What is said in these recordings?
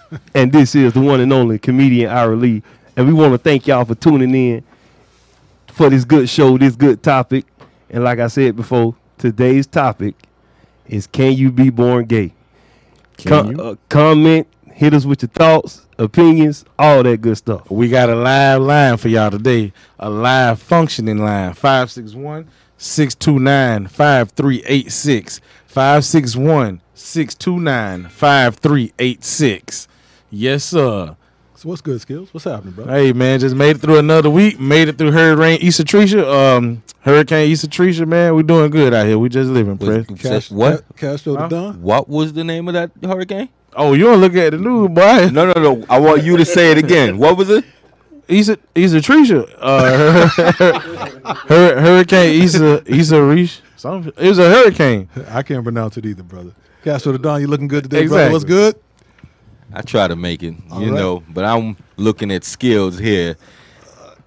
and this is the one and only comedian Ira Lee. And we want to thank y'all for tuning in for this good show, this good topic. And like I said before, today's topic is can you be born gay? Can Com- you? uh, comment, hit us with your thoughts, opinions, all that good stuff. We got a live line for y'all today. A live functioning line. 561 629 5386. 561 629 5386. Yes, sir. So what's good, skills? What's happening, bro? Hey, man, just made it through another week. Made it through Hurricane Issa Trisha. Um, Hurricane Issa Trisha, man. We doing good out here. We just living, press. Says what? Ca- Castro Huh? the Don. What was the name of that hurricane? Oh, you don't look at the news, boy. No, no, no. I want you to say it again. What was it? Issa, Issa Trisha, uh, hur- Hurricane Issa, Issa Reach. Some, it was a hurricane. I can't pronounce it either, brother. Castro the Don, you looking good today, Exactly. brother. What's good? I try to make it, All you right. know, but I'm looking at skills here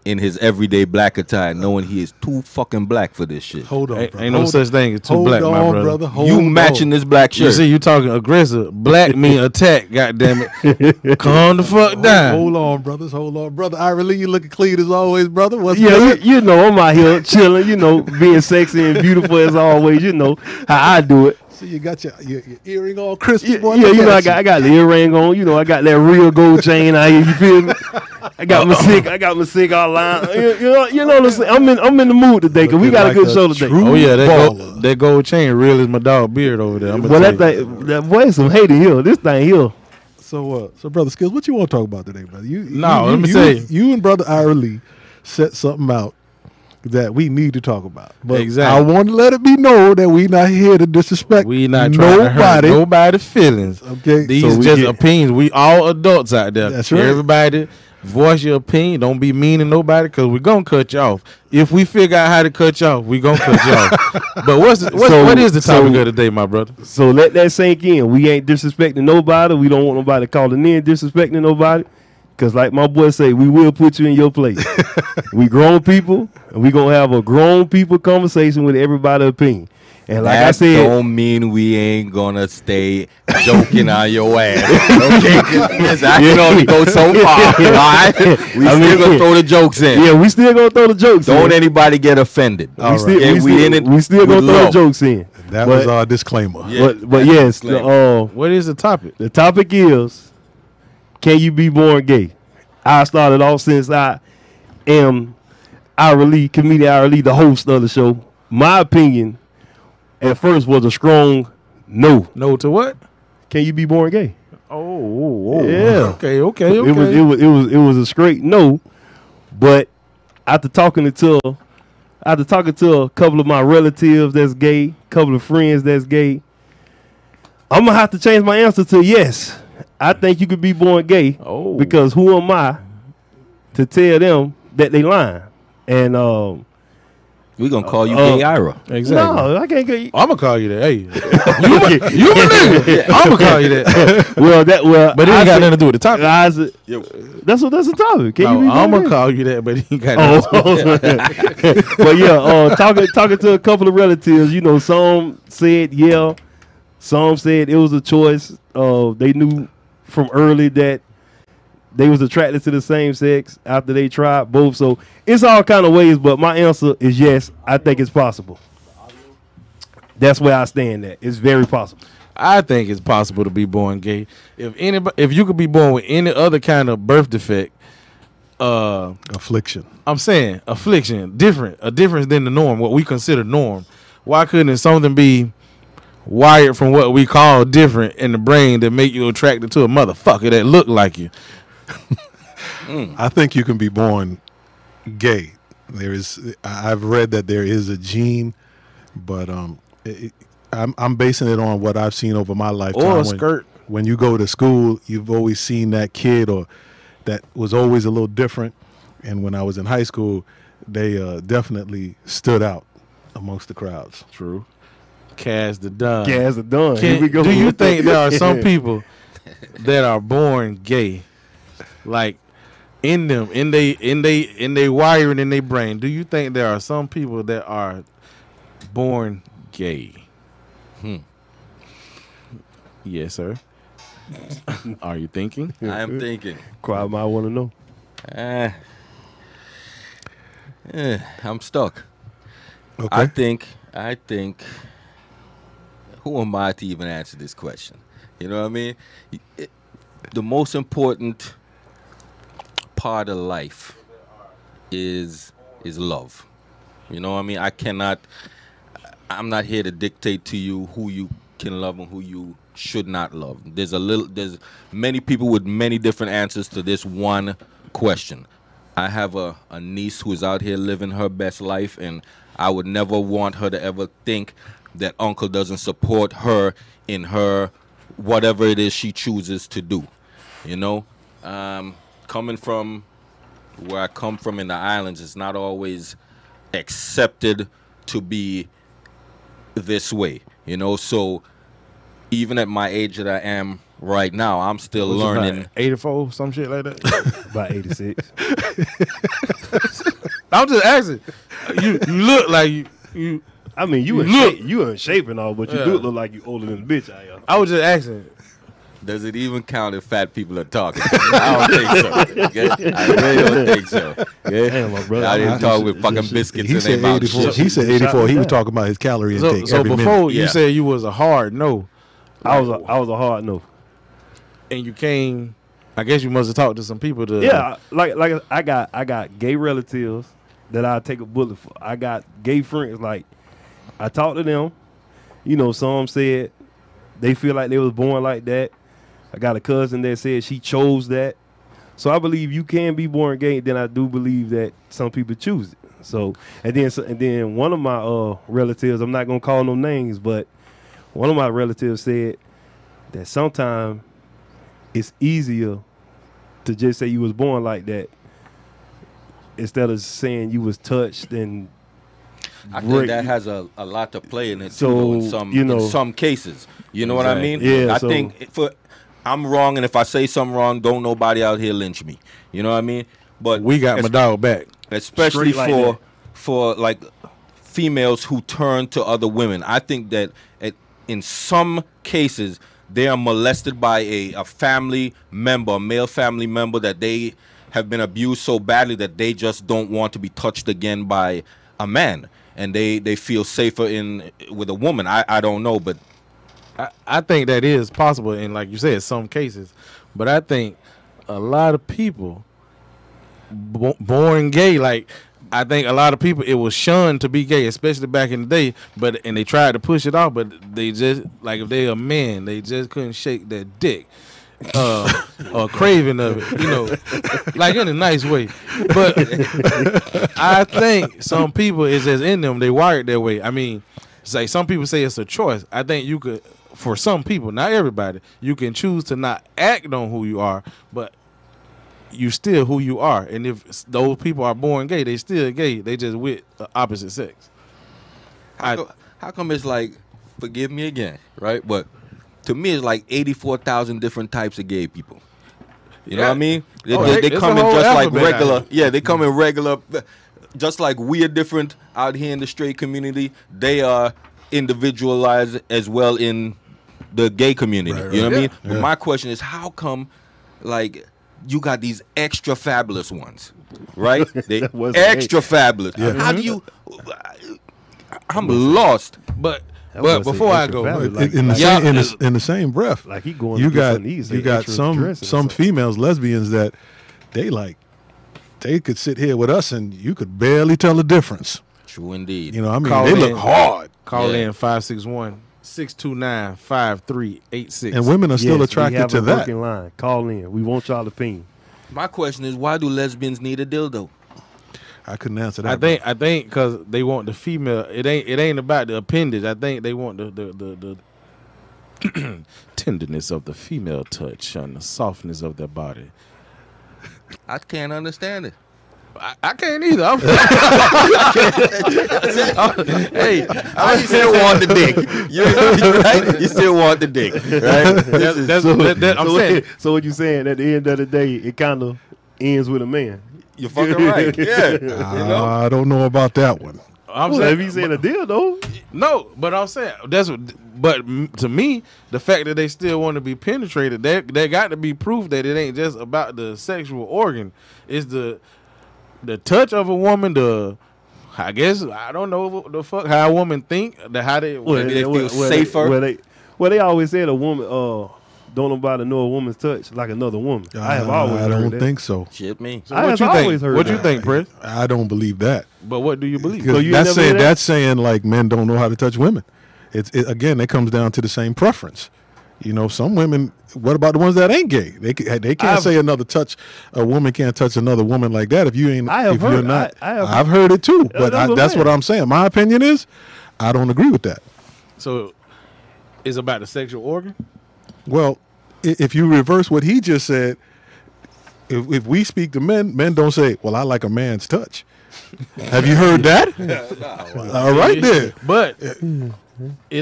in his everyday black attire, knowing he is too fucking black for this shit. Hold on, Ain't, brother. ain't no Hold- such thing as too Hold black, on, my brother. brother. Hold you on. matching this black You shirt. see, you talking aggressive. Black mean attack. God damn it. Calm the fuck Hold, down. hold on, brothers. Hold on, brother. Ira Lee, you looking clean as always, brother. What's Yeah, good? you, you know I'm out here chilling, you know, being sexy and beautiful as always. You know how I do it. So you got your, your, your earring all crispy, Yeah, boy. yeah, Look you know at I got I got the earring on. You know I got that real gold chain out here. You feel me? I got my sick. I got my sick all lined. You, you know, you know what I'm saying. I'm in I'm in the mood today because we Looking got a like good a show today. true- Oh, yeah, that, Baller. gold, that gold chain real as my dog beard over there. I'm Well, gonna that tell you. thing, that boy, some hating here. This thing here. So, uh, so brother Skills, what you want to talk about today, brother? You, No, you, let me you, tell you. you and brother Ira Lee set something out that we need to talk about. But I Exactly. want to let it be known that we not here to disrespect. We not trying to hurt nobody. nobody's feelings. Okay, These so we just get- opinions. We all adults out there. That's right. Everybody voice your opinion. Don't be mean to nobody because we're gonna cut you off. If we figure out how to cut you off, we gonna cut you off. But what's, what's So- what is the topic so- of the day, my brother? So let that sink in. We ain't disrespecting nobody. We don't want nobody calling in disrespecting nobody. Cause like my boy say, we will put you in your place. we grown people, and we gonna have a grown people conversation with everybody's opinion. And like that I said, don't mean we ain't gonna stay joking on your ass. Okay, 'Cause yes, I can only go so far. All right, we I still mean, gonna throw the jokes in. yeah, we still gonna throw the jokes. Don't in. anybody get offended. we, still, Okay, we, still, in it we with still gonna throw the love. jokes in. but, That was our disclaimer. Yeah. But, but yes, the, uh, What is the topic? The topic is Can you be born gay? I started off since I am Ira Lee, comedian Ira Lee, the host of the show. My opinion at first was a strong no. No to what? Can you be born gay? Oh, oh, oh. Yeah. Okay, okay, okay. It was it was it was it was a straight no. But after talking to after talking to a couple of my relatives that's gay, couple of friends that's gay, I'm gonna have to change my answer to yes. I think you could be born gay. oh, because who am I to tell them that they lying? And um, We gonna call you Uh, Gay Ira. exactly. no, I can't. get- I'm gonna call you that. Hey, you my- you my nigga. I'm gonna call you that. Well, that well, But it ain't got Isaac- nothing to do with the topic. Isaac, that's what that's the topic. Can you be I'm born gonna gay? call you that, but he got nothing to do Oh, but yeah, uh, talking talking to a couple of relatives, you know, some said yeah, some said it was a choice. Uh, they knew from early that they was attracted to the same sex after they tried both. So it's all kind of ways, but my answer is yes. I think it's possible. That's where I stand. At it's very possible. I think it's possible to be born gay. If anybody, if you could be born with any other kind of birth defect, uh, Affliction. I'm saying affliction, different, a difference than the norm, what we consider norm. Why couldn't something be wired from what we call different in the brain that make you attracted to a motherfucker that look like you? I think you can be born gay. There is, I- I've read that there is a gene, but um, it, I'm I'm basing it on what I've seen over my lifetime. Or a When- skirt. When you go to school, you've always seen that kid or that was always a little different. And when I was in high school, they uh, definitely stood out amongst the crowds. True. Cass the Don. Gas are done. Can- Here we go. Do you think there are some people that are born gay, like in them, in they, in they, in they wiring in their brain? Do you think there are some people that are Hmm. born gay? Yes, sir. Are you thinking? I am thinking. Crowd might want to know. Eh, eh, I'm stuck. Okay. I think. I think. Who am I to even answer this question? You know what I mean? Y- it- the most important part of life is is love. You know what I mean? I cannot. I'm not here to dictate to you who you can love and who you should not love. There's a little there's many people with many different answers to this one question. I have a, a niece who is out here living her best life and I would never want her to ever think that uncle doesn't support her in her whatever it is she chooses to do. You know? Um, coming from where I come from in the islands, it's not always accepted to be this way, you know. So even at my age that I am right now, I'm still What's it like, learning. 84, some shit like that. By 86. I'm just asking. You you look like you, you I mean, you in Look. shape, you in shape and all, but you Yeah. do look like you older than the bitch out here. I was just asking. Does it even count if fat people are talking? I don't think so. Okay? I really don't think so. Okay? Damn, my brother. I didn't I'm- talk with fucking biscuits in their mouth. 84. Shit. He said 84. He was talking about his calorie So, intake. so every before minute. you Yeah. said you was a hard no, I was a, I was a hard no. and you came. I guess you must have talked to some people to. Yeah, like like I got I got gay relatives that I take a bullet for. I got gay friends like I talked to them. You know, some said they feel like they was born like that. I got a cousin that said she chose that. So I believe you can be born gay. Then I do believe that some people choose it. So and then so, and then one of my uh relatives, I'm not gonna call no names, but one of my relatives said that sometimes it's easier to just say you was born like that instead of saying you was touched and I Rick, think that you- has a, a lot to play in it. So, too, though, in some you know- in some cases, you know what I mean. Exactly. Yeah, I so- think it- for I'm wrong, and if I say something wrong, don't nobody out here lynch me. You know what I mean? But we got my es- dog back. especially Straight like for that. for like females who turn to other women. I think that at, in some cases they are molested by a, a family member, a male family member that they have been abused so badly that they just don't want to be touched again by a man. And they, they feel safer in with a woman. I, I don't know, but I, I think that is possible in like you said some cases, but I think a lot of people bo- born gay like I think a lot of people it was shunned to be gay, especially back in the day. But and they tried to push it off, but they just like if they a man, they just couldn't shake their dick. Uh, or craving of it, you know, like in a nice way. But I think some people is just in them. They wired that way. I mean, it's like some people say it's a choice. I think you could, for some people, not everybody, you can choose to not act on who you are, but you still who you are. And if s- those people are born gay, they still gay. They just with the opposite sex. How, I- co- how come it's like, forgive me again, right? But to me, it's like 84,000 different types of gay people. You know Yeah. what I mean? They, Oh, they- it- they it's a come in whole just like alphabet out regular. Yeah, they come in regular. Just like we are different out here in the straight community, they are individualized as well in the gay community. You know what I mean? But my question is, how come, like, you got these extra fabulous ones, right? They wasn't me. extra fabulous. How Mm-hmm. do you? uh, I'm lost. But That but was an before I extra go, value. In- in, the Like- same, Yeah. in, the, in the same breath, Like, he going You to get got some knees, you like got extra some dressing or some something. females, lesbians that they like. They could sit here with us, and you could barely tell the difference. True indeed. You know, I mean, Call they in. look hard, call Yeah. in 561 629 5386. and women are still Yes, we attracted have to a that. working Line. Call in. We want y'all to ping. My question is, why do lesbians need a dildo? I couldn't answer that. I think I think because they want the female. It ain't it ain't about the appendage. I think they want the the the, the tenderness of the female touch and the softness of their body. I can't understand it. I, I can't either. I'm, hey, I still want the dick. You, right? you still want the dick, right? that's, that's, that, that, I'm so, saying so what you saying? At the end of the day, it kind of ends with a man. You're fucking right. Yeah. I don't know about that one. I'm Well, if saying he's in a deal though, no, but I'm saying that's what. But m- to me, the fact that they still want to be penetrated, that that got to be proof that it ain't just about the sexual organ. It's the the touch of a woman. The I guess I don't know what the fuck how a woman think. The how they Maybe they feel safer. They, well, they, well, they always said a woman, uh, don't nobody know a woman's touch like another woman. I have Uh, always. I heard don't that. think so. Shit me. I what have you always think? heard What that. you think, Chris? I don't believe that. But what do you believe? Because you ain't that's never saying heard that? that's saying like men don't know how to touch women. It's it, again, it comes down to the same preference. You know, some women. What about the ones that ain't gay? They ca- they can't I've- say another touch. A woman can't touch another woman like that if you ain't. I have if You're heard- not, I- I have- have heard it too, but that's I, what that's I'm what I'm saying. My opinion is, I don't agree with that. So it's about the sexual organ. Well, i- if you reverse what he just said, if, if we speak to men, men don't say, "Well, I like a man's touch." Have you heard that? All right, there. But it,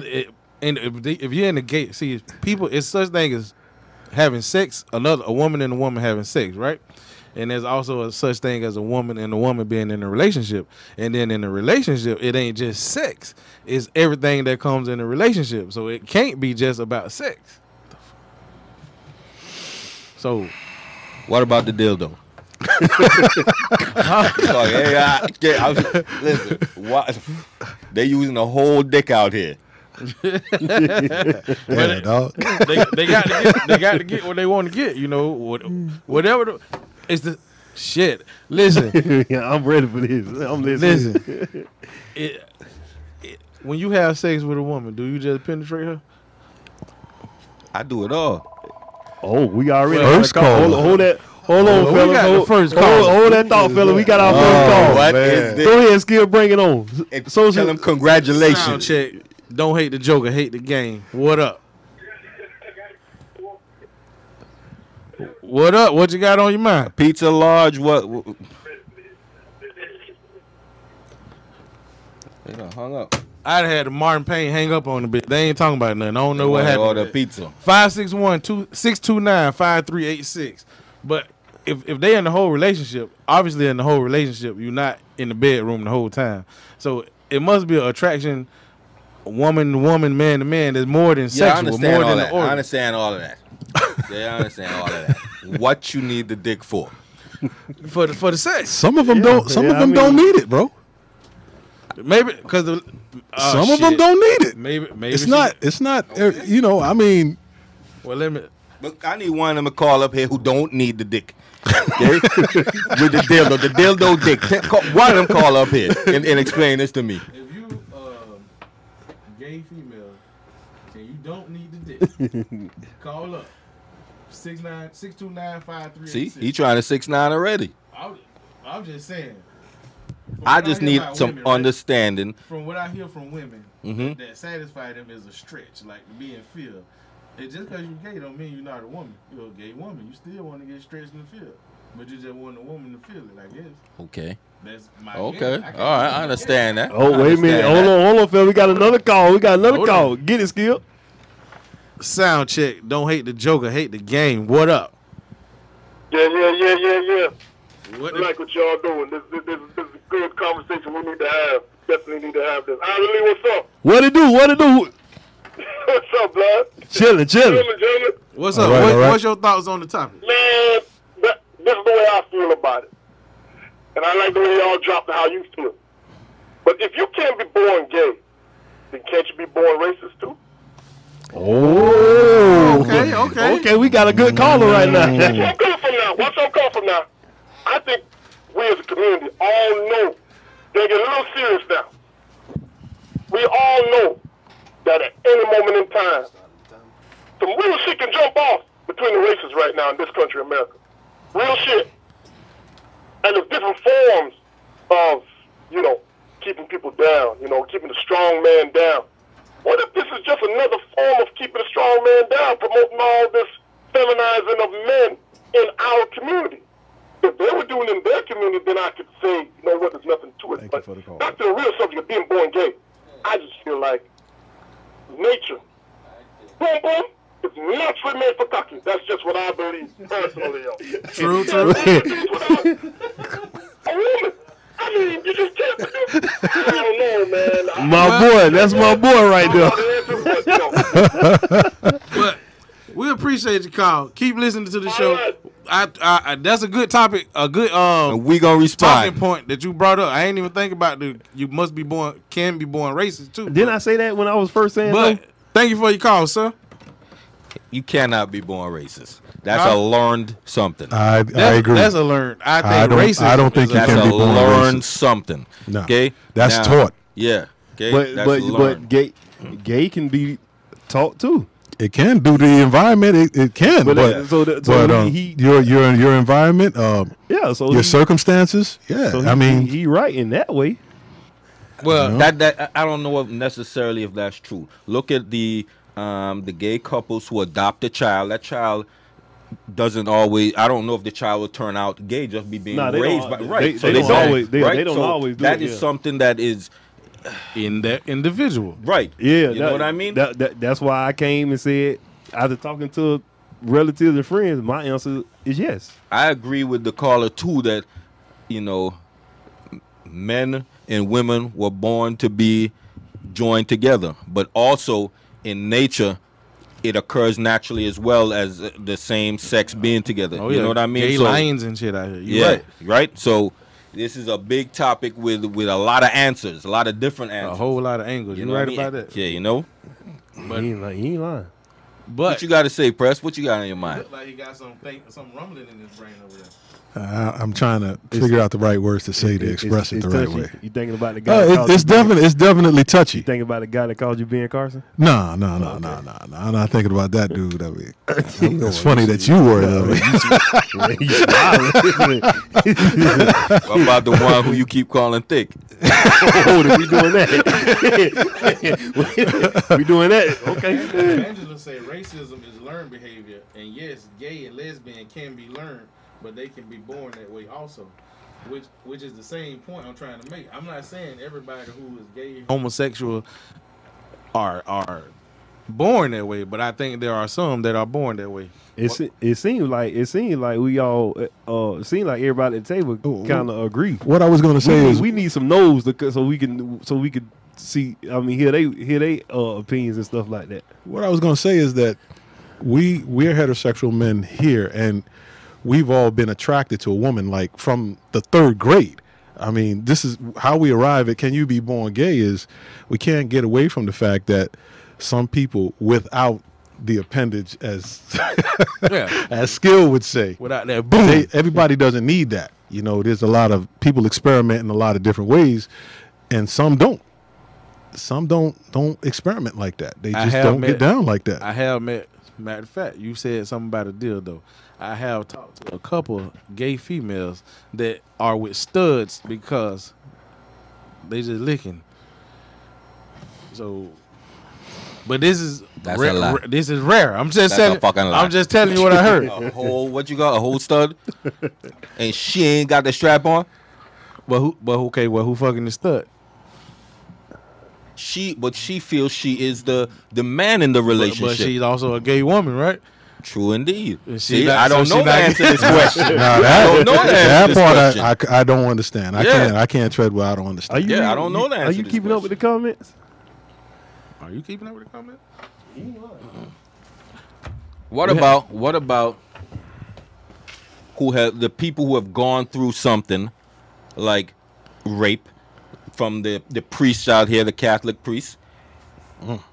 it and if, they, if you're in the gate, see people, it's such thing as having sex. Another a woman and a woman having sex, right? And there's also a such thing as a woman and a woman being in a relationship. And then in a relationship, it ain't just sex; it's everything that comes in a relationship. So it can't be just about sex. So What about the dildo? Sorry, hey, I- yeah, I was- listen, what, they using the whole dick out here. Yeah, dog. they, they got to get they got to get what they want to get. You know, what, whatever. The, it's the shit. Listen, yeah, I'm ready for this. I'm listening. Listen, it, it, when you have sex with a woman, do you just penetrate her? I do it all. Oh, we already First got a call. Hold, hold that. Hold on, Oh, we fella. got the hold, first hold- call. Hold, that thought, fella. We got our Oh, first call. What is man. Go this? ahead, Skill. Bring it on. And Social. tell them congratulations. Sound check. Don't hate the Joker, hate the game. What up? What up? What you got on your mind? Pizza large. What? what they done hung up. I done had the Martin Payne hang up on the bitch. They ain't talking about nothing. I don't know what Order happened. pizza. Five six one two six two nine five three eight six. But if if they in the whole relationship, obviously in the whole relationship, you're not in the bedroom the whole time. So it must be an attraction, woman to woman, man to man. That's more than Yeah, I sexual, understand more all than that. the organ. I understand all of that. yeah, I understand all of that. What you need the dick for? for the for the sex. Some of them Yeah, don't. Some yeah, of I them don't mean- need it, bro. Maybe because the oh, some of shit. them don't need it. Maybe maybe It's she- not. It's not. er, You know. I mean, Well, let me. But I need one of them to call up here who don't need the dick. Okay? With the dildo, the dildo dick. Ta- call- One of them call up here and, and explain this to me. If you um, gay female and you don't need the dick, call up six nine six two nine five three. See, he trying to six nine already. I'm, I'm just saying. from I what just hear need about some women, right, understanding. From what I hear from women, Mhm. that satisfy them is a stretch, like being filled. And just because you gay don't mean you're not a woman. You're a gay woman. You still want to get stretched and filled, but you just want a woman to feel it. I guess Okay. that's my. Okay. All guess. right. can't- I understand that. Oh, I wait a understand minute. Hold that. on, hold on, fella. We got another call. We got another Hold call. Get it, Skill. Sound check. Don't hate the Joker. Hate the game. What up? Yeah, yeah, yeah, yeah, yeah. What I like what y'all doing. This, this, this, this is a good conversation we need to have. Definitely need to have this. Irony, what's up? What it do? What it do? what's up, blood? Chilling, chilling. Gentlemen, gentlemen, What's All up? right, what, all right. What's your thoughts on the topic? man, that, this is the way I feel about it. And I like the way y'all dropped how you feel. But if you can't be born gay, then can't you be born racist too? Oh. Okay, okay. Okay, we got a good caller right now. I'm Mm-hmm. coming from now. Watch where I'm coming from now. I think we as a community all know they get a little serious now. We all know that at any moment in time, some real shit can jump off between the races right now in this country, America. Real shit. And there's different forms of, you know, keeping people down, you know, keeping the strong man down. What if this is just another form of keeping the strong man down, promoting all this feminizing of men in our community? If they were doing it in their community, then I could say, you know what, there's nothing to it. Thank you but for the call. back to the real subject of being born gay, I just feel like nature, boom, boom, is naturally made for cocking. That's just what I believe personally. yo. True, true. That's what I- a woman. I mean, mean? You just can't do I don't know, man. I- My boy, that's my boy right I there. don't know the answer, but, you know. But we appreciate your call. Keep listening to the show. right. I, I, I that's a good topic, a good And um we gonna talking respond. point that you brought up. I ain't even think about the you must be born can be born racist too. Didn't I say that when I was first saying But no? thank you for your call, sir. You cannot be born racist. That's Huh? a learned something. I, I That's- agree. That's a learned. I think I don't- racist. I don't think is you a- That's can a be born learned racist. something. No. Okay. That's taught. Yeah. Okay. But That's but learned. but gay gay can be taught too. it can due to the environment. It, it can, But but, uh, that- so the- so but, he- um, he- your your your environment, uh, Yeah, so your he, circumstances. Yeah, so he- I mean, he, he right in that way. well, that that I I don't know if necessarily if that's true. Look at the um the gay couples who adopt a child. That child doesn't always. I don't know if the child will turn out gay just be being Nah, they raised don't- by they- right. they so don't don't always- they- right? they don't So always do that it, is yeah. something that is in that individual. right. Yeah, you know what I mean. That, that, that's why I came and said after talking to relatives and friends, my answer is yes. I agree with the caller too that you know m- men and women were born to be joined together, but also in nature it occurs naturally as well as uh, the same sex being together. Oh, you yeah. know what I mean? Gay So- lions and shit out here. You yeah, right. right. So this is a big topic with with a lot of answers, a lot of different A answers. whole lot of angles. You, know what right I mean? about that. Yeah, you know. he, ain't, li- he ain't lying. But What you got to say, press? What you got on your mind? look like he got some think, some rumbling in his brain over there. I, I'm trying to figure out the right words to say to express it, it's- the it's right touchy. way. You thinking about the guy? that Uh, called it, it's you Ben- definitely it's definitely You touchy. thinking about the guy that called you Ben Carson? No, no, no, no, no, no. I'm not thinking about that dude. I mean, it's funny that you were. though. You smiling. What about the one who you keep calling thick? Hold it, we doing that. we doing that. Okay. Angela said racism is learned behavior, and yes, gay and lesbian can be learned, but they can be born that way also. Which, which is the same point I'm trying to make. I'm not saying everybody who is gay, homosexual, are are born that way, but I think there are some that are born that way. It se- it seemed like it seemed like we all uh it seemed like everybody at the table Ooh, kind of agree. What I was going to We say need, is we need some no's to, c- so we can so we could see. I mean, hear they hear they uh, opinions and stuff like that. What I was going to say is that we we're heterosexual men here, and we've all been attracted to a woman like from the third grade. I mean, this is how we arrive at can you be born gay? Is we can't get away from the fact that some people without the appendage, as Yeah, as Skill would say, without that boom. they, everybody doesn't need that. You know, there's a lot of people experimenting a lot of different ways, and some don't. Some don't don't experiment like that. They I just have don't met- get down like that. I have met. Matter of fact, you said something about a dildo. I have talked to a couple gay females that are with studs because they just licking. So, but this is That's rare, a lie. ra- This is rare. I'm just That's telling. a fucking lie. I'm just telling you what I heard. A whole what you got? A whole stud? and she ain't got the strap on. but who? But okay. Well, who fucking the stud? She, but she feels she is the the man in the But, relationship. but she's also a gay woman, right? True indeed. And she See, not- I don't so she know the not- answer to this question. Nah, I that, don't know the that answer to this part question. I, I c- I don't understand. I Yeah. can't I can't tread well. I don't Are understand. you? Yeah, I don't know the Are answer to you this keeping up with the comments? Are Oh, you keeping up with the comment? Mm-hmm. What about what about who have the people who have gone through something like rape from the the priests out here, the Catholic priests,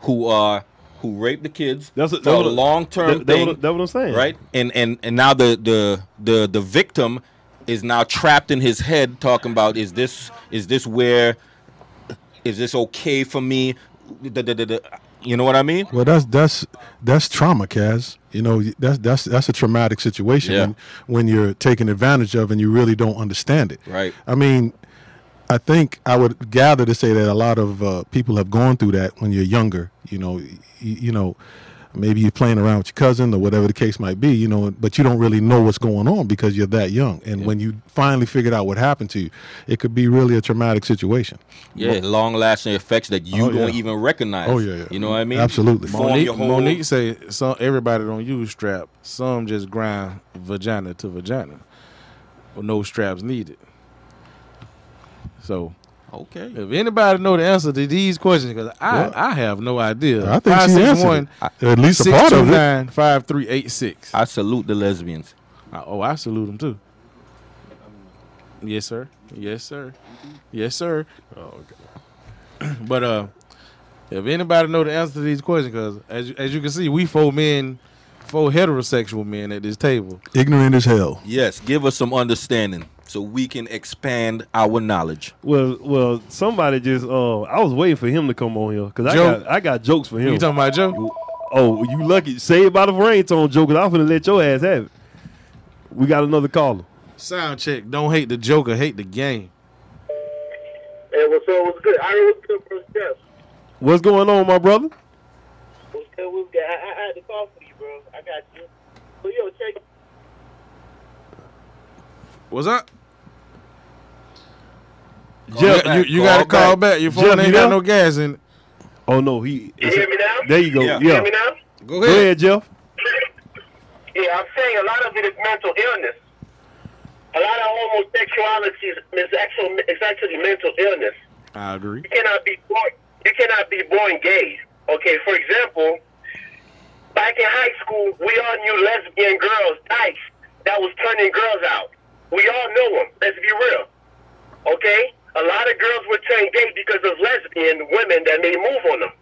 who are who rape the kids That's a- for that a what- long term That, that thing, what, that what I'm saying. right? And and and now the the the the victim is now trapped in his head talking about is this is this where is this okay for me? Da, da, da, da. You know what I mean? Well, that's that's that's trauma, Kaz. You know, y- that's that's that's a traumatic situation Yeah. when, when you're taken advantage of and you really don't understand it. Right. I mean, I think I would gather to say that a lot of uh, people have gone through that when you're younger. You know, y- you know, maybe you're playing around with your cousin or whatever the case might be. You know, but you don't really know what's going on because you're that young. And when you finally figured out what happened to you, it could be really a traumatic situation. Yeah, long lasting effects that you Oh, yeah. don't even recognize. Oh, yeah, yeah. You know what I mean? Absolutely. Form Monique, your whole- Monique say some everybody don't use strap. Some just grind vagina to vagina, with no straps needed. So Okay. if anybody know the answer to these questions, because I, Well, I have no idea. I think she answered it. at least a part of it. 629 5386. I salute the lesbians. Oh, I salute them too. Yes, sir. Yes, sir. Yes, sir. Oh, but uh, if anybody know the answer to these questions, because as you- as you can see, we four men, four heterosexual men at this table. Ignorant as hell. Yes, give us some understanding so we can expand our knowledge. Well, well, somebody just. Uh, I was waiting for him to come on here because I Joe. got I got jokes for him. You talking about Joe? oh, you lucky. Saved by the ringtone joke. 'cause I'm finna let your ass have it. We got another caller. Sound check. Don't hate the Joker. Hate the game. Hey, what's up? What's good? I was good for the test. What's going on, my brother? What's good? What's good? I, I had to call for you, bro. I got you. So, yo, check. What's up? Jeff, you you got to call back. Your phone Jeff, you ain't got there? no gas in it. Oh no, he. You hear me now? There you go. Yeah. Yeah. You hear me now? Go Go ahead, Jeff. Yeah, I'm saying a lot of it is mental illness. A lot of homosexuality is- is actual, it's actually mental illness. I agree. You cannot be born. You cannot be born gay. Okay, for example, back in high school, we all knew lesbian girls, dykes, that was turning girls out. We all know them. Let's be real. Okay, a lot of girls were turned gay because of lesbian women that made move on them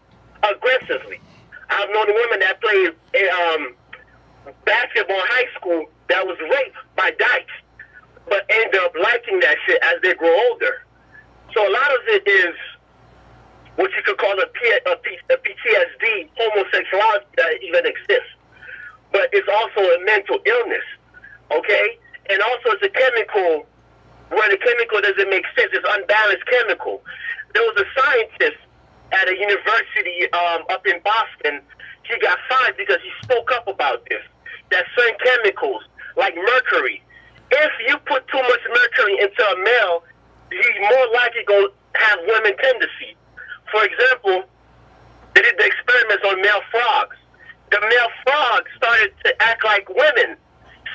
aggressively. I've known women that played eh, um, basketball in high school that was raped by dykes, but end up liking that shit as they grow older. So a lot of it is what you could call a, P- a, P- a PTSD, homosexuality that even exists. But it's also a mental illness, okay? And also it's a chemical, where the chemical doesn't make sense. It's unbalanced chemical. There was a scientist at a university um, up in Boston. He got fined because he spoke up about this. That certain chemicals, like mercury, if you put too much mercury into a male, he's more likely going to have women tendency. For example, they did the experiments on male frogs. The male frog started to act like women,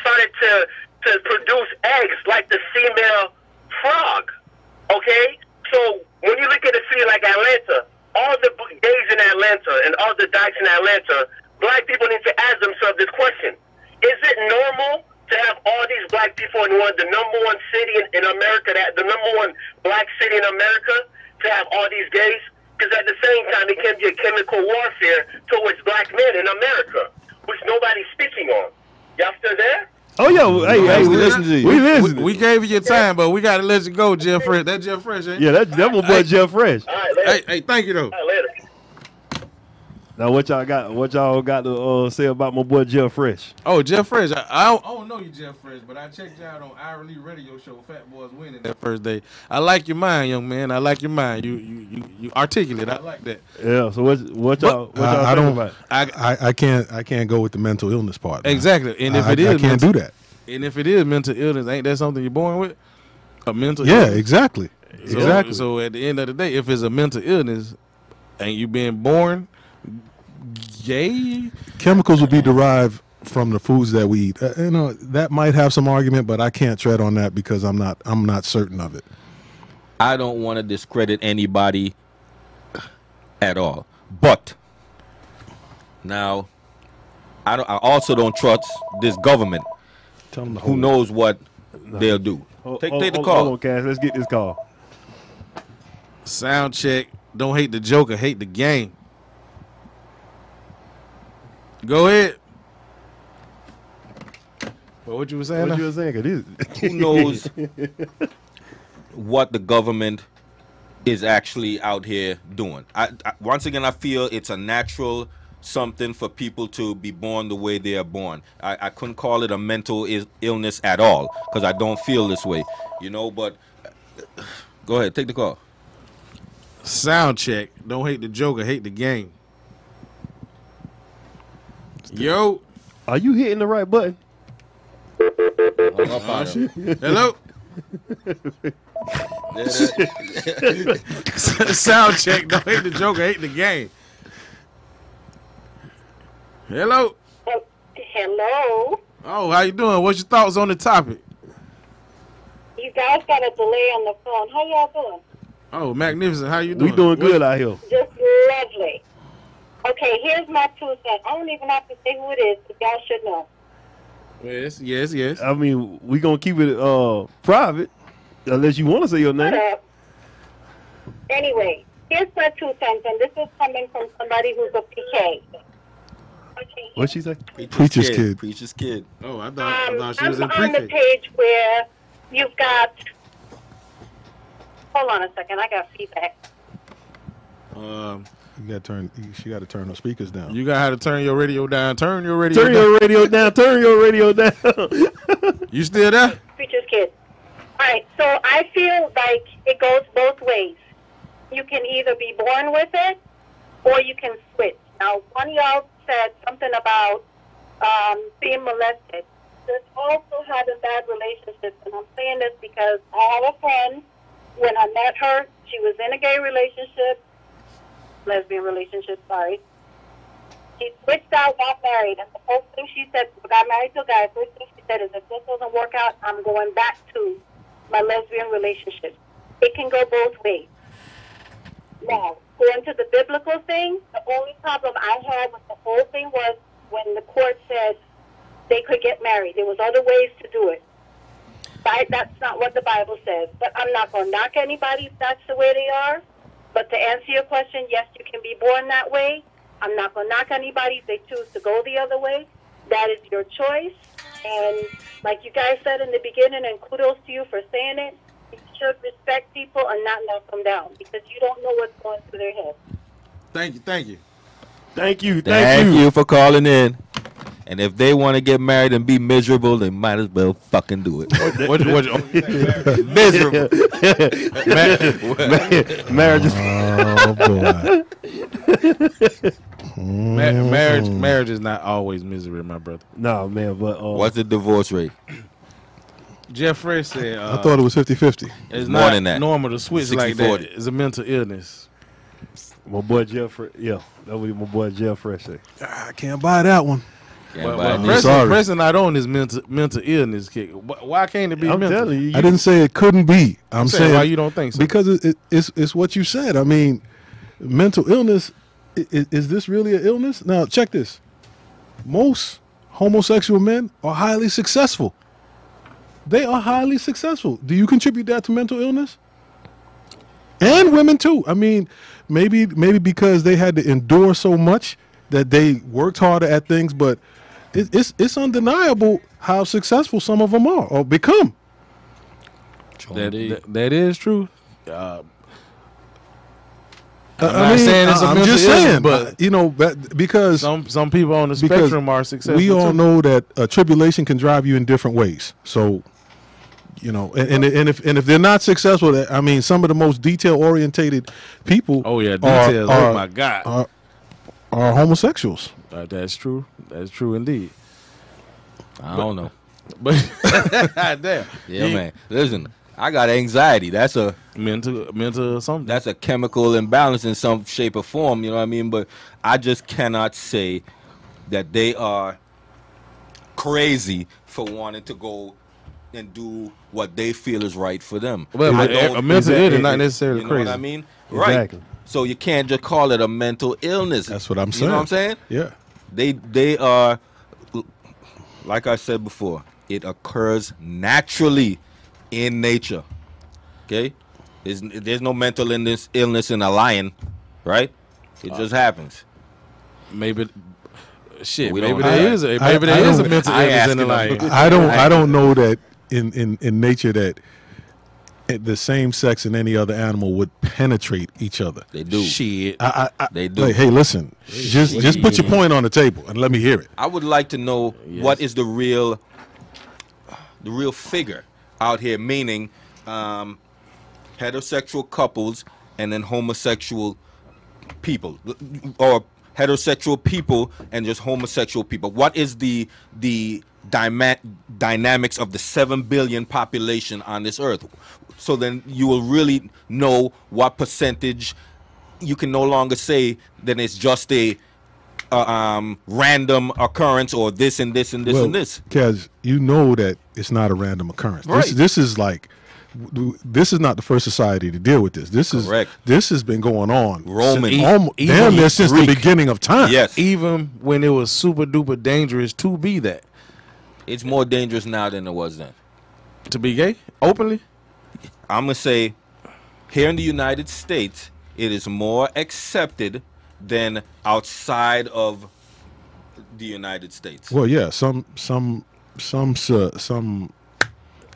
started to, to produce eggs like the female frog. Okay? So when you look at a city like Atlanta, all the b- gays in Atlanta and all the dykes in Atlanta, black people need to ask themselves this question Is it normal to have all these black people in one, the number one city in, in America, that, the number one black city in America, to have all these gays? Because at the same time, it can be a chemical warfare towards black men in America, which nobody's speaking on. Y'all still there? Oh yeah, hey, hey, we listen to you. We listen. We, we gave you your time, but we got to let you go, Jeff Fresh. That Jeff Fresh, ain't it? yeah, that that one boy Hey. Jeff Fresh. All right, later. Hey, hey, thank you though. All right, later. Now what y'all got? What y'all got to uh, say about my boy Jeff Fresh? Oh, Jeff Fresh. I, I, don't, I don't know you, Jeff Fresh, but I checked you out on Irony Radio Show. Fat Boys winning that first day. I like your mind, young man. I like your mind. You you you, you articulate. I like that. Yeah. So what what y'all what y'all I, think I don't. about? it? I, I, I can't. I can't go with the mental illness part. man. exactly. And if I, it I- is, I can't mental, do that. And if it is mental illness, ain't that something you're born with? A mental. Yeah, illness? exactly. So- exactly. So at the end of the day, if it's a mental illness, ain't you being born gay? Chemicals will be derived from the foods that we eat. Uh, you know that might have some argument, but I can't tread on that because I'm not. I'm not certain of it. I don't want to discredit anybody at all. But now I don't I also don't trust this government. Tell them Who knows what they'll do. Hold- Take, hold- take the Oh, hold- call. Hold on, Cass. Let's get this call. Sound check. Don't hate the Joker. Hate the game. Go ahead. What, what you were saying? What now? you was saying? 'Cause this- who knows what the government is actually out here doing. I, I once again I feel it's a natural something for people to be born the way they are born. I, I couldn't call it a mental is, illness at all because I don't feel this way, you know. But uh, go ahead, take the call. Sound check. Don't hate the Joker. Hate the game. Yo. Are you hitting the right button? Hung up on him. Oh, Hello. Yeah, that- Sound check. Don't hate the Joker. Hate the game. Hello. Hello. Oh, how you doing? What's your thoughts on the topic? You guys got a delay on the phone. How y'all doing? Oh, magnificent! How you doing? We doing What- good out here. Just lovely. Okay, here's my two cents. I don't even have to say who it is, but y'all should know. Yes, yes, yes. I mean, we gonna keep it uh private, unless you want to say your name. But, uh, anyway, here's my two cents, and this is coming from somebody who's a PK. Okay. What she say? Preacher's kid. Preacher's kid. Oh, I thought I Um, thought she was I'm in on the pre-K. page where you've got. Hold on a second, I got feedback. Um, You got to turn. She got to turn her speakers down. you got how to turn your radio down. Turn your radio. Turn down. your radio down. Turn your radio down. You still there? preacher's kid. All right, so I feel like it goes both ways. You can either be born with it, or you can switch. Now, one of y'all said something about um, being molested. This also had a bad relationship, and I'm saying this because I had a friend. When I met her, she was in a gay relationship, lesbian relationship, sorry. She switched out, got married, and the first thing she said, got married to a guy, first thing she said is, if this doesn't work out, I'm going back to my lesbian relationship. It can go both ways. Now, going to the biblical thing, the only problem I had with the whole thing was when the court said they could get married. There was other ways to do it. Bi- That's not what the Bible says. But I'm not going to knock anybody if that's the way they are. But to answer your question, yes, you can be born that way. I'm not going to knock anybody if they choose to go the other way. That is your choice. And like you guys said in the beginning, and kudos to you for saying it, you should respect people and not knock them down because you don't know what's going through their head. Thank you, thank you. thank you. Thank, Thank you. you. for calling in. And if they want to get married and be miserable, they might as well fucking do it. What, what, miserable. Marriage is Oh boy. Oh, Ma- marriage, Mm. marriage is not always misery, my brother. no man, but uh, What's the divorce rate? Jeff Fresh said, uh, I thought it was 50-50. it's more not than that. normal to switch like 60-40. that. It's a mental illness. my boy Jeffrey. Yeah, that was my boy Jeffrey. Say. Ah, I can't buy that one. Can't Well, buy well, a pressing, sorry. pressing not on this mental mental illness kick. Why, why can't it be I'm mental? telling you, I didn't say it couldn't be. I'm saying saying why you don't think so. because it, it, it's it's what you said. I mean, mental illness is, is this really an illness? Now check this. Most homosexual men are highly successful. They are highly successful. Do you contribute that to mental illness? And women too. I mean, maybe maybe because they had to endure so much that they worked harder at things, but it, it's it's undeniable how successful some of them are or become. That, that- that is true. Uh, I'm not saying it's a I'm mental just illness, saying, but- but you know, that, because some some people on the Because spectrum are successful. we all too. know that uh, tribulation can drive you in different ways. So, you know, and, and and if and if they're not successful, that- I mean, some of the most detail orientated people. Oh yeah, are- details. Are, oh my god, Are, are homosexuals? Uh, that's true. That's true indeed. I don't know. But damn, Yeah, You- man. Listen, I got anxiety. That's a mental mental something. that's a chemical imbalance in some shape or form. You know what I mean? But I just cannot say that they are crazy for wanting to go and do what they feel is right for them. well, I but a, don't- a mental exactly. illness not necessarily you know crazy. what I mean? Exactly. Right. So you can't just call it a mental illness. That's what I'm You saying. know what I'm saying? Yeah. They they are like I said before, it occurs naturally in nature. Okay? There's, there's no mental illness illness in a lion, right? It just happens. Maybe shit. We maybe don't know there that. is a I- maybe I there is a don't- mental I illness in the asking life. I don't. I don't know that in in in nature that the same sex and any other animal would penetrate each other. They do. Shit. I, I, I, They do. Like, hey, listen, just just put your point on the table and let me hear it. I would like to know what is the real the real figure out here, meaning um, heterosexual couples and then homosexual people or heterosexual people and just homosexual people. What is the the dyma- dynamics of the 7 billion population on this earth? So then you will really know what percentage you can no longer say that it's just a uh, um, random occurrence or this and this and this and this. Because you know that it's not a random occurrence. Right. This, this is like w- this is not the first society to deal with this. This Correct. is this has been going on Roman. since, almo- E- damn even near since the Greek. beginning of time. Yes, even when it was super duper dangerous to be that, it's more dangerous now than it was then. to be gay openly. I'm gonna say, here in the United States, it is more accepted than outside of the United States. Well, yeah, some some some so- some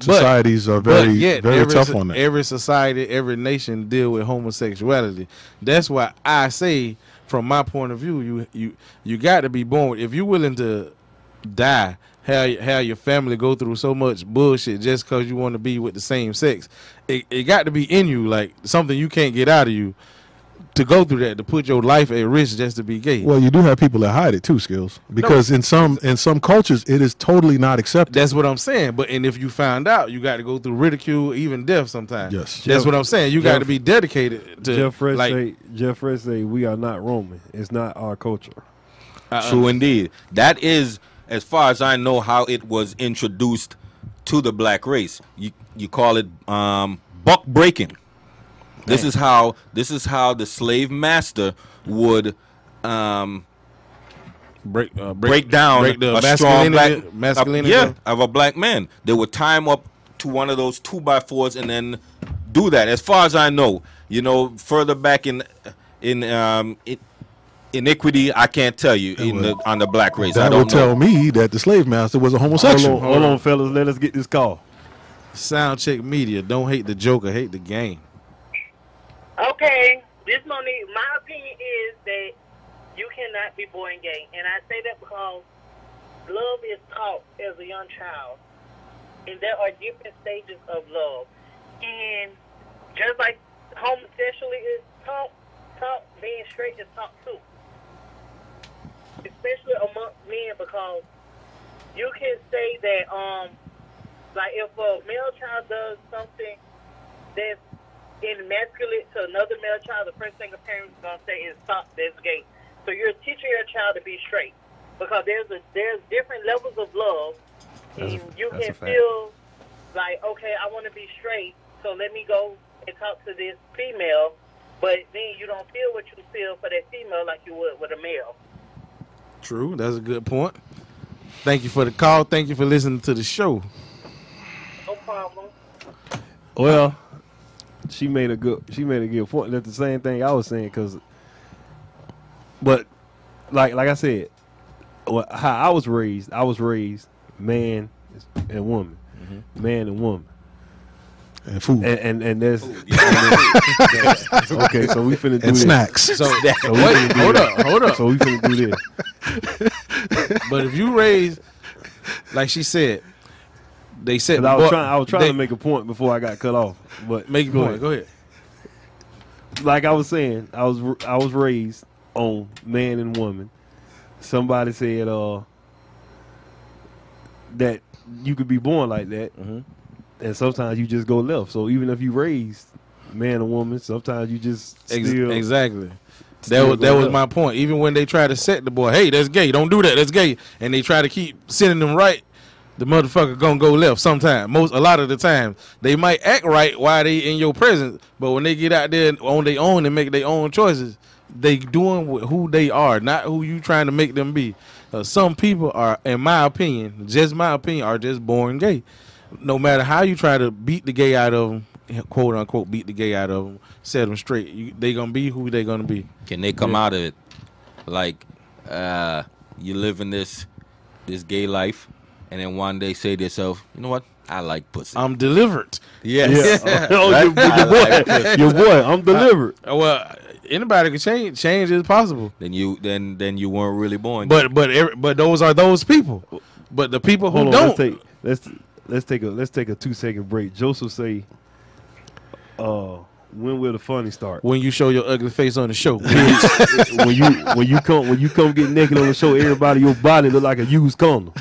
societies are But very yet, very every, tough so- on that. Every society, every nation deal with homosexuality. That's why I say, from my point of view, you you you got to be born if you're willing to die. How how your family go through so much bullshit just because you want to be with the same sex? It it got to be in you, like something you can't get out of you. To go through that, to put your life at risk just to be gay. well, you do have people that hide it too, skills, because in some in some cultures it is totally not accepted. That's what I'm saying. But and if you find out, you got to go through ridicule, even death sometimes. Yes. that's what I'm saying. You got to Jeff- be dedicated to Jeff Fresh like say, Jeff Fresh say, we are not Roman. It's not our culture. Uh-uh. True indeed. That is, as far as I know, how it was introduced to the black race. You you call it um, buck breaking. This is how this is how the slave master would um, break, uh, break break down break the a strong masculinity, black masculinity. uh, yeah, of a black man. They would tie him up to one of those two by fours and then do that. As far as I know, you know, further back in in um, it, iniquity, I can't tell you in the, on the black race. I that don't will know. tell me that the slave master was a Hold homosexual. on, hold on, fellas. Let us get this call. Soundcheck media. Don't hate the Joker. Hate the game. Okay, this Monique, my opinion is that you cannot be born gay. And I say that because love is taught as a young child. And there are different stages of love. And just like homosexuality is taught, taught being straight is taught too. Especially among men because you can say that um like if a male child does something that's emasculate to another male child, the first thing a parent's gonna say is stop, that's gay. So you're teaching your child to be straight. Because there's a there's different levels of love and you that's a can fact. feel like, okay, I wanna be straight, so let me go and talk to this female but then you don't feel what you feel for that female like you would with a male. True. That's a good point. Thank you for the call. Thank you for listening to the show. No problem. Well, she made a good she made a good point. That's the same thing I was saying because, but like like I said, well, how I was raised, I was raised man and woman, man and woman, and food and, and and, and that's okay. So we finna do this. snacks. So wait, hold up, hold up. So we finna do this. but if you raise, like she said, they said And I was but trying I was trying they- to make a point before I got cut off, but make your go point. ahead. Go ahead. like I was saying, I was I was raised on man and woman. Somebody said uh that you could be born like that, Mm-hmm. and sometimes you just go left. So even if you raised man and woman, sometimes you just Ex- still exactly. That still was that going was up. my point. Even when they try to set the boy, hey, that's gay. Don't do that. That's gay. And they try to keep sending them right. The motherfucker gonna go left sometime. Most a lot of the time, they might act right while they in your presence, but when they get out there on their own and make their own choices, they doing wh- who they are, not who you trying to make them be. Uh, some people are, in my opinion, just my opinion, are just born gay no matter how you try to beat the gay out of them, quote unquote, beat the gay out of them, set them straight, you, they gonna be who they gonna be. Can they come out of it? Like, uh, you live in this this gay life, and then one day say to yourself, you know what? I like pussy. I'm delivered. yes. Yeah. Oh, your, I like pussy. your boy, your boy, I'm delivered. Uh, Well, anybody can change. Change is possible. Then you then then you weren't really born. But but every, but those are those people. But the people who Hold on, don't, let's take let's let's take a let's take a two second break. Joseph say, uh, when will the funny start? when you show your ugly face on the show, when you when you come when you come get naked on the show, everybody your body look like a used condom.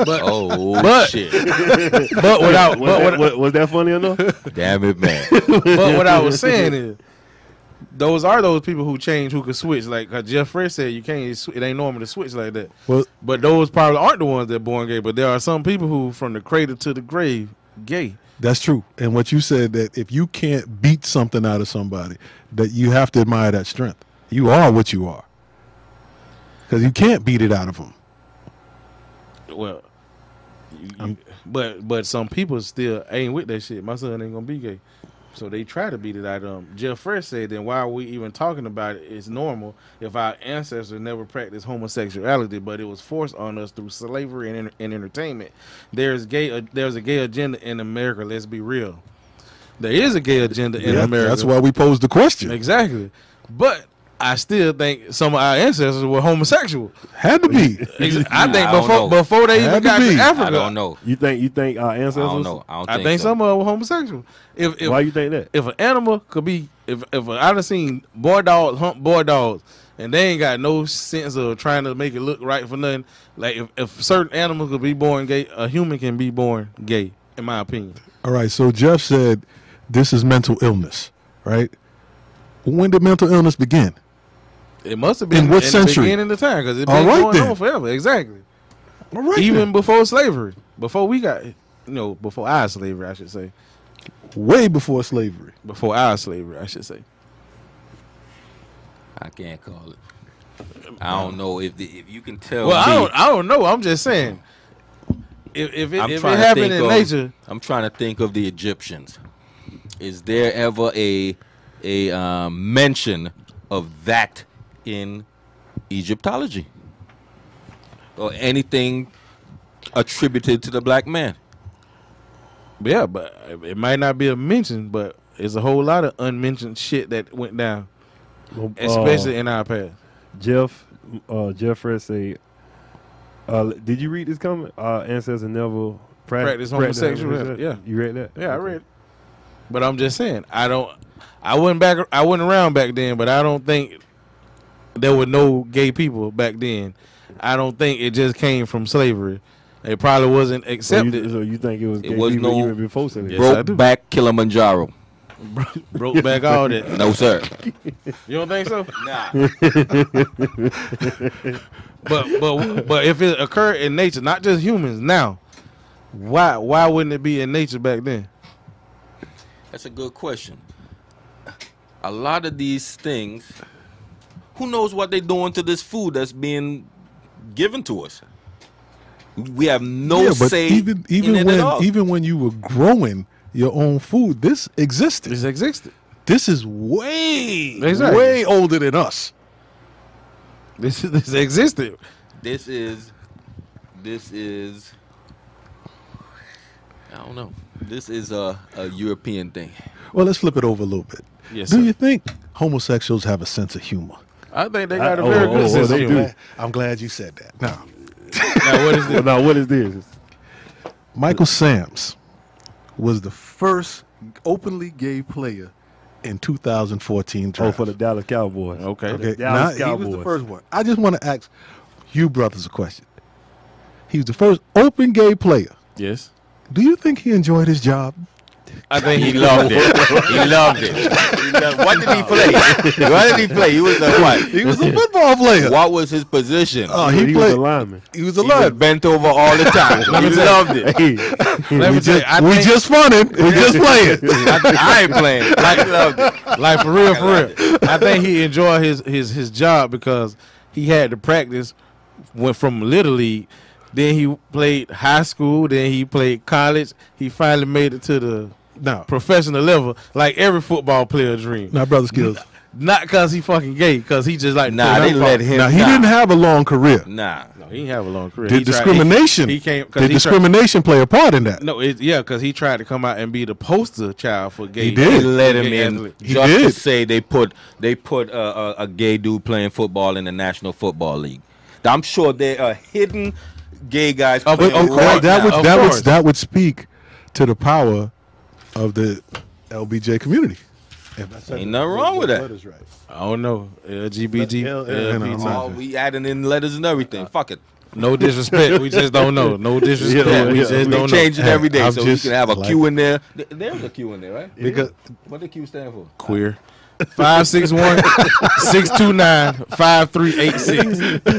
oh but- shit! but without Was, but, that, what, wa- was that funny enough? Damn it, man! but what I was saying is, those are those people who change, who can switch. Like uh, Jeff Fresh said, you can't. sw- It ain't normal to switch like that. Well- but those probably aren't the ones that born gay. But there are some people who, from the cradle to the grave, gay. That's true. And what you said that if you can't beat something out of somebody, that you have to admire that strength. You are what you are. Because you can't beat it out of them. Well, you- you- but but some people still ain't with that shit. My son ain't gonna be gay, so they try to beat it out of him. Jeff Fresh said, "Then why are we even talking about it? It's normal if our ancestors never practiced homosexuality, but it was forced on us through slavery and, en- and entertainment. There's gay. uh, there's a gay agenda in America. Let's be real. There is a gay agenda in Yeah, America. That's why we posed the question. exactly. But I still think some of our ancestors were homosexual. Had to be. Ex- I think I don't before know. before they even Had to got be. to I Africa, I don't know. You think you think our I ancestors? don't know. I don't I think, think, some of them were homosexual. If if, Why you think that? if an animal could be if if I done seen boy dogs hump boy dogs and they ain't got no sense of trying to make it look right for nothing. Like if, if certain animals could be born gay, a human can be born gay, in my opinion. All right. So Jeff said this is mental illness, right? When did mental illness begin? It must have been In what in the century? beginning of time because it's All been right going then. on forever. Exactly. All right. Even Even before slavery, before we got, you know, before our slavery, I should say, way before slavery. before our slavery, I should say. I can't call it. I don't know if the, if you can tell. Well, I me- don't, I don't know. I'm just saying, if if it, I'm if trying it to happened think in of- nature, I'm trying to think of the Egyptians. Is there ever a a um, mention of that in Egyptology or anything attributed to the black man? yeah, but it might not be a mention, but it's a whole lot of unmentioned shit that went down, Um, especially in our past. uh, Jeff. Uh, Jeff Fred say, uh, "Did you read this comment? Our ancestors never prac- Practice practiced homosexuality. Yeah. you read that? Yeah, I Okay. read. it. But I'm just saying, I don't. I wasn't back. I wasn't around back then, but I don't think there were no gay people back then. I don't think it just came from slavery. It probably wasn't So accepted. you, so you think it was gay was people no- even before slavery? Yes, I do. Broke back Kilimanjaro. Broke back all that. No, sir. You don't think so? nah. but but but if it occurred in nature, not just humans now, why why wouldn't it be in nature back then? That's a good question. A lot of these things, who knows what they're doing to this food that's being given to us? We have no yeah, but say even even in it when at all. even when you were growing your own food, this existed. This existed. This is way Exactly. way older than us. This this existed. this is this is I don't know. This is a, a European thing. Well, let's flip it over a little bit. Yes, Do sir. you think homosexuals have a sense of humor? I think they got a I- very oh, good oh, sense oh, of they humor. do. I'm glad you said that. Now, Now, what is this? Well, now what is this? Michael Sams was the first openly gay player in 2014 Oh, draft. for the Dallas Cowboys. Okay. Okay, now, Dallas he was the Cowboys. first one. I just want to ask you brothers a question. He was the first open gay player. Yes. Do you think he enjoyed his job? I think he loved it. He loved it. What did he play? what did he play? He was a what? He was a football player. What was his position? Oh, he, he, was played. a lineman. he was a he was lud. bent over all the time. he loved it. Hey, Let me tell you, I we think, just fun him. We just playing. I, I ain't playing. I loved it. like for real, for real. I think he enjoyed his his his job because he had to practice. Went from little league, then he played high school, then he played college. He finally made it to the Now, professional level, like every football player dream. now, brother skills. Not because he fucking gay, because he just like Nah, playing they let football. him. Now he nah. didn't have a long career. Nah. No, he didn't have a long career. Did He tried- discrimination? he, he came. 'cause Did he tried- discrimination play a part in that? no, it, yeah, because he tried to come out and be the poster child for gay. He did. They let him gay in athlete. He just to did. say they put they put a, a, a gay dude playing football in the National Football League. I'm sure there are hidden gay guys. Of- playing of Oh, But right that, course. that now, would of that course. would that would speak to the power of the LBJ community. If I said Ain't the- nothing wrong the with that. letters right. I don't know. LGBT. L- L- LGBT. L- Oh, we adding in letters and everything. Fuck it. No disrespect. we just don't know. No disrespect. Yeah, we yeah. just We They don't change know. it every day, I'm so we just can have a Q like- in there. Th- There's a Q in there, right? Because What does Q stand for? Queer. 561 629 5386.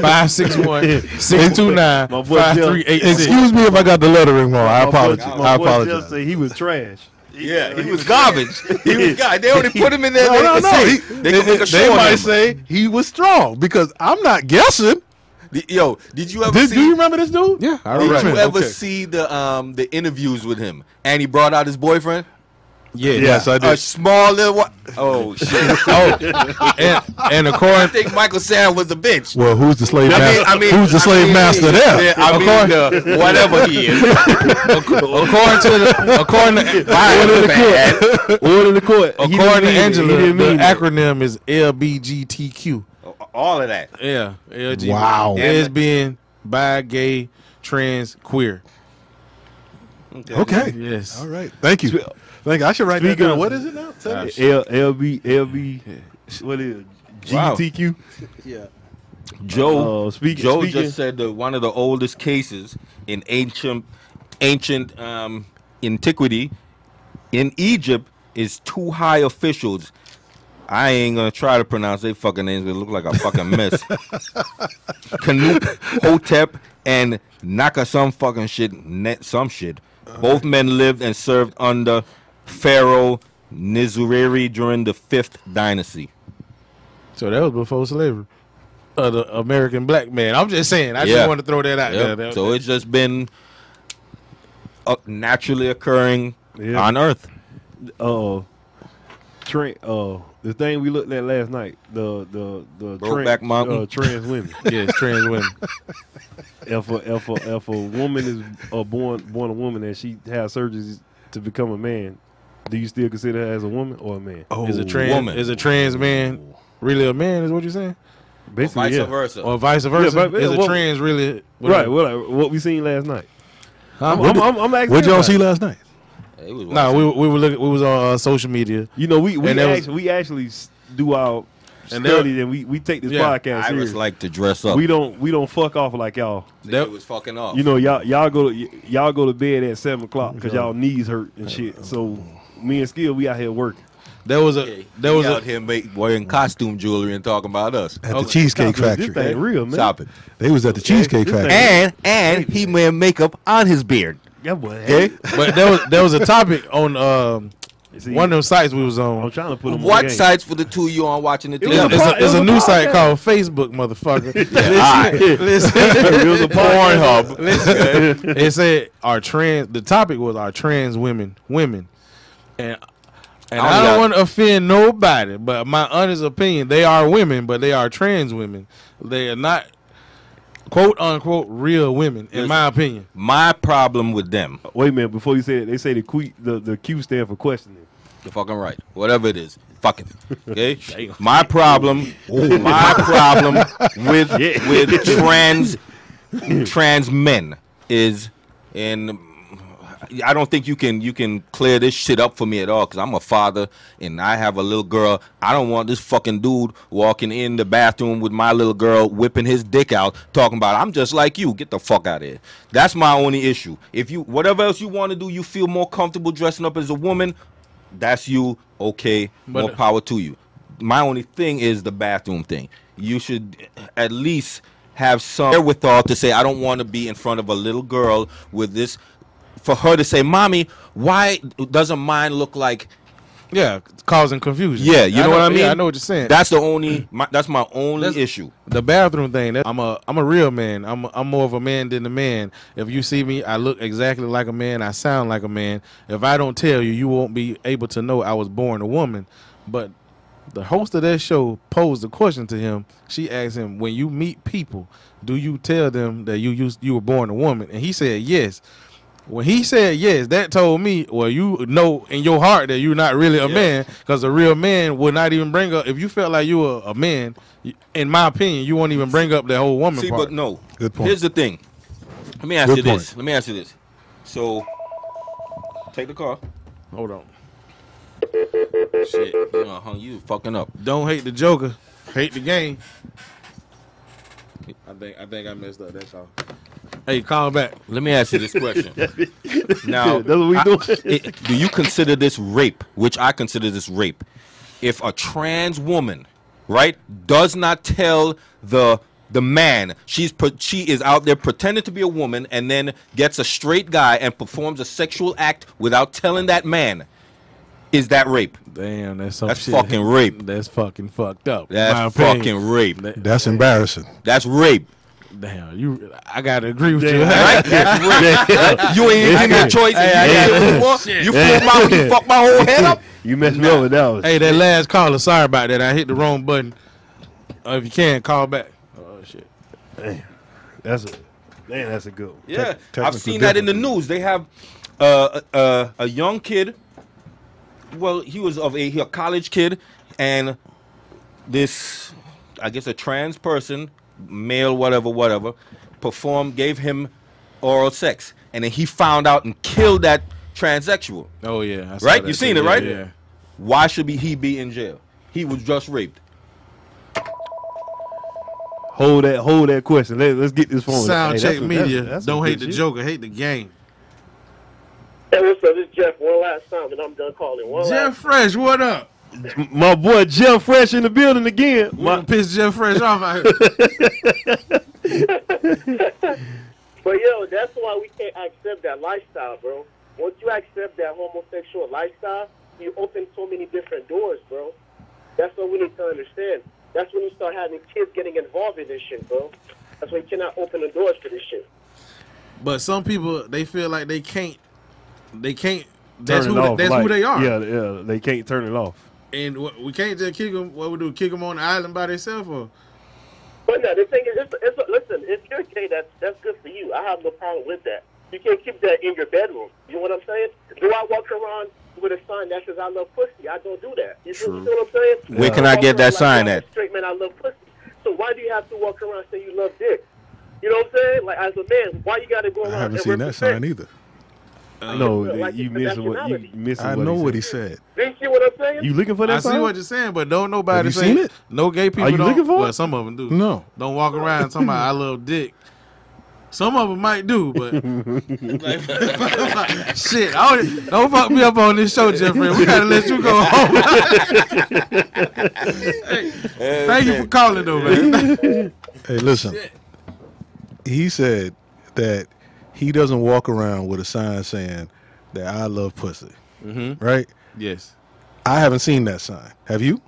561 629 My boy Jeff- 5386. Excuse me if I got the lettering wrong. I apologize. I My boy Jeff apologize. said he was trash. Yeah, he was garbage. He was garbage. They only put him in there. No, no, to no. say- He- they, could make a they show on might him. say he was strong because I'm not guessing. The- Yo, did you ever Did, see? do you remember this dude? Yeah, I Did remember. you ever Okay. see the um the interviews with him? And he brought out his boyfriend, Yeah. Yes, I a did. small little. Wa- oh shit! Oh, and, and I according, think Michael Sam was a bitch. Well, who's the slave I mean, master? I mean, who's the I slave mean, master there? yeah, I mean, uh, whatever he is. according to the, according to, Order the Bad. court. Order the court. He didn't according to mean it. Angela, he the didn't mean it. acronym is LBGTQ. All of that. Yeah, LG. Wow. Lesbian, bi, gay, trans, queer. Okay. Yes. All right. Thank you. Thank you. I should write that Speaking down. of- What is it now? Tell me. L LB LB. What is it? Wow. GTQ? Joe. Uh, speak- Joe speaking- just said that one of the oldest cases in ancient ancient um, antiquity in Egypt is two high officials. I ain't gonna try to pronounce their fucking names. They look like a fucking mess. Canute Hotep and Naka some fucking shit, net some shit. Both men lived and served under Pharaoh Nizureri during the fifth dynasty. So that was before slavery. Uh, the American black man. I'm just saying. I Yeah. just want to throw that out Yep. there. That- so it's just been uh, naturally occurring Yeah. on Earth. uh Trent uh the thing we looked at last night, the the the Brokeback trans, Mountain. uh, trans women. yes, trans women. if a if a if a woman is uh, born born a woman and she has surgeries to become a man, do you still consider her as a woman or a man? Oh, Is a trans woman. is a trans man really a man? Is what you're saying? Basically, Vice yeah. versa. Or vice versa? but- is a well- trans really Right, well, like, what we seen last night. I'm, Huh? I'm, I'm, I'm asking. What y'all see everybody. last night? It was No, we we were looking. We was on uh, social media. You know, we we And that was- actually, we actually s- do our And that- study and we, we take this Yeah, podcast I serious. was like to dress up. we don't we don't fuck off like y'all. it was fucking off. You know, y'all y'all go to, y- y'all go to bed at seven o'clock because y'all knees hurt and shit. So me and Skill, we out here working. There was a there was out a here make, wearing costume jewelry and talking about us. At the Cheesecake This Factory. thing real, man. Stop it. They was at the Cheesecake this thing- Factory. And and he wear makeup on his beard. Yeah, boy. but there was there was a topic on um, See, one of them sites we was I'm on. trying to put them on What the game. sites for the two you on watching the was It's, a a, TV? it's, pod- a, it's it a was a new site podcast. called Facebook, motherfucker. Alright. It was a podcast. Pornhub. it said our trans. The topic was our trans women, women, and and I'm I not- don't want to offend nobody, but my honest opinion, they are women, but they are trans women. They are not quote unquote real women, in my opinion. My problem with them. Uh, Wait a minute, before you say that, they say the que- the, the Q stand for questioning. You're fucking right. Whatever it is. Fucking. Okay? my problem my problem with with trans trans men is and I don't think you can you can clear this shit up for me at all because I'm a father and I have a little girl. I don't want this fucking dude walking in the bathroom with my little girl, whipping his dick out, talking about I'm just like you. Get the fuck out of here. That's my only issue. If you whatever else you want to do, you feel more comfortable dressing up as a woman. That's you. Okay, But- more power to you. My only thing is the bathroom thing. You should at least have some wherewithal to say I don't want to be in front of a little girl with this for her to say, "Mommy, why doesn't mine look like?" Yeah, causing confusion. Yeah, you I know, what I mean. Yeah, I know what you're saying. That's the only. My, that's my only That's- issue. the bathroom thing. That, I'm a I'm a real man. I'm a, I'm more of a man than a man. If you see me, I look exactly like a man. I sound like a man. If I don't tell you, you won't be able to know I was born a woman. But the host of that show posed a question to him. She asked him, "When you meet people, do you tell them that you used you were born a woman?" And he said, "Yes." When he said yes, that told me, well, you know in your heart that you're not really a man, because a real man would not even bring up. If you felt like you were a man, y- in my opinion, you won't even bring up that whole woman See, part. but no. Good point. Here's the thing. Let me ask Good you this. point. Let me ask you this. So, take the car. Hold on, Shit, you know, hung you fucking up. don't hate the Joker, hate the game. I think I think I messed up. That's all. Hey, call back. Let me ask you this question. now, That's what we I- doing. it- do you consider this rape? Which I consider this rape. if a trans woman, right, does not tell the the man she's pre- she is out there pretending to be a woman and then gets a straight guy and performs a sexual act without telling that man, is that rape? Damn, that's Oh, some That's shit. fucking rape. That's fucking fucked up. My That's opinion. fucking rape. That's embarrassing. That's rape. Damn, you. I gotta agree with you. Right? That's rape. you ain't give me a choice. and you didn't do it. You fucked my you fucked my whole head up. You messed me up with that one. Hey, that last caller. Sorry about that. I hit the wrong button. Uh, if you can, call back. Oh shit. That's a man. That's a good. One. Yeah, I've technical seen that in the news. They have uh, uh, a young kid. Well, he was of a, he a college kid, and this, I guess, a trans person, male, whatever, whatever, performed, gave him oral sex, and then he found out and killed that transsexual. Oh yeah. I saw Right? that You seen too. it, Yeah, right? Yeah. Why should be he be in jail? He was just raped. Hold that. Hold that question. Let, us get this phone. Sound Hey, check that's a- media. that's- that's a Don't good hate the shit. Joker. Hate the game. Hey, what's up? This is Jeff. One last time, and I'm done calling. One Jeff Fresh, what up? M- My boy Jeff Fresh in the building again. We My, gonna piss Jeff Fresh off out here. last. But yo, that's why we can't accept that lifestyle, bro. Once you accept that homosexual lifestyle, you open so many different doors, bro. That's what we need to understand. That's when you start having kids getting involved in this shit, bro. That's why you cannot open the doors for this shit. But some people they feel like they can't. They can't. That's turn who. it They, off, that's like- who they are. Yeah, yeah. They can't turn it off. And what, we can't just kick them. What we do? Kick them on the island by themselves? Or But no, the thing is, it's, it's listen, if you're gay, that's that's good for you. I have no problem with that. You can't keep that in your bedroom. You know what I'm saying? Do I walk around with a sign that says I love pussy? I don't do that. You see, you see what I'm saying? Where can I walk get that around sign "Yeah, I'm at?" a Straight man, I love pussy. So why do you have to walk around saying you love dick? You know what I'm saying? Like as a man, why you got to go I around? haven't and seen that sign represent? either. no, Like it's you the missing what you nationality. missing. I what know he what said. he said. Do you see what I'm saying? You looking for that? I see sign? what you're saying, but don't nobody Have you say seen it? no gay people. you don't, looking for Well, it? some of them do. No. Don't walk around talking about I love dick. Some of them might do, but shit, I don't, don't fuck me up on this show, Jeffrey. We gotta let you go home. Hey, thank you for calling, though, man. Hey, listen. He said that he doesn't walk around with a sign saying that I love pussy. Mm-hmm. Right? yes. I haven't seen that sign. Have you?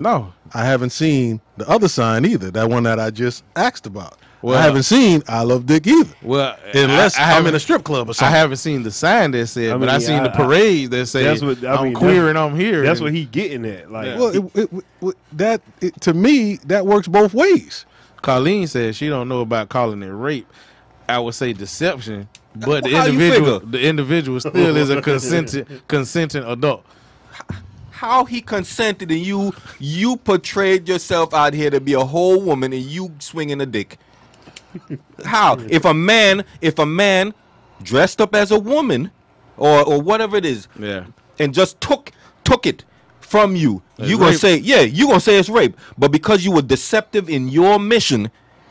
No. I haven't seen the other sign either. That one that I just asked about. Well- I haven't seen I love dick either. Well, Unless I, I I, am in haven't- a strip club or I something. haven't seen the sign that said, I but I mean, seen the I- I- parade that said, that's what- I I am mean, queer that's- and I'm here. That's And- what he getting at. Like, Yeah. well, it, it, it- that it, to me that works both ways. Colleen says she don't know about calling it rape. I would say deception, but the How you individual, figure? the individual still is a consenting consenting adult. how he consented and you you portrayed yourself out here to be a whole woman and you swinging a dick how if a man if a man dressed up as a woman or or whatever it is Yeah, and just took took it from you you gonna rape. say yeah you gonna say it's rape but because you were deceptive in your mission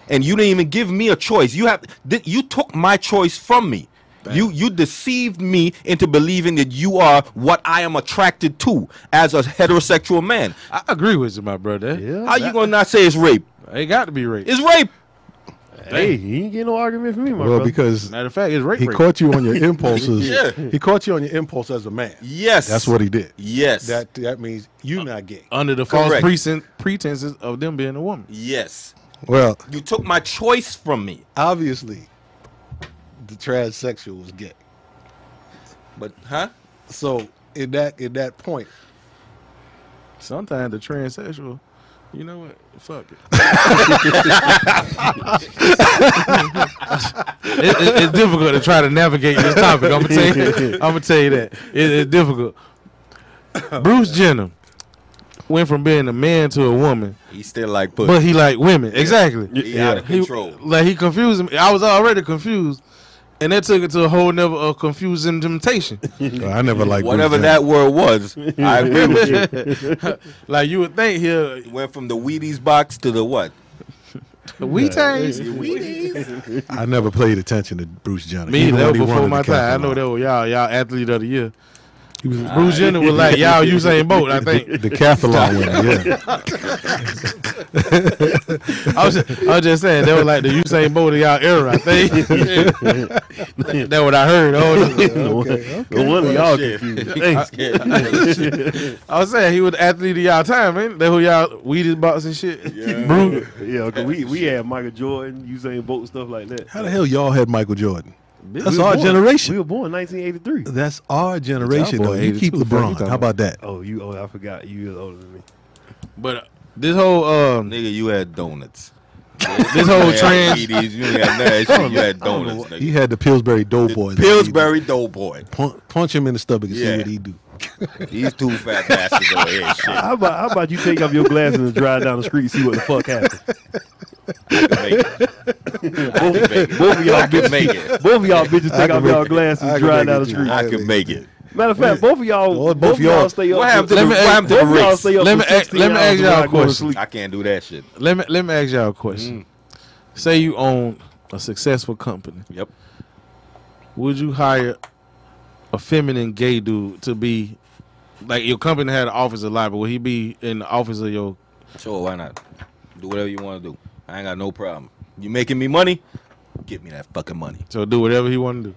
and you didn't even give me a choice you have th- you took my choice from me you you deceived me into believing that you are what i am attracted to as a heterosexual man I agree with you, my brother. yeah. how you gonna not say it's rape it got to be rape. it's rape hey, he ain't getting no argument from me, my Well, brother. because Matter of fact, it's rape. he rape. caught you on your impulses. Yeah. He caught you on your impulse as a man. yes That's what he did. yes That that means you not gay. Uh, under the false Correct. presen- pretenses of them being a woman. yes Well, you took my choice from me obviously, the transsexual was gay. but huh So in that in that point, Sometimes the transsexual, you know what? Fuck it. It- it- it's difficult to try to navigate this topic. I'm gonna tell you. I'm gonna tell you that It- it's difficult. Bruce Jenner went from being a man to a woman, he still like but pussy he like women. Exactly. he out of He- control like he confused me. I was already confused, and that took it to a whole uh, level of confusing temptation. I never liked whatever that word was. I agree with you. like you would think uh, here, Went from the Wheaties box to the what? we taste. Wheaties. I never played attention to Bruce Johnson. Me, that was before my time. I know that was y'all, y'all athlete of the year. He was Bruce Jenner was like, y'all, you same boat, I the think. decathlon winner. Yeah, I was, just, I was just saying, they were like the Usain Bolt of y'all era, I think. That's what I heard. Oh, No one- no one of y'all confused. Thanks. I was saying, he was the athlete of y'all time, man. That who y'all weed his box and shit. Bruce, yeah, 'cause we we had Michael Jordan, Usain Bolt, stuff like that. how the hell y'all had Michael Jordan? That's We were our born- generation. We were born 1983. That's our generation. boy Though. You 82. keep Fuck you LeBron. talking How about that? Oh, you oh I forgot you was older than me. But uh, this whole um, Nigga, you had donuts. this whole You had trans Wheaties, You ain't got nothing. Shit, You had donuts, He nigga. had the Pillsbury Doughboy. Pillsbury Doughboy. Punch, punch him in the stomach and see Yeah. what he do. These two fat bastards over here. Shit, I How about how about you take off your glasses and drive down the street and see what the fuck happened? can make it. I Both, can make it. both of I y'all can bitches, make it. both of y'all bitches take can off make y'all it. glasses I and can drive make down it the too. street. I can make it. Matter of fact, both of y'all, Well, both, both of y'all y'all- stay up. What happened to till- the, what happened to the both of Let me race? y'all stay up Let till me ask- 16 let me hours ask y'all without a going to question. sleep. I can't do that shit. let me let me ask y'all a question. Say you own a successful company. Mm. Yep. Would you hire a feminine gay dude to be like your company had an office of library? Would he be in the office of your Sure, why not? Do whatever you want to do. I ain't got no problem. You making me money? Give me that fucking money. so do whatever he want to do?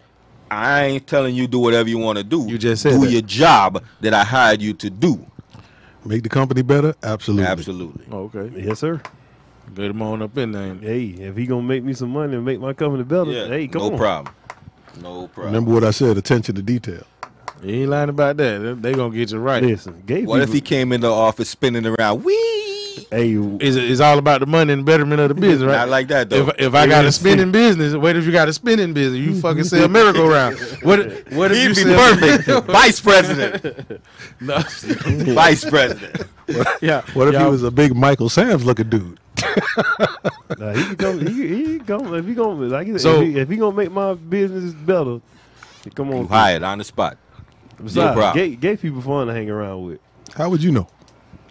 I ain't telling you do whatever you want to do. You just said do that. your job that I hired you to do. Make the company better? Absolutely. Absolutely. Oh, okay, Yes, sir. get him on up in there. and- Hey, if he gonna make me some money and make my company better, Yeah. hey, come no on. problem. No problem. Remember what I said, attention to detail. You ain't lying about that. They, they gonna get you right. Listen, gay what if people, he came in the office spinning around? Wee. Hey, It's, it's all about the money and betterment of the business, right? Not like that though. If, if I got a Yes. spinning business, what if you got a spinning business? You fucking sell miracle round. What? What if He'd you be sell? perfect. Vice president. No. Vice president. yeah. What if he Y'all- was a big Michael Sam's looking dude? nah, he can come. He, he can come if he gonna like I said, So- if, he, if he gonna make my business better. Come on, You hired on the spot. no Besides, problem. gay, gay people fun to hang around with. How would you know?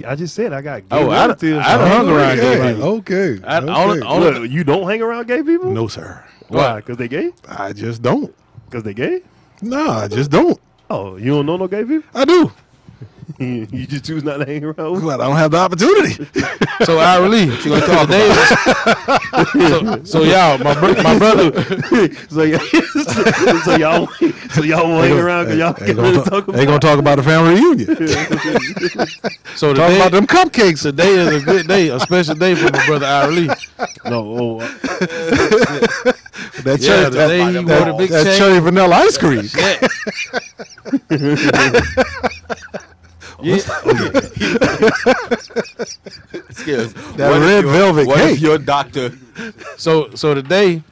I just said I got gay Oh, I done- relatives. I done hung around gay Yeah, people. okay. I- okay. all- all- Look, you don't hang around gay people? no, sir. Why? Because they gay? I just don't. Because they gay? No, I just don't. Oh, you don't know no gay people? I do. you just choose not to hang around with? But I don't have the opportunity. So I relief. She gonna talk so, so y'all, my bro- my brother, so, y'all, so, so y'all, so y'all won't hang around because y'all They can't really gonna talk talk- about they gonna talk about the family reunion. so Talk today, about them cupcakes today is a good day, a special day for my brother Irene. No, uh, oh, That Yeah, cherry, today that, he that- wore the big that chain. cherry vanilla ice cream. Yeah. yeah. Skills. That What if red your- velvet What cake. if your doctor? So so today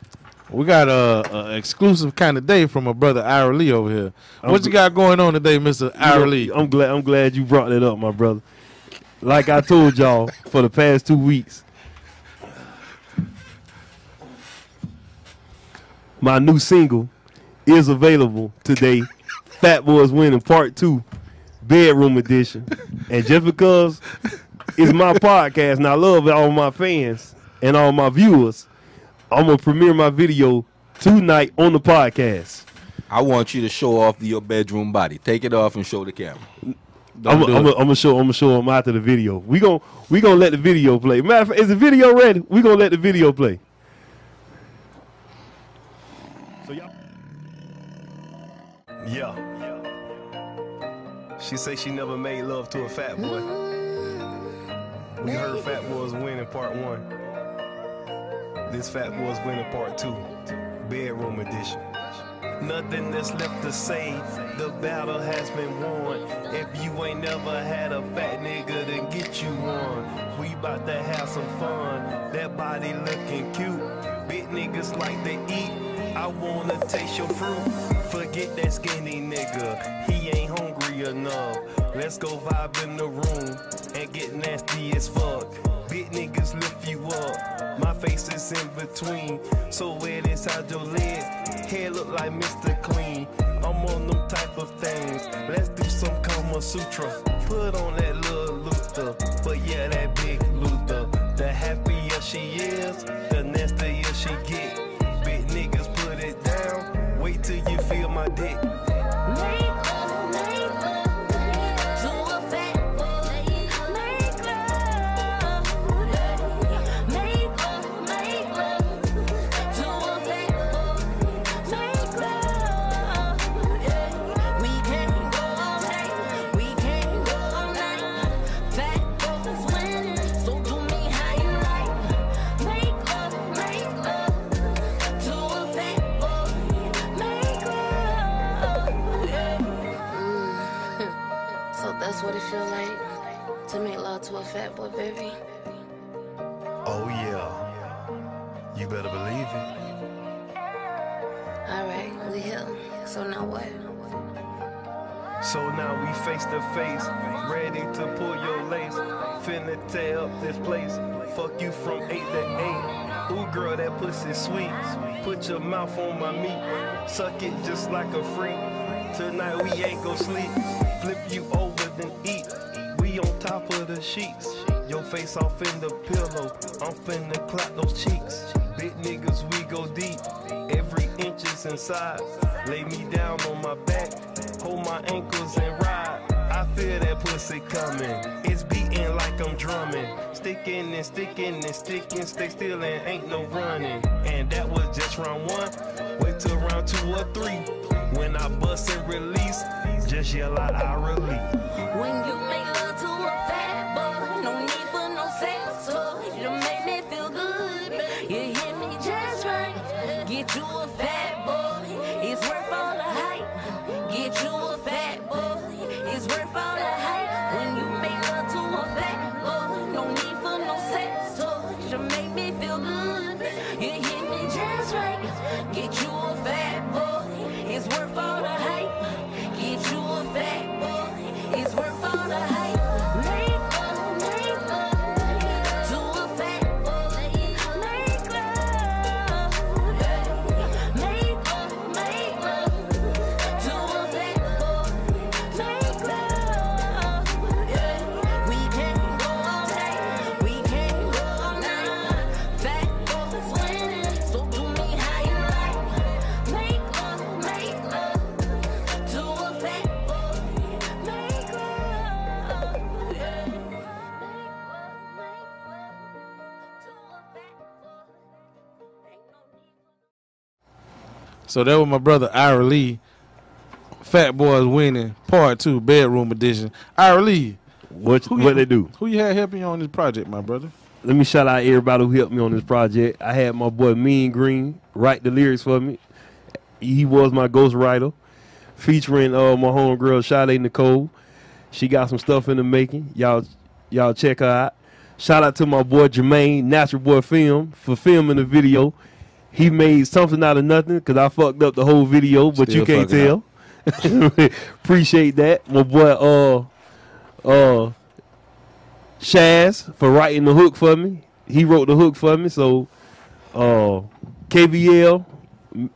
we got a, a exclusive kind of day from my brother Ira Lee over here. What you got going on today, Mister Ira Lee? I'm glad. I'm glad you brought that up, my brother. Like I told y'all for the past two weeks, my new single is available today. Fat Boys Winning Part Two, Bedroom Edition. And just because it's my podcast and I love all my fans and all my viewers, I'm gonna premiere my video tonight on the podcast. I want you to show off your bedroom body. Take it off and show the camera. I'm do gonna it. I'm show I'm gonna show them after the video. We gon' we gonna let the video play. Matter of fact, is the video ready? We gonna let the video play. So y'all, Yeah. She say she never made love to a fat boy. We heard fat boys win in part one. This fat boys win in part two. Bedroom edition. Nothing that's left to say. The battle has been won. If you ain't never had a fat nigga, then get you one. We bout to have some fun. That body looking cute. Big niggas like to eat. I wanna taste your fruit. Forget that skinny nigga. He ain't hungry enough. Let's go vibe in the room and get nasty as fuck. Big niggas lift you up. My face is in between. So wet inside your lid. Hair look like Mr. Clean. I'm on them type of things. Let's do some Kama Sutra. Put on that little Luther. But yeah, that big Luther. The happier she is, the nastier she get. Big niggas put it down. Wait till you feel my dick. Make love, make love. Mm. That's what it feels like to make love to a fat boy, baby. Oh, yeah. You better believe it. Alright, we here. So now what? So now we face to face, ready to pull your lace. Finna tear up this place. Fuck you from eight to eight. Ooh, girl, that pussy sweet. Put your mouth on my meat. Suck it just like a freak. Tonight we ain't gon' sleep. Flip you over then eat. We on top of the sheets. Your face off in the pillow. I'm finna clap those cheeks. Big niggas, we go deep. Every inch is inside. Lay me down on my back. Hold my ankles and ride. I feel that pussy coming. It's beating like I'm drumming. Sticking and sticking and sticking. Stay still and ain't no running. And that was just round one. Wait till round two or three. When I bust and release, just yell out, I release. When you make love to a fat boy, no need for no sex toy. You make me feel good, you hit me just right. Get you a fat boy, it's worth all the hype. Get you a fat boy, it's worth all the hype. When you make love to a fat boy, no need for no sex toy. You make me feel good, you hit me just right. Get you a fat boy, it's worth all the hype. Get you a fat boy, it's worth all the hype. Make love, make love to a fat boy. Make love, make love, make love to a fat boy. Make love, we can go all night, we can go all night. Fat boys winning, so do me how you like. Make love, make love to a fat boy. Make love, So that was my brother Ira Lee. Fat Boys Winning Part Two Bedroom Edition. Ira Lee, What Who you- what they do? who you had helping you on this project, my brother? Let me shout out everybody who helped me on this project. I had my boy Mean Green write the lyrics for me. He was my ghostwriter, featuring uh, my homegirl Sade Nicole. She got some stuff in the making. Y'all, y'all check her out. Shout out to my boy Jermaine, Natural Boy Film, for filming the video. He made something out of nothing because I fucked up the whole video, but Still you can't fucking tell. Appreciate that, my boy. Uh, uh, Shaz for writing the hook for me. He wrote the hook for me. So, uh, KVL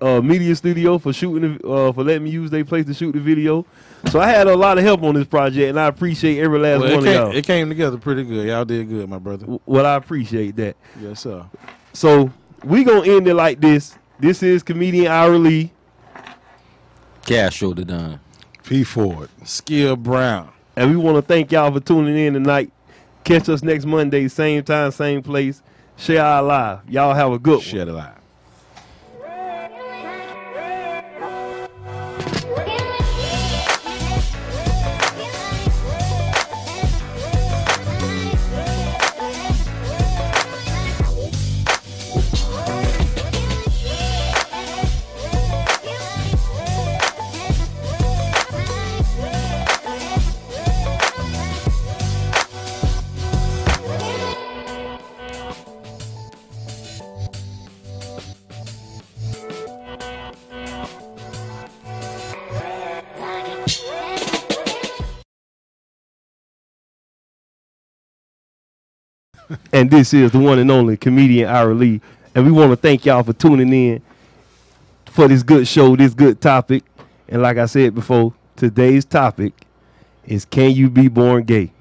uh, Media Studio for shooting, the, uh, for letting me use their place to shoot the video. So I had a lot of help on this project, and I appreciate every last Well, it, one of y'all. came, it came together pretty good. Y'all did good, my brother. well, I appreciate that. Yes, sir. So we gonna end it like this. This is comedian Ira Lee. Cash shoulder done. P Ford. Skill Brown. And we want to thank y'all for tuning in tonight. Catch us next Monday, same time, same place. Share our live. Y'all have a good one. Shed a lot. And this is the one and only comedian Ira Lee. And we want to thank y'all for tuning in for this good show, this good topic. And like I said before, today's topic is can you be born gay?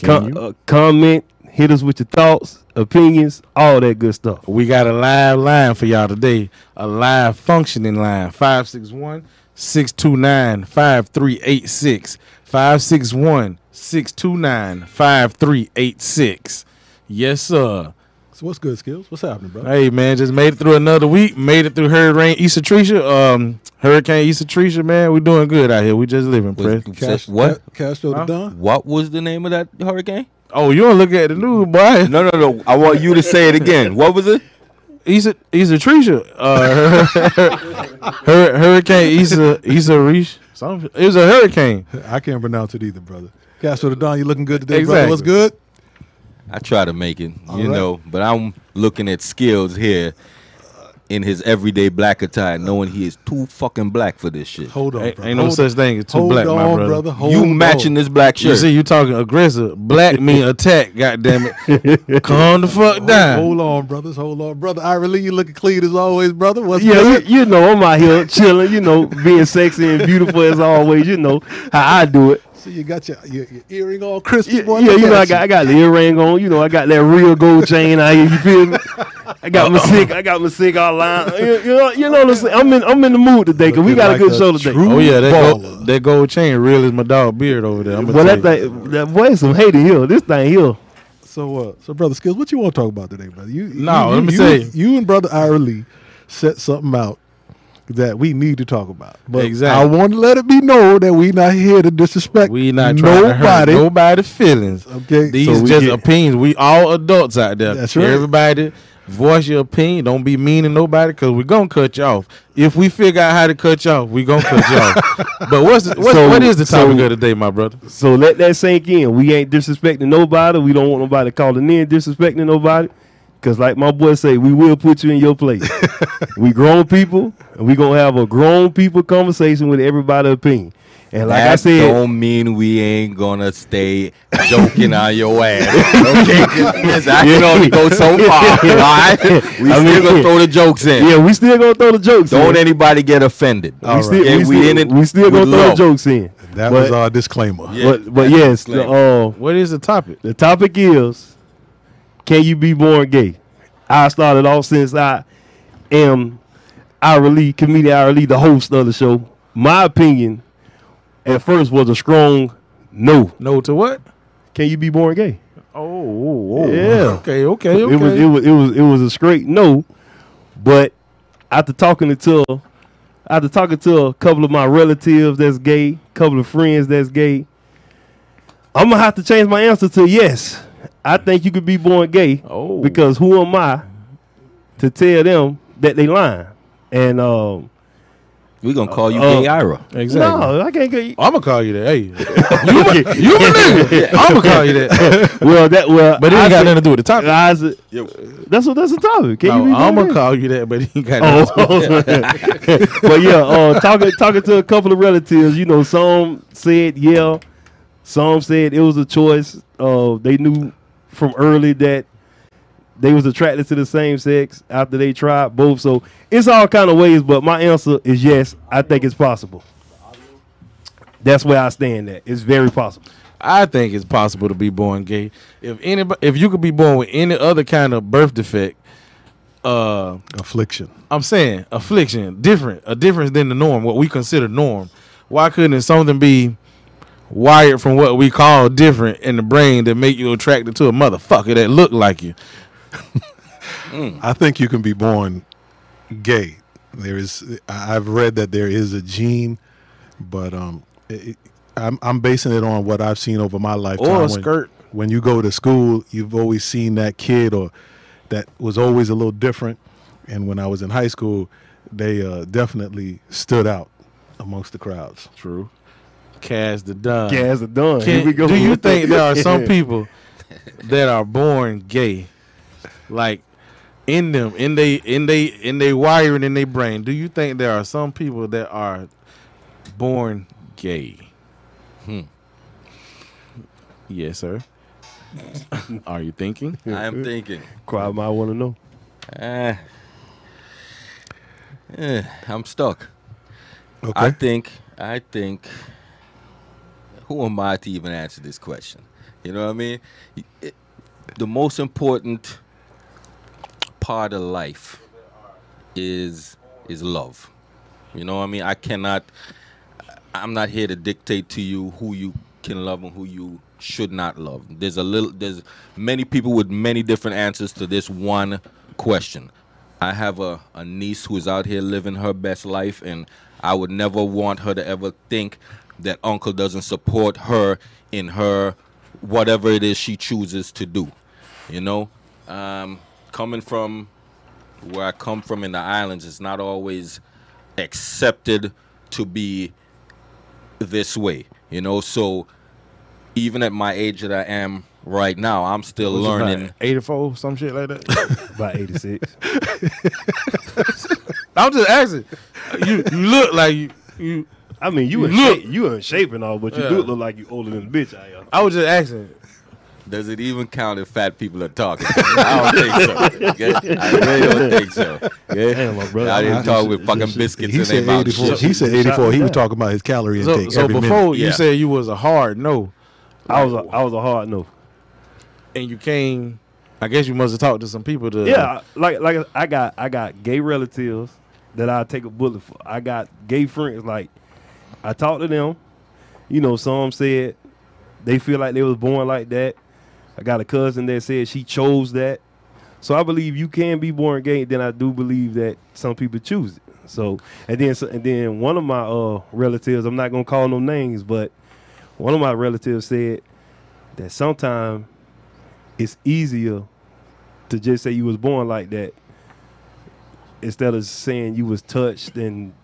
Com- uh, comment, hit us with your thoughts, opinions, all that good stuff. We got a live line for y'all today. A live functioning line. 561 629 5386. 561 629 5386. Yes, sir. So what's good, Skills? What's happening, bro? Hey man, just made it through another week. Made it through Hurricane Issa Tricia. Um, Hurricane Issa Tricia, man, we doing good out here. We just living, Was- press. said what? Ca- Castro Huh? the Don? What was the name of that hurricane? Oh, you don't look at the news, boy. No, no, no. I want you to say it again. What was it? Issa Issa Trisha, uh, hur- Hurricane Issa Issa Reach. Some it was a hurricane. I can't pronounce it either, brother. Castro the Don, you looking good today, brother. Exactly. What's good? I try to make it, All you right. know, but I'm looking at skills here in his everyday black attire, knowing he is too fucking black for this shit. Hold on, Ain't, brother. ain't no Hold- such thing as too hold black, on, my brother. Hold you on. matching this black shirt. You see, you talking aggressive. Black me attack. God damn it. Calm the fuck Hold, down. hold on, brothers. Hold on, brother. I really you looking clean as always, brother. What's Yeah, good? you, you know, I'm out here chilling, you know, being sexy and beautiful as always, you know, how I do it. So you got your, your, your earring all crispy, Yeah, boy. yeah, Look you know, at I got I got the earring on, you know, I got that real gold chain out here, you feel me? I got my sick, I got my sick all lined. You, you know, you know what I'm saying? I'm in I'm in the mood today because we Looking got like a good a show today. true- Oh yeah, that Baller. gold, that gold chain real is my dog beard over there. I'm gonna Well, tell that you. thing, that boy some hated here. This thing here. So, uh, so brother Skills, what you want to talk about today, brother? You, No, you, let me you, tell you. you and brother Ira Lee set something out that we need to talk about. But Exactly. I want to let it be known that we not here to disrespect. we not trying nobody. to hurt nobody's feelings. Okay, These so we just get- opinions. We all adults out there. That's right. Everybody, voice your opinion. Don't be mean to nobody because we're gonna cut you off. If we figure out how to cut you off, we gonna cut you off. But what's, the- what's So- what is the topic so- of today, my brother? So let that sink in. We ain't disrespecting nobody. We don't want nobody calling in disrespecting nobody. Cause like my boy say, we will put you in your place. we grown people, and we gonna have a grown people conversation with everybody opinion. And like that I said, don't mean we ain't gonna stay joking on your ass. Okay, yes, I can only go so far. All right, we I still mean, gonna throw the jokes in. yeah, we still gonna throw the jokes. Don't in. anybody get offended. we still, Okay, we still, in it we still with gonna throw the love. jokes in. That but, was our disclaimer. Yeah. but but yes, the, uh, What is the topic? The topic is Can you be born gay? I started off since I am Ira Lee, comedian Ira Lee, the host of the show. My opinion at first was a strong no. No to what? Can you be born gay? Oh, oh, oh. Yeah. Okay, okay, okay. It was it was it was it was a straight no. But after talking to after talking to a couple of my relatives that's gay, couple of friends that's gay, I'm gonna have to change my answer to yes. I think you could be born gay. Oh. Because who am I to tell them that they lying? And um We gonna call you Uh, Gay Ira. exactly. no, I can't get I'm gonna call you that. Hey, you, my- you my nigga. I'm gonna call you that. well that well But it I ain't got said- nothing to do with the topic. I said- that's what that's the topic. Can you be born I'm gay? gonna call you that, but he got nothing to do- Oh, but yeah, uh, talking talking to a couple of relatives, you know, some said yeah, some said it was a choice. Uh, they knew from early that they was attracted to the same sex after they tried both. So it's all kind of ways, but my answer is yes. I think it's possible. That's where I stand. At it's very possible. I think it's possible to be born gay. If anybody, if you could be born with any other kind of birth defect, uh, Affliction. I'm saying affliction, different, a difference than the norm, what we consider norm. Why couldn't something be wired from what we call different in the brain that make you attracted to a motherfucker that look like you? I think you can be born gay. There is, I- I've read that there is a gene, but um, it, I'm I'm basing it on what I've seen over my lifetime. Or a When- skirt. When you go to school, you've always seen that kid or that was always a little different. And when I was in high school, they uh, definitely stood out amongst the crowds. True. Cass the Don. Yeah, it's a done. Can, Here we go. Do you think there are some people that are born gay, like in them, in they, in they, in they wiring in their brain? Do you think there are some people that are born gay? Hmm. Yes, sir. are you thinking? I am thinking. Crowd might want to know. Eh. Eh, I'm stuck. Okay. I think I think who am I to even answer this question? You know what I mean? It- the most important part of life is is love. You know what I mean? I cannot I'm not here to dictate to you who you can love and who you should not love. There's a little there's many people with many different answers to this one question. I have a, a niece who is out here living her best life and I would never want her to ever think that uncle doesn't support her in her whatever it is she chooses to do. You know? Um coming from where I come from in the islands, it's not always accepted to be this way, you know. So even at my age that I am right now, I'm still learning. eighty four, some shit like that. By 86. I'm just asking. You you look like you, you I mean, you in Look. shape, you in shape and all, but you Yeah. do look like you older than the bitch I am. I was just asking. Does it even count if fat people are talking? I don't think so. okay? I really don't think so. okay? Damn, my brother. I didn't I- talk with fucking biscuits He in their said mouth. 84. Shit. He said 84. He Yeah. was talking about his calorie So, intake so every before minute. you Yeah. said you was a hard no, I was a, I was a hard no. and you came. I guess you must have talked to some people to. Yeah, like like I got I got gay relatives that I take a bullet for. I got gay friends like I talked to them. You know, some said they feel like they was born like that. I got a cousin that said she chose that. So I believe you can be born gay. Then I do believe that some people choose it. So and then so- and then one of my uh relatives, I'm not gonna call no names, but one of my relatives said that sometimes it's easier to just say you was born like that instead of saying you was touched and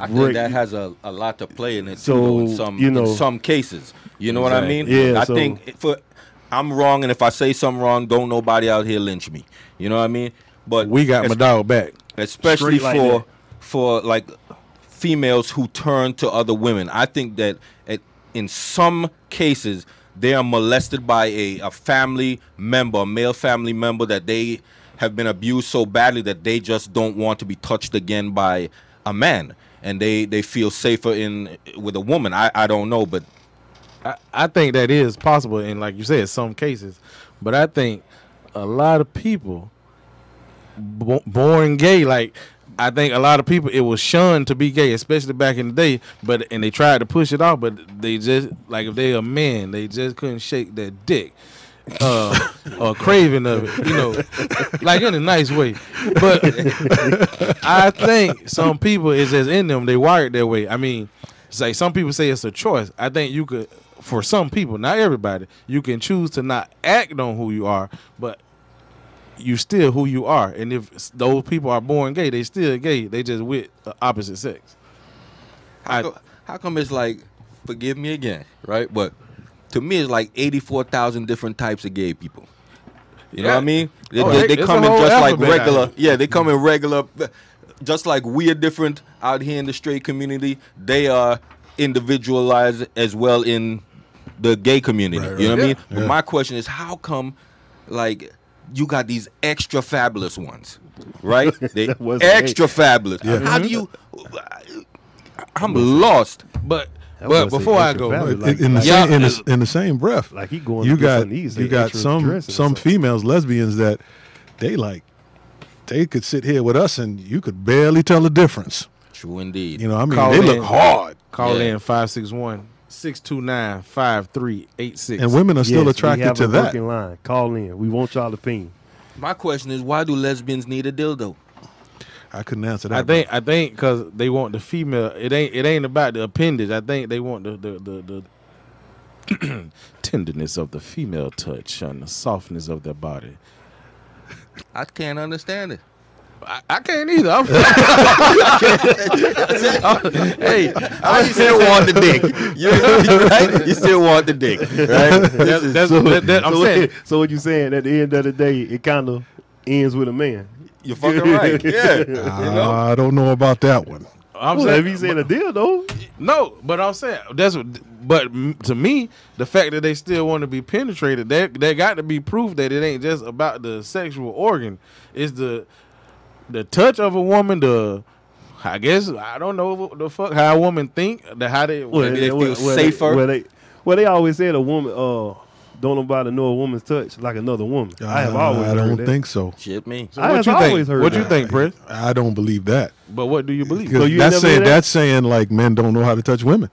I think Rick, that you- has a, a lot to play in it. So, too, though, in some you in know. some cases, you know what I mean. Exactly. Yeah, I so- think it- for I'm wrong, and if I say something wrong, don't nobody out here lynch me. You know what I mean? But we got my es- dog back. especially Straight like for that. for like females who turn to other women. I think that it, in some cases they are molested by a, a family member, a male family member that they have been abused so badly that they just don't want to be touched again by a man. And they, they feel safer in with a woman. I, I don't know, but I, I think that is possible in like you said some cases, but I think a lot of people bo- born gay like I think a lot of people it was shunned to be gay, especially back in the day. But and they tried to push it off, but they just like if they a man, they just couldn't shake that dick. Uh, or craving of it, you know, like in a nice way. But I think some people is just in them. They wired that way. I mean, it's like some people say it's a choice. I think you could, for some people, not everybody, you can choose to not act on who you are, but you still who you are. And if s- those people are born gay, they still gay. They just with the opposite sex. how, I- co- how come it's like forgive me again right but to me it's like 84000 different types of gay people you know Yeah. what i mean they, Oh, they- it- they it's a come in whole just like alphabet out regular yeah they come in regular just like we are different out here in the straight community they are individualized as well in the gay community you know what i mean but my question is how come like you got these extra fabulous ones right they was gay. extra fabulous how do you Mm-hmm. i'm lost But That but was a before I extra go, value. In- Like- in, the like- same, in, Yeah. the, in the same breath, Like, he going you through got something easy, you like got extra some dressing or some something. females, lesbians that they like. They could sit here with us, and you could barely tell the difference. True indeed. You know, I mean, Call they in. look hard, call Yeah. in 561 629 5386. and women are still Yes, we attracted have to a that. working line. Call in. We want y'all to fiend. My question is, why do lesbians need a dildo? I couldn't answer that. I think I think because they want the female. It ain't it ain't about the appendage. I think they want the the the, the tenderness of the female touch and the softness of their body. I can't understand it. I, I can't either. I'm, hey, I you still want the dick. You, you- right? You still want the dick, right? This is- that's, that, that, I'm so, saying so what you saying? At the end of the day, it kind of ends with a man. you're fucking right. Yeah. I don't know about that one. I'm Well, saying if he's saying a deal though, No, but I'm saying that's what. But m- to me, the fact that they still want to be penetrated, that that got to be proof that it ain't just about the sexual organ. It's the the touch of a woman. The I guess I don't know what the fuck how a woman think. The how they Maybe they feel safer. They, well, they, well, they always said a woman. Uh, don't nobody know a woman's touch like another woman. I have Uh, always. I heard don't that. think so. Shit me. I what have you always think? heard What you that. think, Chris? I don't believe that. But what do you believe? So you that's never saying hear that? that's saying like men don't know how to touch women.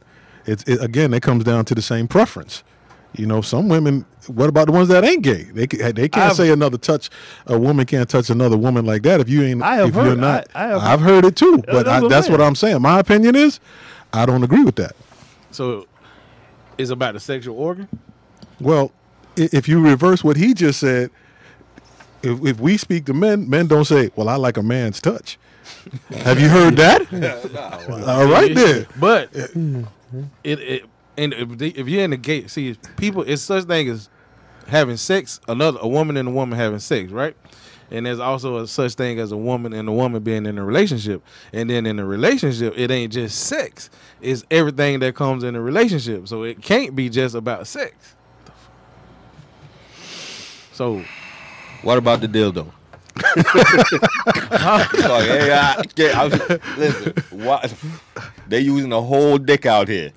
It's it, again, that comes down to the same preference. You know, some women. What about the ones that ain't gay? They ca- they can't I've- say another touch. A woman can't touch another woman like that if you ain't. I have if you're heard- not. I- I have- have heard it too, but that's I, what I'm that's what saying. I'm saying. My opinion is, I don't agree with that. So it's about the sexual organ. Well, i- if you reverse what he just said, if, if we speak to men, men don't say, "Well, I like a man's touch." Have you heard that? All right, there. But it, it and if, they, if you're in the gate, see people, it's such thing as having sex, another a woman and a woman having sex, right? And there's also a such thing as a woman and a woman being in a relationship. And then in a relationship, it ain't just sex; it's everything that comes in a relationship. So it can't be just about sex. So What about the dildo? Sorry, hey, I, yeah, I was- listen, what, they using the whole dick out here.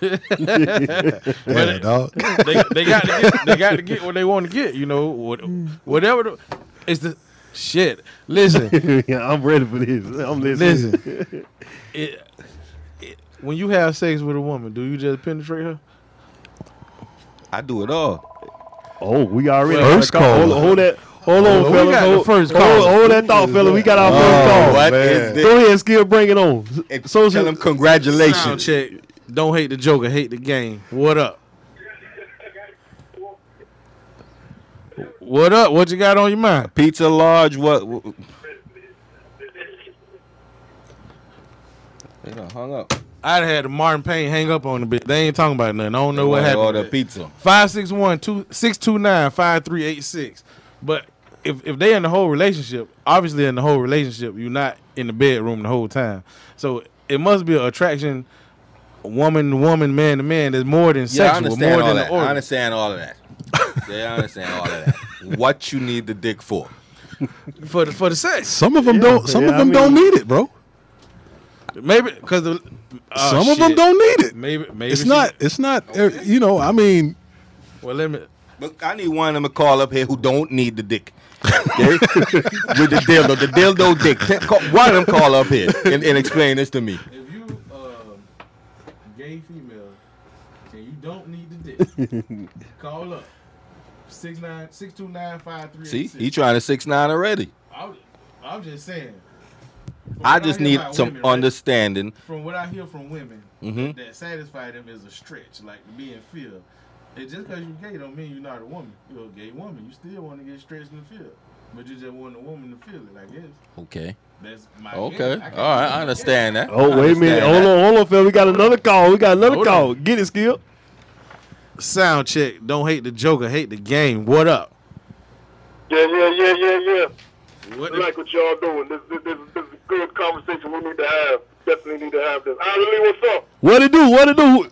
Yeah, dog. they, they got to get, they got to get what they want to get. You know, what, whatever. The, it's the shit. Listen, yeah, I'm ready for this. I'm listening. Listen, it, it- when you have sex with a woman, do you just penetrate her? I do it all. Oh, we already First got a call. caller. Hold, hold that. Hold on, we fellas. got the hold, first Oh, hold, caller. hold that thought, fella. We got our first call. What man. is this? Go ahead, Skill. Bring it on. And So tell them Sound congratulations. check. Don't hate the Joker, hate the game. What up? What up? What you got on your mind? Pizza large. What? what they done hung up. I'd had the Martin Payne hang up on the bit. They ain't talking about nothing. I don't know what happened. Order pizza. 561 two- 629 5386. But if, if they in the whole relationship, obviously in the whole relationship, you're not in the bedroom the whole time. So it must be an attraction, woman to woman, man to man, that's more than Yeah, I sexual, understand more all than that. the organ. I understand all of that. yeah, I understand all of that. What you need the dick for? For, the, for the sex. Some of them don't. Some yeah, of I them don't mean- need it, bro. Maybe, because the. oh, some of them shit. don't need it. Maybe, maybe It's she- not. It's not. er, You know. I mean, Well, let me. Look, I need one of them to call up here who don't need the dick. Okay? With the dildo, the dildo dick. Te- call- One of them call up here and, and explain this to me. If you, gay female, and you don't need the dick, call up. Six nine six two nine five three. See, he trying to six nine already. I'm, I'm just saying. From I what just hear need about some women, right, understanding. From what I hear from women, Mhm. that satisfy them is a stretch, like being filled. It just because you're gay don't mean you're not a woman. You're a gay woman. You still want to get stretched and filled, but you just want a woman to feel it. I guess Okay. that's Okay. my. All guess. I right. can't- I understand that. Oh, I wait a understand minute. Hold that. on, hold on, fella. We got another call. Oh, We got another Hold call. Get it, Skill. Sound check. Don't hate the Joker. Hate the game. What up? Yeah, yeah, yeah, yeah, yeah. What I like what y'all doing. This, this, this, this is a good conversation we need to have. Definitely need to have this. Lee, what's up? What it do? What it do?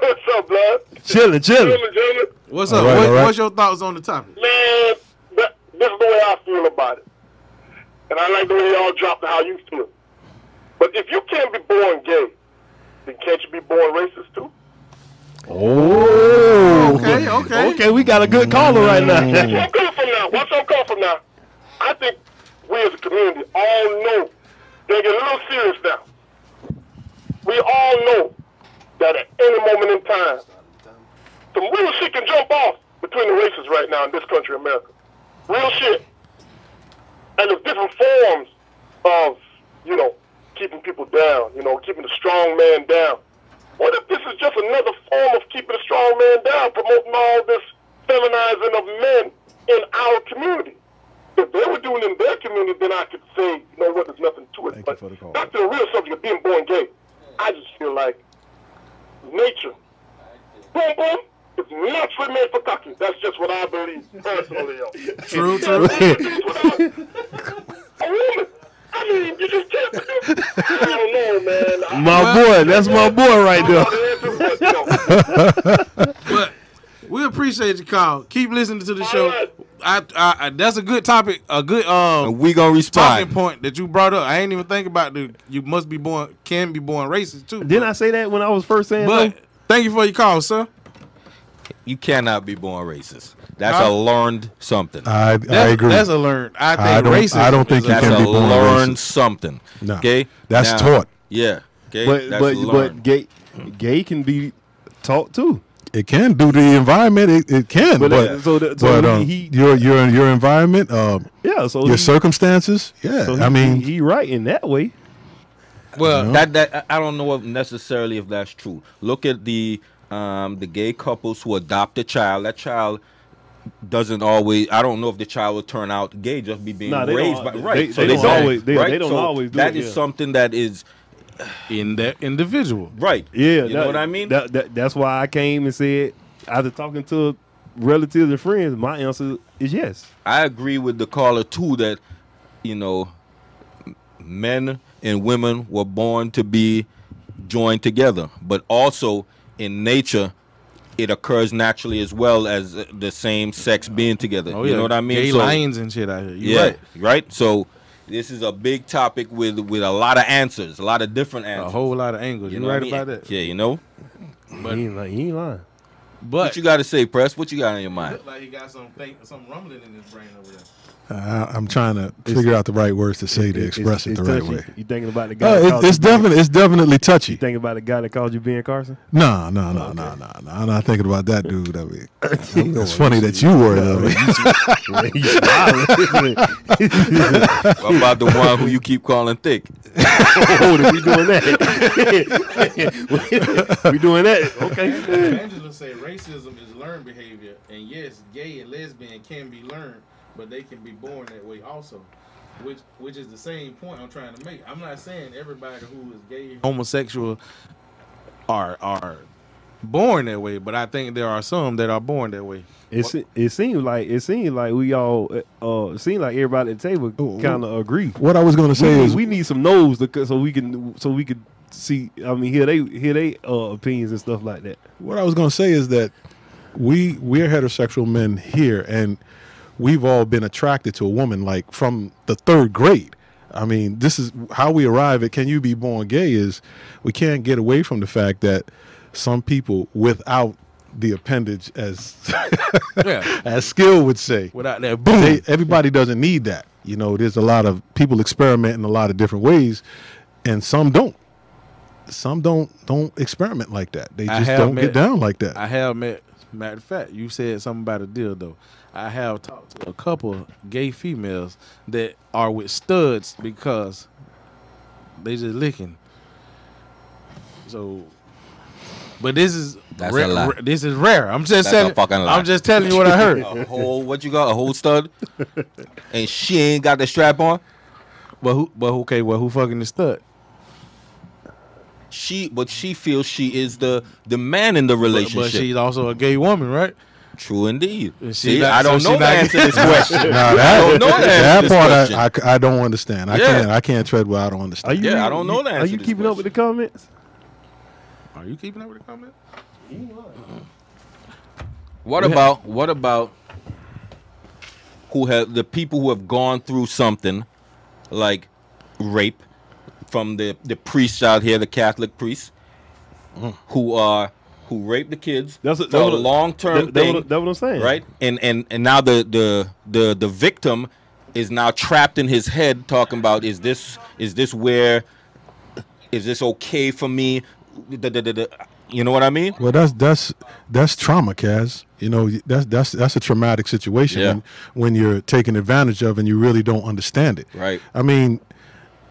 what's up, blood? Chilling, chilling. Gentlemen, gentlemen, what's All up? right, What- all right. What's your thoughts on the topic? man, that, this is the way I feel about it. And I like the way y'all dropped how you feel. But if you can't be born gay, then can't you be born racist too? Oh. Okay, okay. Okay, we got a good caller right That's where now. I'm coming from now. That's where I'm coming from now. I think we as a community all know they get a little serious now. We all know that at any moment in time, some real shit can jump off between the races right now in this country, America. Real shit. And there's different forms of, you know, keeping people down, you know, keeping the strong man down. What if this is just another form of keeping the strong man down, promoting all this feminizing of men in our community? If they were doing it in their community, then I could say, you know what, there's nothing to it. Thank you but for the call. back to the real subject of being born gay. I just feel like nature. Boom, boom. It's naturally made for cocking. That's just what I believe personally. Yo. True, true. A woman. I mean, you just can't. I don't know, man. I- My boy, that's my boy right there. I don't know the answer, but, yo, But we appreciate your call. Keep listening to the show. right. I, I, I that's a good topic, a good And um we gonna talking respond. point that you brought up. I ain't even think about the you must be born can be born racist too. Didn't I say that when I was first saying But thank you for your call, sir. You cannot be born racist. That's Huh? a learned something. I, I That's- agree. That's a learned. I think I don't- racist. I don't think is you a- That's can a be born learned racist. something. No. Okay. That's taught. Yeah. Okay. But That's but learned. but gay gay can be taught too. it can due to the environment. It, it can, But, but, uh, so the- so but, he- um, he- your your your environment, uh, Yeah, so your he, circumstances. Yeah, so he, I mean, he, he right in that way. well, that that I I don't know if necessarily if that's true. Look at the um the gay couples who adopt a child. That child doesn't always. I don't know if the child will turn out gay just be being Nah, they don't raised al- by they- right. they don't always- they- they don't So always do that it, is yeah. something that is in that individual. right. Yeah, you know what I mean. That, that, that's why I came and said after talking to relatives and friends, my answer is yes. I agree with the caller too that you know m- men and women were born to be joined together, but also in nature it occurs naturally as well as uh, the same sex being together. Oh, You know what I mean? Gay So- lions and shit out here. You yeah, right. right. So this is a big topic with with a lot of answers, a lot of different A answers. whole lot of angles. You, know right what I mean? about that. Yeah, you know. he, ain't, li- he ain't lying. What But you got to say, press? What you got on your mind? like he got some some rumbling in his brain over there. I, I'm trying to figure out the right words to say to It's- express it it's the right touchy. way. You thinking about the guy? Uh, that it, called it's you Ben- definitely it's definitely You touchy. thinking about the guy that called you Ben Carson? No, no, no, no, no, no. I'm not thinking about that dude. I mean, it's funny that you were though. You smiling. What about the one who you keep calling thick? oh, we doing that. we doing that. Okay. Angela said racism is learned behavior, and yes, gay and lesbian can be learned, but they can be born that way also. Which, which is the same point I'm trying to make. I'm not saying everybody who is gay, homosexual, are are born that way, but I think there are some that are born that way. It se- it seemed like it seemed like we all uh it seemed like everybody at the table Ooh, kind of agree. What I was going to We say need, is we need some no's to, c- so we can so we could see. I mean, hear they hear they uh, opinions and stuff like that. What I was going to say is that we we're heterosexual men here, and we've all been attracted to a woman like from the third grade. I mean, this is how we arrive at can you be born gay? Is we can't get away from the fact that some people without the appendage, as Yeah, as Skill would say, without that boom. they, everybody doesn't need that. You know, there's a lot of people experiment in a lot of different ways, and some don't. Some don't don't experiment like that. They I just have don't met- get down like that. I have met. Matter of fact, you said something about a dildo. I have talked to a couple gay females that are with studs because they just licking. So, but this is That's rare, a lie. rare- this is rare. I'm just That's telling. a fucking lie. I'm just telling you what I heard. A whole what you got? A whole stud? And she ain't got the strap on. but who? But okay. Well, who fucking the stud? She, but she feels she is the the man in the But, relationship. but she's also a gay woman, right? True indeed. And she See, not- I don't so she know the not- answer to this question. Now, I that, don't know the that answer to this question. part I, I, I don't understand. I Yeah. can't I can't tread where I don't understand. Yeah, I don't know the Are answer you to this keeping up with the comments? Are Oh, you keeping up with the comment? What about what about who have the people who have gone through something like rape from the the priests out here, the Catholic priests who are who rape the kids That's a- for that a what- long term that- that thing, what- that what I'm saying. right? And and and now the the the the victim is now trapped in his head talking about is this is this where is this okay for me? Da- da- da- da. You know what I mean? Well, that's that's that's trauma, Kaz. You know that's that's that's a traumatic situation Yeah. when, when you're taken advantage of and you really don't understand it. Right. I mean,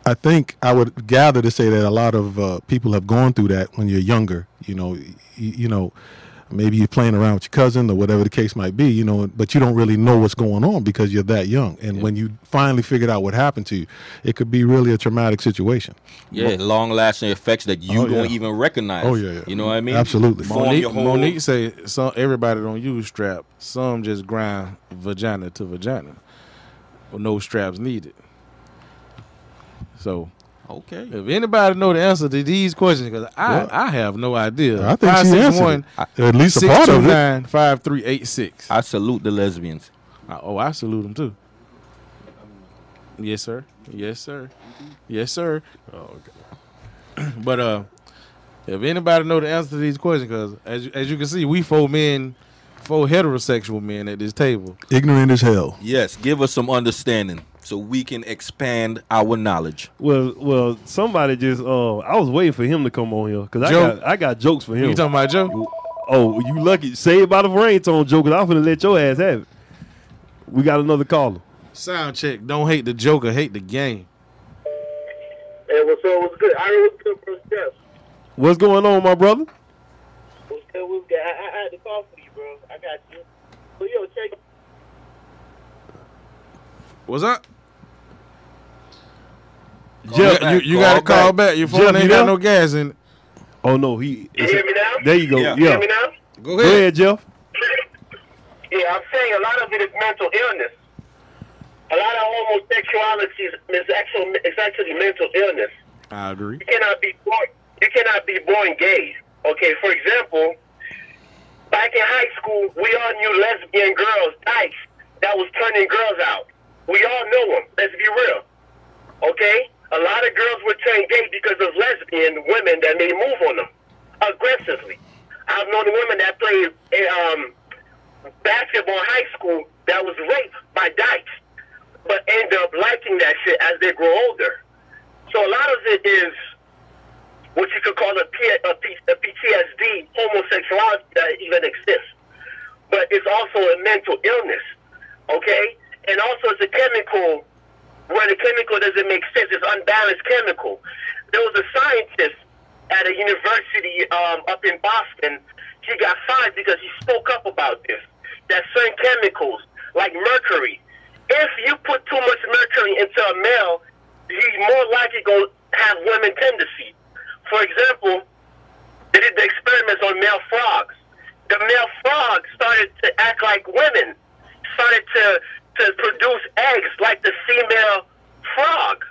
I think I would gather to say that a lot of uh, people have gone through that when you're younger. You know, y- you know, maybe you're playing around with your cousin or whatever the case might be. You know, but you don't really know what's going on because you're that young. And when you finally figured out what happened to you, it could be really a traumatic situation. Yeah, long lasting effects that you Oh, don't yeah. even recognize. Oh, yeah, yeah. You know what I mean? Absolutely. Form Monique, your whole- Monique say some everybody don't use strap. Some just grind vagina to vagina. With no straps needed. So Okay. if anybody know the answer to these questions, because I, Well, I have no idea. I think she answered it. at least a part of it. 629 5386. I salute the lesbians. Oh, I salute them too. Yes, sir. Yes, sir. Yes, sir. But uh, if anybody know the answer to these questions, because as you- as you can see, we four men, four heterosexual men at this table. Ignorant as hell. Yes, give us some understanding so we can expand our knowledge. Well, well, somebody just uh, I was waiting for him to come on here because I Joe? got I got jokes for him. You talking about Joe? oh, you lucky? Saved by the ringtone joke. 'cause I'm gonna let your ass have it. We got another caller. Sound check. Don't hate the Joker. Hate the game. Hey, what's up? What's good? I heard what's good from Steph. What's Oh, going on, my brother? What's good? What's good? I, I, I had to call for you, bro. I got you. Cleo, check. What's up? Jeff, you, you gotta call back. Your phone Jeff, ain't you got there? no gas in it. Oh no, he. You hear me now? There you go. Yeah. Yeah. You hear me now? Go Go ahead, Jeff. Yeah, I'm saying a lot of it is mental illness. A lot of homosexuality is, is, actual, is actually mental illness. I agree. You cannot be born. You cannot be born gay. Okay, for example, back in high school, we all knew lesbian girls, dykes, that was turning girls out. We all know them. Let's be real. Okay, a lot of girls were turned gay because of lesbian women that made move on them aggressively. I've known women that played eh, um, basketball in high school that was raped by dykes, but end up liking that shit as they grow older. So a lot of it is what you could call a, P- a, P- a PTSD, homosexuality that even exists. But it's also a mental illness, okay? And also it's a chemical, where the chemical doesn't make sense. It's unbalanced chemical. There was a scientist at a university um, up in Boston. He got fined because he spoke up about this. That certain chemicals, like mercury, if you put too much mercury into a male, he's more likely going to have women tendency. For example, they did the experiments on male frogs. The male frogs started to act like women, started to, to produce eggs like the female frog.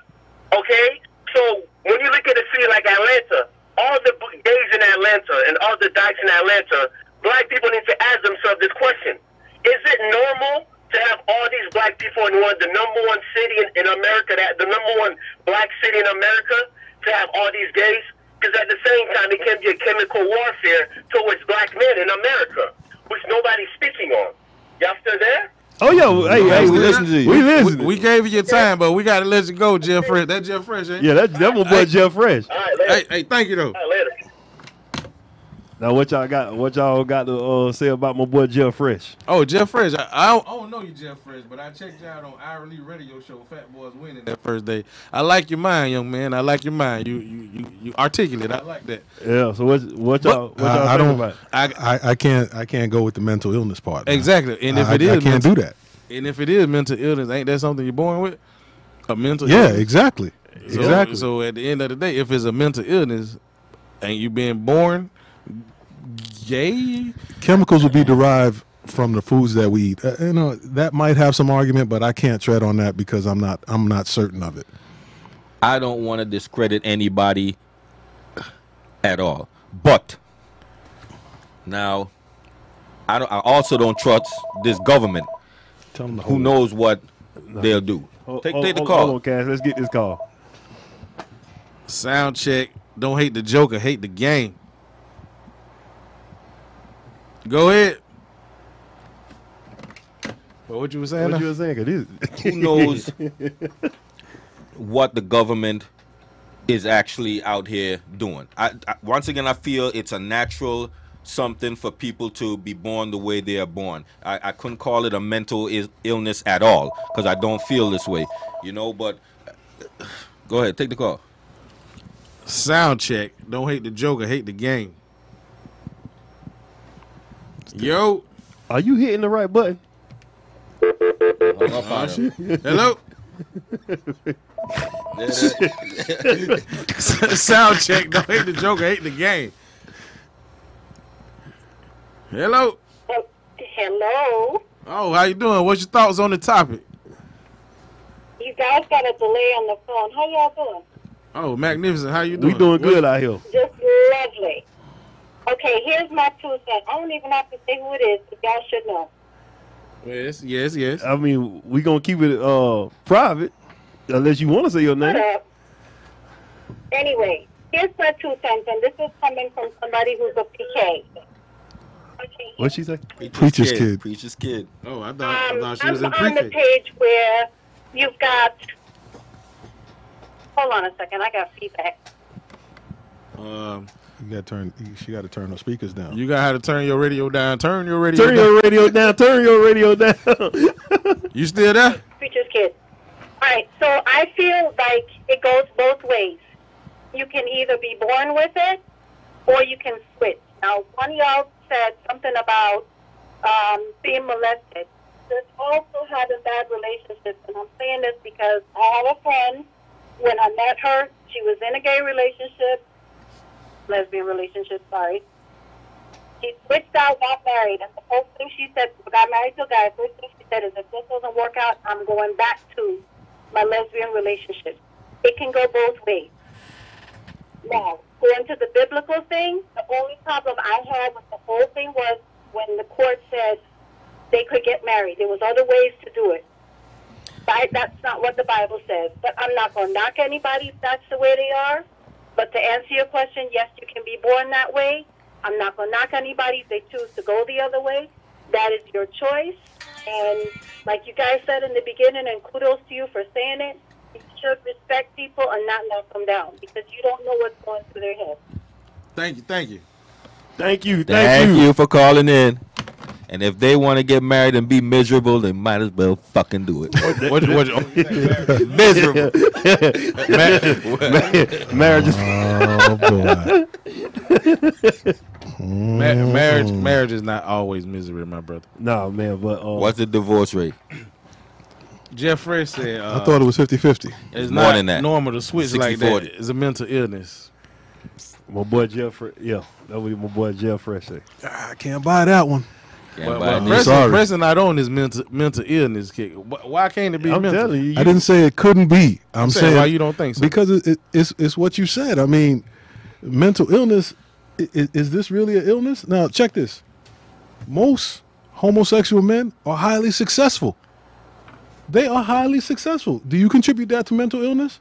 Okay? So when you look at a city like Atlanta, all the b- gays in Atlanta and all the dykes in Atlanta, black people need to ask themselves this question. Is it normal to have all these black people in one, the number one city in, in America, that the number one black city in America, to have all these gays? Because at the same time, it can be a chemical warfare towards black men in America, which nobody's speaking on. Y'all still there? Oh yeah, well, hey, hey, we listen to you. We We, listen. we gave you your time, but we gotta let you go, Jeff Fresh. That Jeff Fresh, ain't yeah, that that one boy Hey. Jeff Fresh. All right, later. Hey, hey, thank you though. All right, later. Now what y'all got? What y'all got to uh, say about my boy Jeff Fresh? Oh, Jeff Fresh. I, I, don't, I don't know you, Jeff Fresh, but I checked you out on hourly radio show. Fat Boys winning that first day. I like your mind, young man. I like your mind. You you you, you articulate. I like that. Yeah. So what what y'all what y'all I- I think don't- about? it? I I, I can't I can't go with the mental illness part. man. exactly. And if I, it is, I can't mental- do that. And if it is mental illness, ain't that something you're born with? A mental. Yeah, illness? exactly. So- Exactly. So at the end of the day, if it's a mental illness, ain't you being born gay? Chemicals would be derived from the foods that we eat. Uh, you know, that might have some argument, but I can't tread on that because I'm not I'm not certain of it. I don't want to discredit anybody at all. But now, I don't. I also don't trust this government. Tell them Who knows what they'll do? Hold- Take, hold- take the hold- call. Hold on, Cass. Let's get this call. Sound check. Don't hate the Joker. Hate the game. Go ahead. What, what you were saying? What now? you was saying? 'Cause this- Who knows what the government is actually out here doing? I, I once again, I feel it's a natural something for people to be born the way they are born. I, I couldn't call it a mental is, illness at all because I don't feel this way, you know. But uh, go ahead, take the call. Sound check. Don't hate the Joker. Hate the game. Yo. Are you hitting the right button? Hung up on him. Oh, Hello. Yeah, that- Sound check. Don't hate the Joker. Hate the game. Hello. Oh, hello. Oh, how you doing? What's your thoughts on the topic? You guys got a delay on the phone. How y'all doing? Oh, magnificent. How you doing? We doing good What- out here. Just lovely. Okay, here's my two cents. I don't even have to say who it is, but y'all should know. Yes, yes, yes. I mean, we gonna keep it uh private, unless you want to say your name. Shut up. Anyway, here's my two cents, and this is coming from somebody who's a PK. Okay, What she say? Preacher's kid. preacher's kid. Oh, I thought, I Um, thought she was I'm in on the pre-K. page where you've got. Hold on a second, I got feedback. Um, You got to turn. She got to turn her speakers down. you got how to turn your radio down. Turn your radio. Turn down. your radio down. Turn your radio down. You still there? preacher's kid. All right, so I feel like it goes both ways. You can either be born with it, or you can switch. Now, one of y'all said something about um, being molested. This also had a bad relationship, and I'm saying this because I had a friend. When I met her, she was in a gay relationship, lesbian relationship, sorry. She switched out, got married, and the first thing she said, got married to a guy, first thing she said is, if this doesn't work out, I'm going back to my lesbian relationship. It can go both ways. Now, going to the biblical thing, the only problem I had with the whole thing was when the court said they could get married. There was other ways to do it. Bi- that's not what the Bible says. But I'm not going to knock anybody if that's the way they are. But to answer your question, yes, you can be born that way. I'm not going to knock anybody if they choose to go the other way. That is your choice. And like you guys said in the beginning, and kudos to you for saying it, you should respect people and not knock them down because you don't know what's going through their head. Thank you, thank you. Thank you. Thank, Thank you. you for calling in. And if they want to get married and be miserable, they might as well fucking do it. What, what, oh, miserable. Marriage is Oh boy. Oh, ma- marriage, marriage is not always misery, my brother. no man, but uh, What's the divorce rate? Jeff Fresh said, uh, I thought it was 50-50. it's more not than that. normal to switch like 60-40. that. It's a mental illness. my boy Jeff. Fre- Yeah, that was my boy Jeff Fresh. said. I can't buy that one. Can't But, buy but a I'm pressing, sorry. pressing not on this mental mental illness kick. Wh- Why can't it be I'm mental? telling you, you I didn't say it couldn't be. I'm, saying saying why you don't think so. because it, it, it's it's what you said. I mean, mental illness is, is this really an illness? Now check this. Most homosexual men are highly successful. They are highly successful. Do you contribute that to mental illness?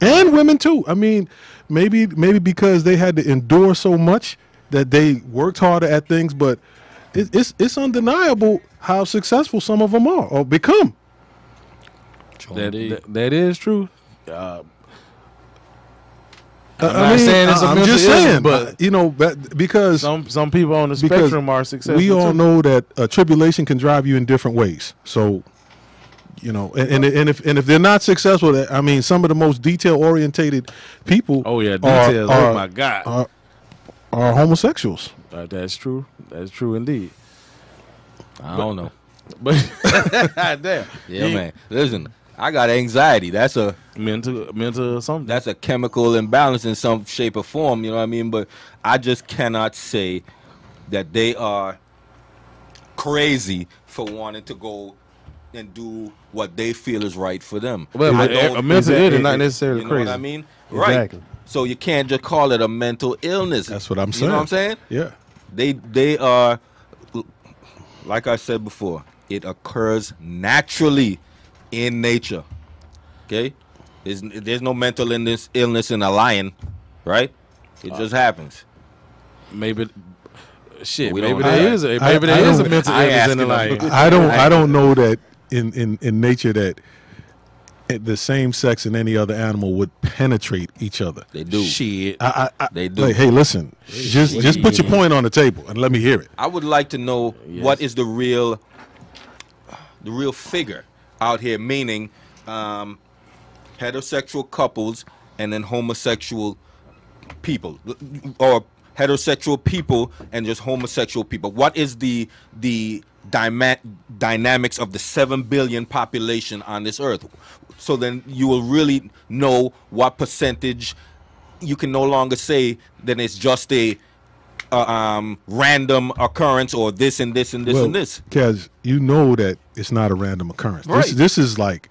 And women too. I mean, maybe maybe because they had to endure so much that they worked harder at things, but it, it's it's undeniable how successful some of them are or become. That, that- that is true. Uh, I- I'm I not mean, saying it's a I'm mental just illness, saying, but- but you know, but because some some people on the Because spectrum are successful. we all too. know that uh, tribulation can drive you in different ways. So, you know, and, and and if and if they're not successful, that- I mean, some of the most detail orientated people. Oh yeah, are- details. are- oh my god, Are, are homosexuals? Uh, that's true. That's true indeed. I don't know. But damn, Yeah, You- man. Listen, I got anxiety. That's a mental mental something. that's a chemical imbalance in some shape or form. You know what I mean? But I just cannot say that they are crazy for wanting to go and do what they feel is right for them. Well, I but a, don't- a mental Exactly. illness not necessarily you know crazy. what I mean? Exactly. Right. So you can't just call it a mental illness. That's what I'm You know what I'm saying. saying? Yeah. They they are like I said before, it occurs naturally in nature. Okay? There's, there's no mental illness illness in a lion, right? It Uh, just happens. Maybe shit. We don't Maybe know there that. is a I- maybe there I is a don't- mental I illness in the asking life. them. I don't I don't know that in in in nature that the same sex and any other animal would penetrate each other. They do. Shit. I, I, I, They do. Like, hey, listen, just just put your point on the table and let me hear it. I would like to know what is the real the real figure out here, meaning um, heterosexual couples and then homosexual people or heterosexual people and just homosexual people. What is the the dyma- dynamics of the 7 billion population on this earth? So then you will really know what percentage you can no longer say that it's just a uh, um, random occurrence or this and this and this and this. Because you know that it's not a random occurrence. This, Right. this is like,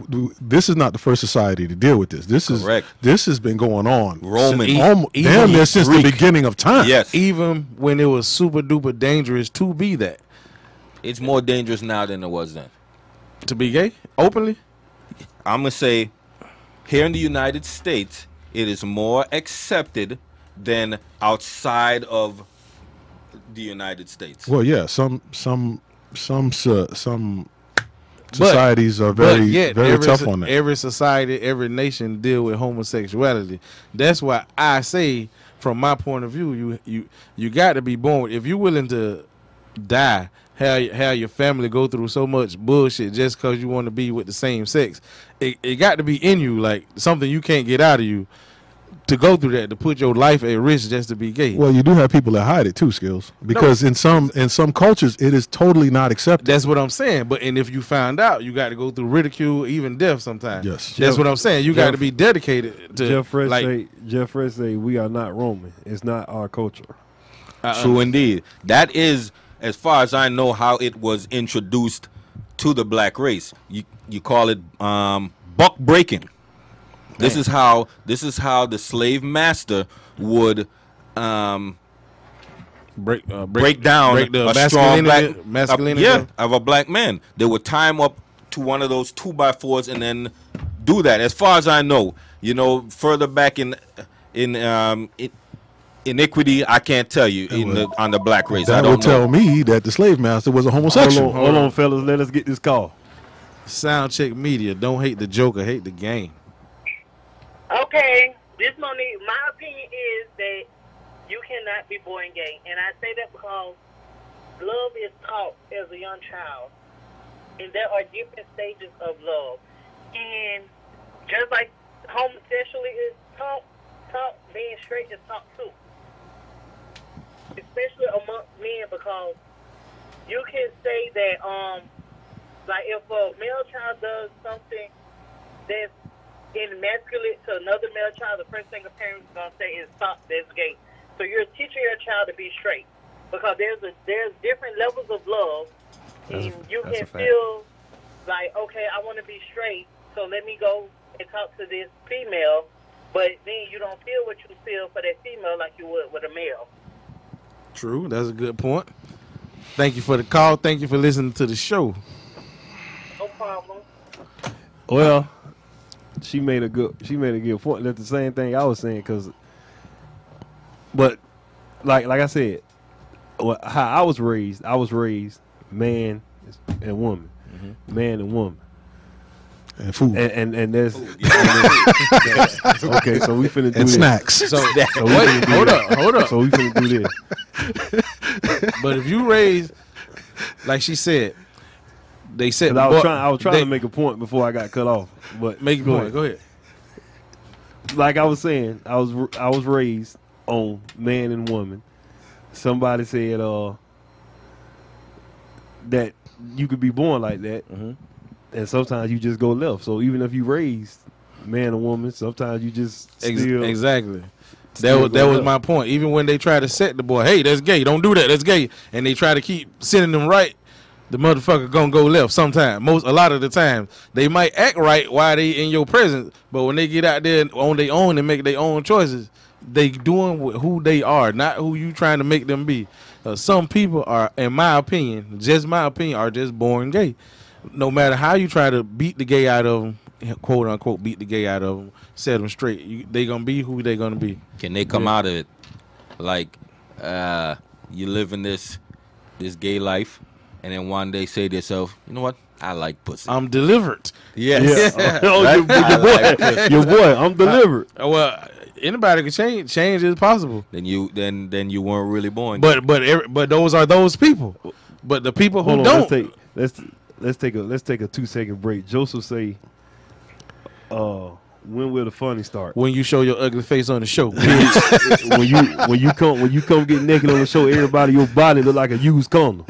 w- this is not the first society to deal with this. This is Correct. This has been going on, Roman. since, almo- E- damn even near since the Greek. beginning of time. Yes, Even when it was super duper dangerous to be that, it's more dangerous now than it was then. to be gay openly. I'm gonna say, here in the United States, it is more accepted than outside of the United States. Well, yeah. Some some some so- some societies are very but yet, very every, tough so- on that. Every society, every nation deal with homosexuality. That's why I say, from my point of view, you you you got to be born. with- If you're willing to die, have have your family go through so much bullshit just because you want to be with the same sex, it, it got to be in you, like something you can't get out of you. to go through that, to put your life at risk just to be gay. Well, you do have people that hide it too, skills. Because in some in some cultures, it is totally not accepted. That's what I'm saying. But and if you find out, you got to go through ridicule, even death sometimes. Yes. that's what I'm saying. You got to Jeff- be dedicated to Jeff Fresh like say, Jeff Fresh say, we are not Roman. It's not our culture. uh, True indeed. That is, as far as I know, how it was introduced to the black race. You you call it um, buck breaking. This is how this is how the slave master would um, break, uh, break break down break the a strong masculinity, black masculinity. yeah, of a black man. They would tie him up to one of those two by fours and then do that. As far as I know, you know, further back in in um, in, iniquity, I can't tell you in the, on the black race. I That don't would know. tell me that the slave master was a Hold homosexual. on, hold on, fellas. Let us get this call. Soundcheck media. Don't hate the Joker. Hate the game. Okay, this Monique, my opinion is that you cannot be born gay. And I say that because love is taught as a young child. And there are different stages of love. And just like homosexuality is taught, taught being straight is taught too. Especially among men because you can say that um like if a male child does something that's emasculate to another male child, the first thing the parents gonna say is stop that's gay. So you're teaching your child to be straight. Because there's a there's different levels of love and you that's a can fact. feel like, okay, I wanna be straight, so let me go and talk to this female but then you don't feel what you feel for that female like you would with a male. True. That's a good point. Thank you for the call. Thank you for listening to the show. No problem. Well, she made a good she made a good point. That's the same thing I was saying because, but like like I said, wha- how I was raised, I was raised man and woman, man and woman, Mm-hmm. And food. and and And, and that's okay. So we finna do this. snacks. So, So we finna wait, do hold this. up, hold up. So we finna do this. but if you raise, like she said, they said 'Cause I was boy- trying I was trying they- to make a point before I got cut off. But make your go point. ahead. Go ahead. like I was saying, I was I was raised on man and woman. Somebody said uh that you could be born like that, Mm-hmm. and sometimes you just go left. So even if you raised man and woman, sometimes you just Ex- still exactly. That still was that go was up. my point. Even when they try to set the boy, hey, that's gay. Don't do that. That's gay. And they try to keep sending them right. The motherfucker gonna go left sometime. Most a lot of the time, they might act right while they in your presence, but when they get out there on their own and make their own choices, they doing wh- who they are, not who you trying to make them be. Uh, some people are, in my opinion, just my opinion, are just born gay no matter how you try to beat the gay out of them, quote unquote, beat the gay out of them, set them straight, you, they gonna be who they gonna be. Can they come out of it? Like, uh, you live in this this gay life, and then one day say to yourself, you know what? I like pussy. I'm delivered. yes. Yeah. oh, your, I your like boy, your boy, I'm delivered. Uh, Well, anybody can change. Change is possible. Then you then then you weren't really born. But but every, but those are those people. But the people who Hold on, don't, let's take let's let's take a let's take a two second break. Joseph say, uh, when will the funny start? when you show your ugly face on the show, when you when you come when you come get naked on the show, everybody your body look like a used condom.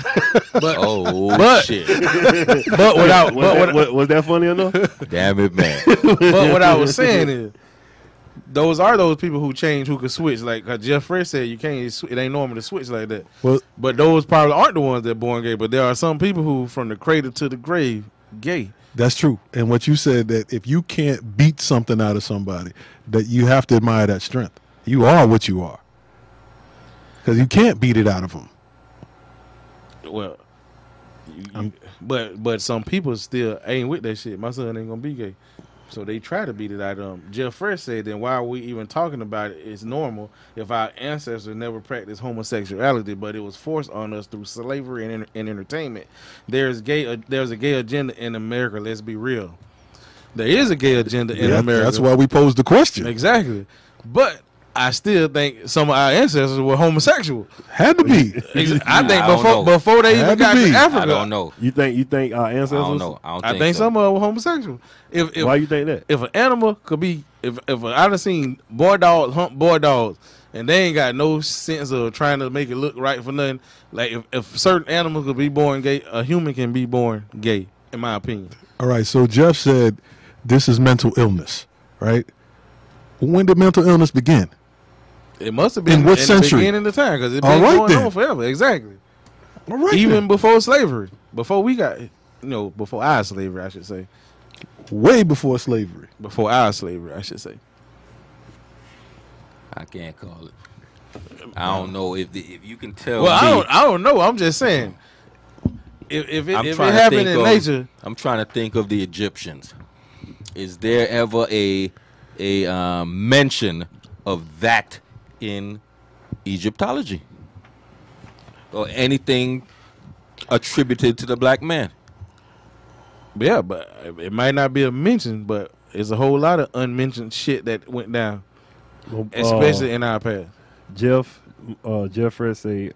oh but- shit! but without Was, but that, with- wa- was that funny enough? Damn it, man! but what I was saying is, those are those people who change, who can switch. Like uh, Jeff Fresh said, you can't. sw- It ain't normal to switch like that. Well- but those probably aren't the ones that born gay. But there are some people who, from the cradle to the grave, gay. That's true. And what you said that if you can't beat something out of somebody, that you have to admire that strength. You are what you are. Because you can't beat it out of them. Well, you- you- but but some people still ain't with that shit. My son ain't gonna be gay, so they try to beat it out of him. Jeff Fresh said, "Then why are we even talking about it? It's normal if our ancestors never practiced homosexuality, but it was forced on us through slavery and, en- and entertainment. There's gay. Uh, there's a gay agenda in America. Let's be real. There is a gay agenda in Yeah, America. That's why we posed the question. Exactly. But I still think some of our ancestors were homosexual. Had to be. Ex- I think I don't before know. before they even Had to got be. to I Africa, I don't know. You think you think our I ancestors? don't know. I don't I think, think, so. some of them were homosexual. If, if Why you think that? if an animal could be if if I done seen boy dogs hump boy dogs and they ain't got no sense of trying to make it look right for nothing. Like if, if certain animals could be born gay, a human can be born gay, in my opinion. All right, so Jeff said this is mental illness, right? When did mental illness begin? It must have been In what in century? the beginning of time because it's All been right going then. on forever. Exactly. All right. Even Even before slavery, before we got, you know, before our slavery, I should say, way before slavery. before our slavery, I should say. I can't call it. I don't know if the, if you can tell. Well, I me- don't, I don't know. I'm just saying, if if it, I'm if it trying to happened think in of- nature, I'm trying to think of the Egyptians. Is there ever a a um, mention of that in Egyptology or anything attributed to the black man? yeah, but it might not be a mention, but it's a whole lot of unmentioned shit that went down, Well, uh, especially in our past. Jeff, uh, Jeff Fred say,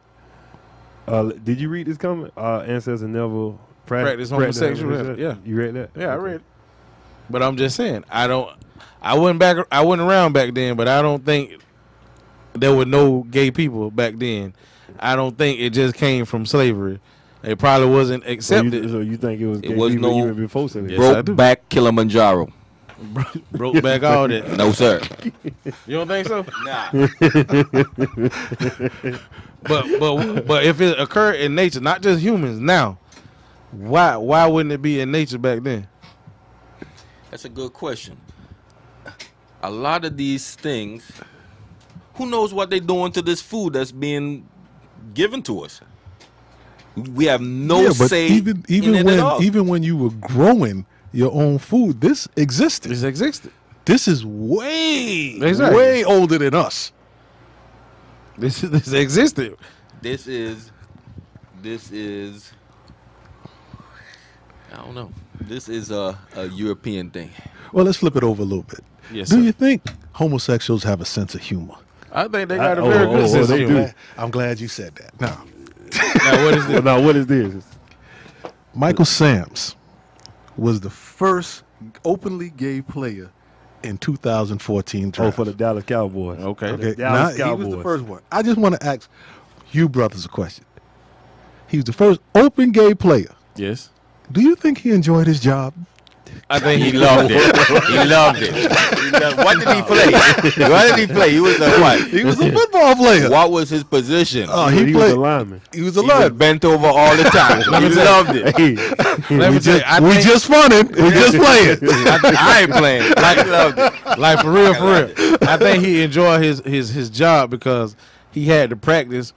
uh, did you read this comment? Our ancestors never prac- Practice practiced homosexuality, yeah. you read that. Yeah, I read. it. But I'm just saying, I don't. I wasn't back. I wasn't around back then, but I don't think there were no gay people back then. I don't think it just came from slavery. It probably wasn't So accepted. you, so you think it was It was even, no- even before slavery? Yes, I Broke do. back Kilimanjaro. Broke back all that. No, sir. You don't think so? nah. But but but if it occurred in nature, not just humans now, why why wouldn't it be in nature back then? That's a good question. A lot of these things, who knows what they're doing to this food that's being given to us? We have no yeah, but say. even even in it at when all. even when you were growing your own food, this existed. It existed. This is way Exactly. way older than us. This this existed. this is, this is, I don't know. This is a, a European thing. Well, let's flip it over a little bit. Yes, Do sir. you think homosexuals have a sense of humor? I think they got a I- oh, very oh, good oh, sense of they humor. do. I'm glad you said that. Now, Now what is this? Well, now what is this? Michael Sams was the first openly gay player in 2014 Oh, draft. for the Dallas Cowboys. Okay. Okay. Okay, Dallas now, Cowboys. he was the first one. I just want to ask you brothers a question. He was the first open gay player. Yes. Do you think he enjoyed his job? I think He loved it. He loved it. He loved- what did he play? What did he play? He was a Oh. He what? was a football player. What was his position? Oh, he, he, he was played. a lineman. he was a he was lineman. bent over all the time. Let me He tell you. loved it. Hey, Let me We tell you, just, I we think- just funning. We just playing. I, I ain't playing. I loved it. like for real, for real. I think he enjoyed his his his job because he had to practice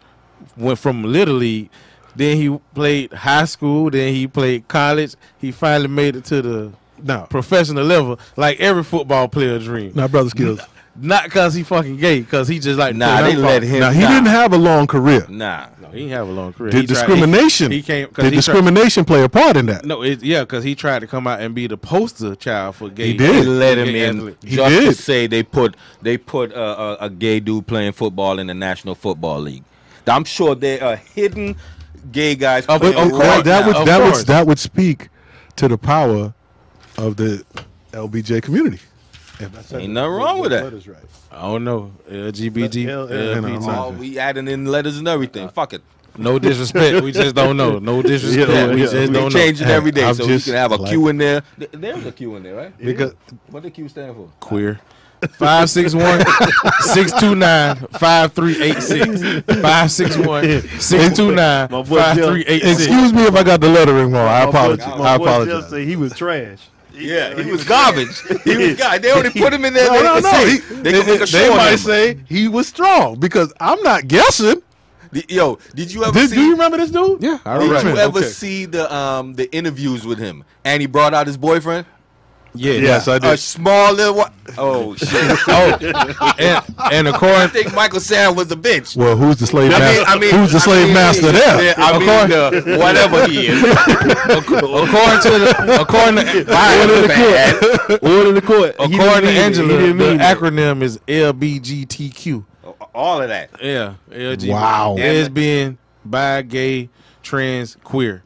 went from little league, then he played high school, then he played college. He finally made it to the Now, professional level, like every football player dream. now, brother skills. Not cause he fucking gay, cause he just like Nah, they let him. Now he nah. didn't have a long career. Nah. He didn't have a long career. Did He tried- he- discrimination? He, came. 'cause Did he tried- discrimination play a part in that? no, it, yeah, because he tried to come out and be the poster child for gay. He did. They let him Gay in athlete. He just to did. say they put they put uh, a, a gay dude playing football in the National Football League. I'm sure there are hidden gay guys. Of- playing of football. course. That, Oh, that Of would that course. would that would speak to the power of the LBJ community. If I said Ain't that, nothing wrong with that. letters right. I don't know. LGBT. L- L- LGBT. N- Oh, we adding in letters and everything. Fuck it. No disrespect. we just don't know. No disrespect. Yeah, we yeah. just We don't change know. it every day, I'm so we just can have a Q like- in there. Th- There's a Q in there, right? Because What did Q stand for? Queer. 561 629 5386. 561 629 My boy Jeff- 5386. excuse me if I got the lettering wrong. I apologize. My boy- I my boy Jeff apologize. said he was trash. Yeah, he was garbage. He was garbage. They only put him in there. No, no, no. Say, He- they can make a show they on might him. say he was strong because I'm not guessing. Did- Yo, did you ever Did, see? do you remember this dude? Yeah, I Did remember. you ever Okay. see the um the interviews with him? And he brought out his boyfriend. Yeah. Yes, I A did. small little one. Oh shit! Oh, and, and I according think Michael Sam was a bitch. Well, who's the I slave mean, master? I mean, who's the I slave mean, master there? Yeah, I mean, uh, whatever he is. according to the, according to Order the Man. court. Order the court. He didn't according mean to it. He Angela, didn't the mean it. acronym is LBGTQ. All of that. Yeah, LG. Wow. Lesbian, bi, gay, trans, queer.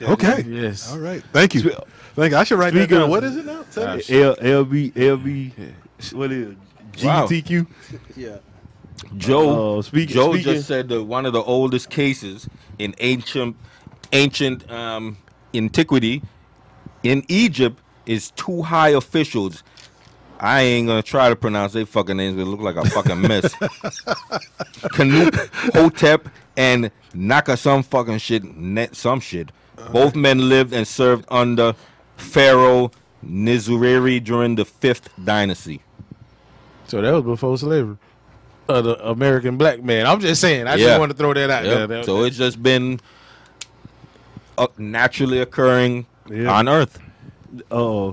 Okay. Yes. All right. Thank you. Thank you. I should write that Speaking down. of- What is it now? Say Ah, it. L L B L B. What is it? Wow. GTQ? Joe. Uh, speak- Joe speaking- just said that one of the oldest cases in ancient ancient um, antiquity in Egypt is two high officials. I ain't gonna try to pronounce their fucking names. They look like a fucking mess. Canute Hotep and Naka some fucking shit, net some shit. Both men lived and served under Pharaoh Nizureri during the fifth dynasty. So that was before slavery. Uh, the American black man. I'm just saying. I Yeah. just want to throw that out Yep. there. so it's just been uh, naturally occurring Yeah. on Earth. Uh,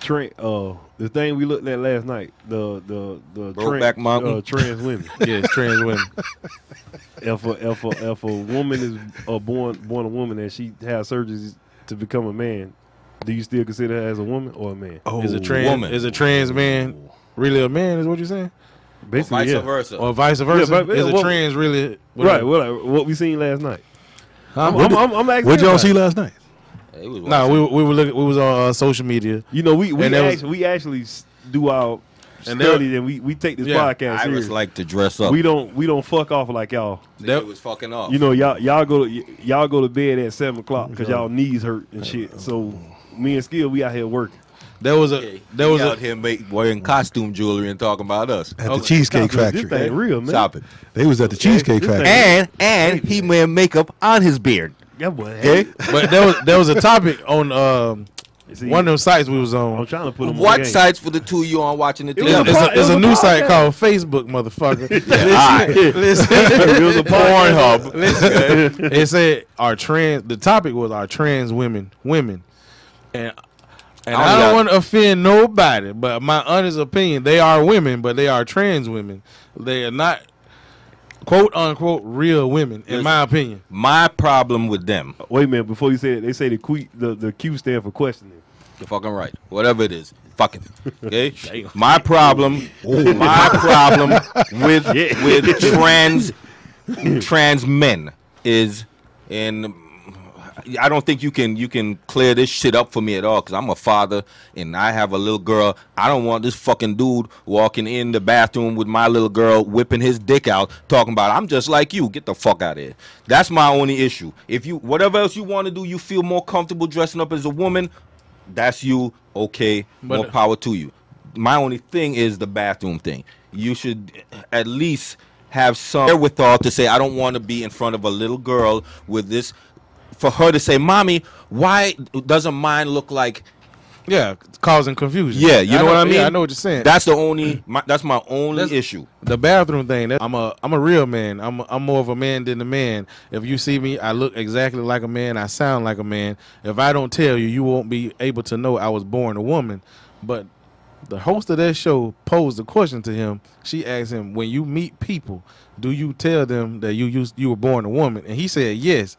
Trent. Uh, the thing we looked at last night. The the the Brokeback trans, Mountain. Uh, trans women. yes, trans women. if a if a if a woman is uh, born born a woman and she has surgery to become a man, do you still consider her as a woman or a man? Oh, Is a trans woman. is a trans man really a man? Is what you're saying? Basically, Vice yeah. versa. Or vice versa? but- is a well- trans really Right. Well, like, what we seen last night. Huh? I'm, I'm, I'm, I'm asking. What y'all everybody. see last night? It was No, we we were looking. We was on uh, social media. You know, we we And that was- actually, we actually s- do our And study that- and we, we take this Yeah, podcast I serious. was like to dress up. we don't we don't fuck off like y'all. That was fucking off. You know, y'all y'all go to, y- y'all go to bed at seven o'clock because y'all knees hurt and shit. So me and Skill, we out here working. There was a Hey, there he was a out here make, wearing costume jewelry and talking about us. At Okay. the Cheesecake Stop it. This Factory. thing real, man. Stop it. They was at the Cheesecake this thing- Factory. And and he wear makeup on his beard. That boy. Okay. but there was there was a topic on um, See, one of them sites we was I'm on. trying to put him. on What the game. sites for the two you on watching the was It's, a it's together? pod- a, it's it a was new a site podcast. called Facebook, motherfucker. It was a podcast. Pornhub. Listen, it said our trans. The topic was our trans women, women, and and Oh, I don't yeah. want to offend nobody, but my honest opinion, they are women, but they are trans women. They are not quote unquote real women, in my opinion. My problem with them. Wait a minute. Before you say it, they say the que- the the Q stand for questioning. You're fucking right. Whatever it is, fuck it. Okay. my problem. my problem with with trans trans men is, and I don't think you can you can clear this shit up for me at all because I'm a father and I have a little girl. I don't want this fucking dude walking in the bathroom with my little girl whipping his dick out, talking about I'm just like you. Get the fuck out of here. That's my only issue. If you whatever else you want to do, you feel more comfortable dressing up as a woman. That's you. Okay, But- more power to you. My only thing is the bathroom thing. You should at least have some wherewithal to say I don't want to be in front of a little girl with this. For her to say, "Mommy, why doesn't mine look like?" Yeah, causing confusion. Yeah, you know, what I mean. yeah, I know what you're saying. That's the only. My, that's my only That's- issue. the bathroom thing. That, I'm a I'm a real man. I'm I'm more of a man than a man. If you see me, I look exactly like a man. I sound like a man. If I don't tell you, you won't be able to know I was born a woman. But the host of that show posed a question to him. She asked him, "When you meet people, do you tell them that you used you were born a woman?" And he said, "Yes."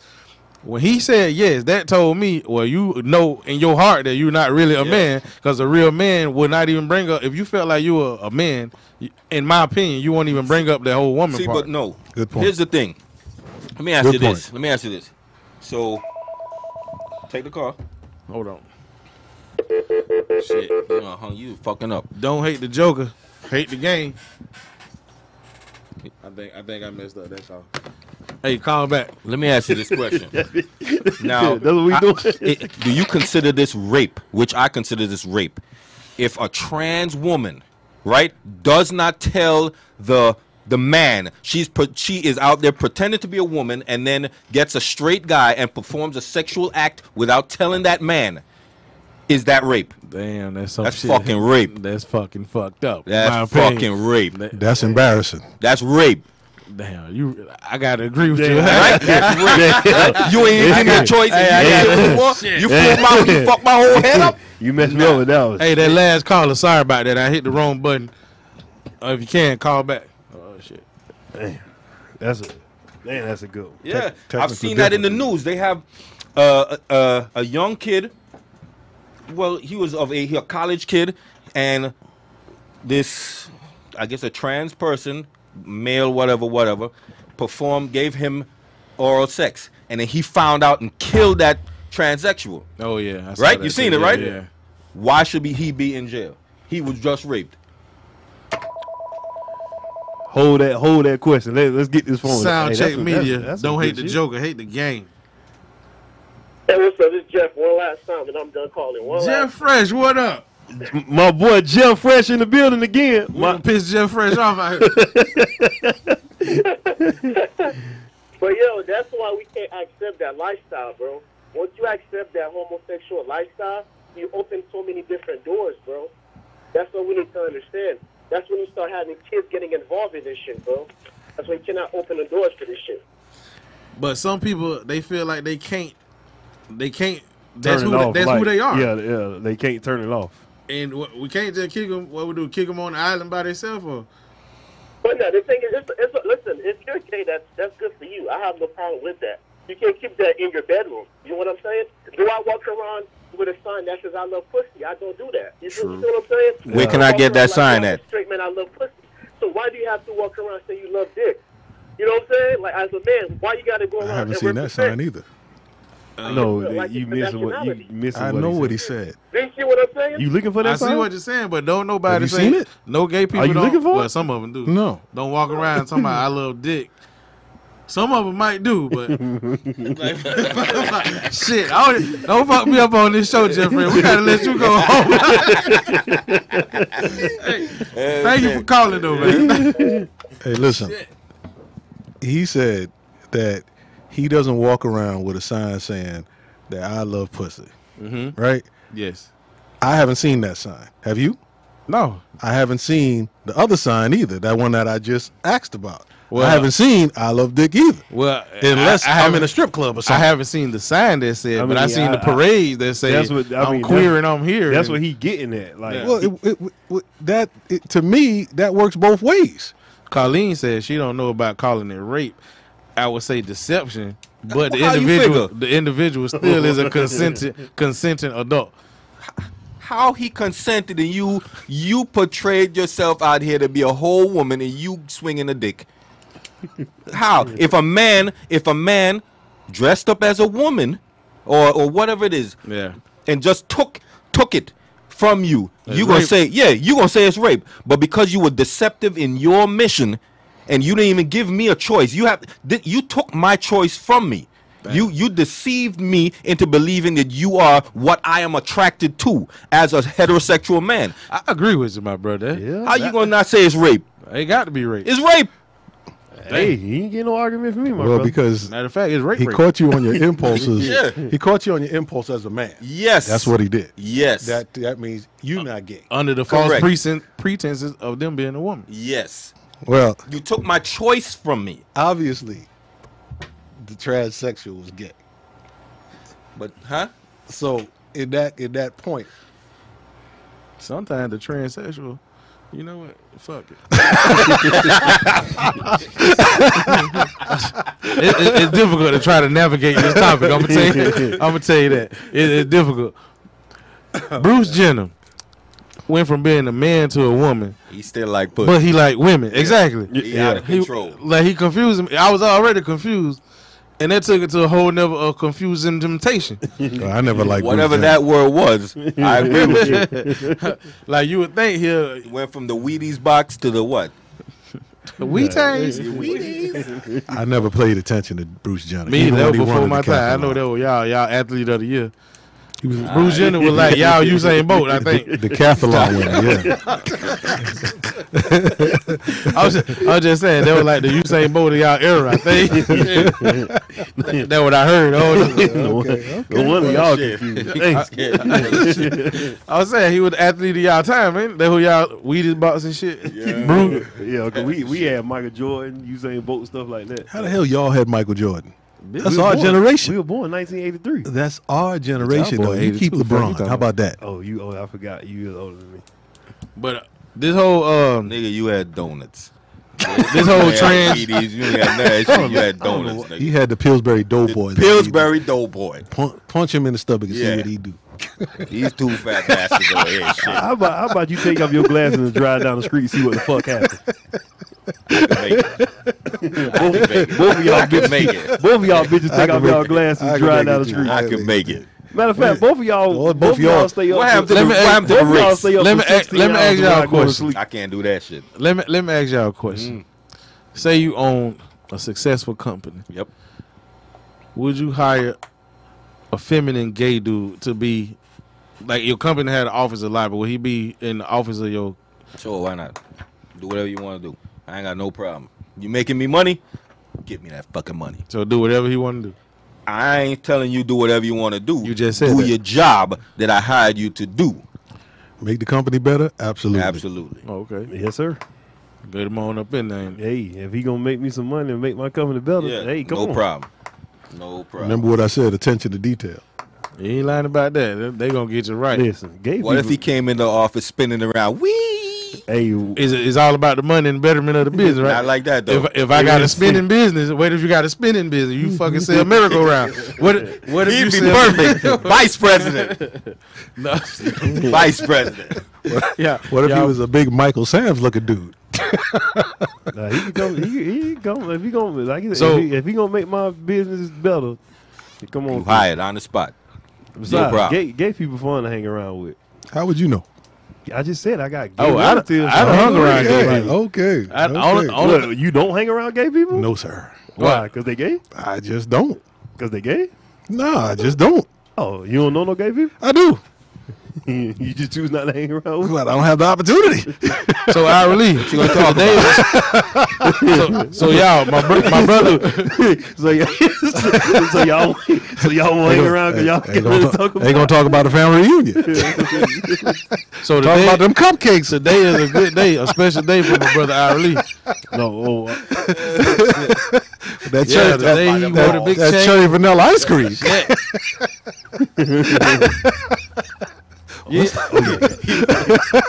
When he said yes, that told me, well, you know in your heart that you're not really a man, because a real man would not even bring up. If you felt like you were a man, y- in my opinion, you won't even bring up that whole woman See, part. but no. Good point. Here's the thing. Let me ask Good you this. point. Let me ask you this. So, take the car. Hold on, Shit, you know, hung you fucking up. don't hate the Joker, hate the game. I think I think I messed up. That's all. Hey, call back. Let me ask you this question. now, That's what we I- do. it- do you consider this rape? Which I consider this rape. If a trans woman, right, does not tell the the man she's pre- she is out there pretending to be a woman and then gets a straight guy and performs a sexual act without telling that man, is that rape? Damn, that's some That's shit. fucking rape. That's fucking fucked up. in my That's opinion. fucking rape. That's embarrassing. That's rape. Damn, you. I gotta agree with you. Right? You ain't give me a choice. Hey, and you hey, ain't what you want. You flip my, you fuck my whole head up. You messed me over that one. Hey, that last caller. Sorry about that. I hit the wrong button. Uh, if you can, call back. Oh shit. That's a damn. That's a good. One. Yeah, technical I've seen that in the news. They have uh, uh, a young kid. Well, he was of a, he a college kid, and this, I guess, a trans person, male, whatever, whatever, performed, gave him oral sex, and then he found out and killed that transsexual. Oh yeah. I saw Right? that You seen too. it, right? Yeah, yeah. Why should be he be in jail? He was just raped. Hold that. Hold that question. Let, us get this phone. Sound Hey, check that's a- media. that's- that's some Don't good hate the shit. Joker. Hate the game. Hey, what's up? This is Jeff. One last time, and I'm done calling. One Jeff Fresh, what up? M- My boy Jeff Fresh in the building again. We My, gonna piss Jeff Fresh off out here. But yo, that's why we can't accept that lifestyle, bro. Once you accept that homosexual lifestyle, you open so many different doors, bro. That's what we need to understand. That's when you start having kids getting involved in this shit, bro. That's why you cannot open the doors for this shit. But some people they feel like they can't. They can't. That's turn who. it They, off, that's like- who they are. Yeah, yeah. They can't turn it off. And wh- we can't just kick them. What we do? Kick them on the island by themselves? Or But no, the thing is, it's, it's, listen, if you're gay, that's, that's good for you. I have no problem with that. You can't keep that in your bedroom. You know what I'm saying? Do I walk around with a sign that says I love pussy? I don't do that. You, see- you see what I'm saying? Where can I walk get that around like, sign "Oh, I'm at?" a Straight man, I love pussy. So why do you have to walk around and say you love dick? You know what I'm saying? Like as a man, why you got to go I around? haven't and seen that represent? sign either. uh, no, feel like you it's a missing what you nationality. missing. I what know he what he said. said. Do you see what I'm saying? You looking for that I see sign? what you're saying, but don't nobody Have you say seen it? no gay people. you don't, looking for it? Well, some of them do. No. Don't walk around talking about I love dick. Some of them might do, but shit, I don't, Oh, don't fuck me up on this show, Jeffrey. We gotta let you go home. Hey, thank you for calling, though, man. Hey, listen. He said that he doesn't walk around with a sign saying that I love pussy. Mm-hmm. Right? yes. I haven't seen that sign. Have you? No. I haven't seen the other sign either. That one that I just asked about. Well- I haven't seen I love dick either. Well, Unless I, I I, am haven't. in a strip club or I something. haven't seen the sign that said, I but I mean, seen the I- I- parade that said, That's what- I I am mean, queer that's- and I'm here. That's And- what he getting at. Like, Yeah. well, it, it, it- that it, to me that works both ways. Colleen says she don't know about calling it rape. I would say deception, but the How you individual, figure? the individual still is a consenting consenting adult. How he consented and you you portrayed yourself out here to be a whole woman and you swinging a dick. How if a man if a man dressed up as a woman or or whatever it is Yeah, and just took took it from you, you gonna rape. say yeah you gonna say it's rape, but because you were deceptive in your mission and you didn't even give me a choice, you have th- you took my choice from me. You you deceived me into believing that you are what I am attracted to as a heterosexual man. I agree with you, my brother. yeah, How you gonna not say it's rape? it got to be rape. It's rape. hey, he ain't getting no argument from me, my well, brother. because Matter of fact, it's rape. he rape. caught you on your impulses. Yeah. He caught you on your impulse as a man. Yes. That's what he did. Yes. Uh, That that means you're not gay. under the false Correct. presen- pretenses of them being a woman. yes. Well, You took my choice from me. obviously, the transsexual was gay. But huh? So in that in that point, Sometimes the transsexual, you know what? Fuck it. It- it- It's difficult to try to navigate this topic. I'm gonna tell you. I'm gonna tell you that It- it's difficult. Bruce Jenner went from being a man to a woman, He still like pussy. but he like women. Exactly. He out of control. Like he confused me. I was already confused, and that took it to a whole level of confusing temptation. I never liked Whatever that word was, I agree with you. like you would think here, Went from the Wheaties box to the what? we changed. I never paid attention to Bruce Jenner. Me, even when that was he before wanted my to catch time. I a know lot. that was y'all, y'all athlete of the year. Bruce Jenner was like y'all Usain Bolt, I think. Decathlon winner, yeah. I was, just, I was just saying they were like the Usain Bolt of y'all era. I think that's what I heard. Oh, No one- no one of y'all confused. Thanks. I was saying he was the athlete of y'all time, man. That who y'all Wheaties box and shit. Bro, yeah, 'cause we we had Michael Jordan, Usain Bolt, stuff like that. How the hell y'all had Michael Jordan? That's We our were born- generation. We were born in 1983. That's our generation. boy Though. You 82, keep fuck you LeBron. talking How about that? Oh, you. Oh, I forgot. You is older than me. But uh, this whole um, Nigga, you had donuts. this whole Oh, You had trend, PDs, You ain't got nothing. shit, You had I don't know donuts, what- He nigga. had the Pillsbury Doughboy. Pillsbury Doughboy. Punch, punch him in the stomach and see Yeah. what he do. These two fat bastards over here. Shit. How about how about you take off your glasses and drive down the street and see what the fuck happened? Make it. Both, both of I y'all can bitches. make it. Both of y'all bitches I take can off make y'all it. glasses I and can drive make down it the too. street. I can make it. Matter of fact, both of y'all, Well, both of y'all stay up. What happened to till- the- what happened to the both of y'all race? stay up Let me till ask- 16 let me hours ask before y'all I a go to question. sleep. I can't do that shit. let me let me ask y'all a question. Say you own a successful company, Mm. Yep. would you hire a feminine gay dude to be like your company had an office of library? Would he be in the office of your Sure, why not? Do whatever you want to do. I ain't got no problem. You making me money? Get me that fucking money. so do whatever he want to do? I ain't telling you do whatever you want to do. You just said do that. your job that I hired you to do. Make the company better? Absolutely. Absolutely. Oh, okay, Yes, sir. get him on up in there. Hey, if he gonna make me some money and make my company better, Yeah. hey, come no on. problem. No problem. Remember what I said attention to detail. You ain't lying about that. They, they gonna get you right. Listen, gay what if people, he came in the office spinning around? Wee. Hey, It's, it's all about the money and betterment of the business, right? Not like that though. If, if I got a Yes. spinning business, what if you got a spinning business? You fucking sell miracle round. What if- what if you He'd be sell- perfect. Vice president. Vice president. yeah. What if y'all- he was a big Michael Sam's looking dude? nah, he can come. He, he can come if he gonna like. I said, So- if, he, if he gonna make my business better, come on. You hired on the spot. Besides, problem. gay, gay people fun to hang around with. How would you know? I just said I got gay Oh, I done- relatives. I done hung around gay. gay Okay. people. Okay. I- I okay. don't- I Look, you don't hang around gay people? no, sir. Why? Because they gay? I just don't. Because they gay? Nah, I just don't. Oh, you don't know no gay people? I do. you just choose not to hang around with? But I don't have the opportunity. So I relieve. You gonna talk about it? so, so y'all, my bro- my brother, so, y- so y'all so y'all won't hang around because y'all ain't can't gonna, really talk, talk ain't about gonna talk about the family reunion. So talk today, about them cupcakes. today is a good day, a special day for my brother Ira Lee. No, oh, That Yeah, cherry, today that, you that- want a big that check. cherry vanilla ice cream.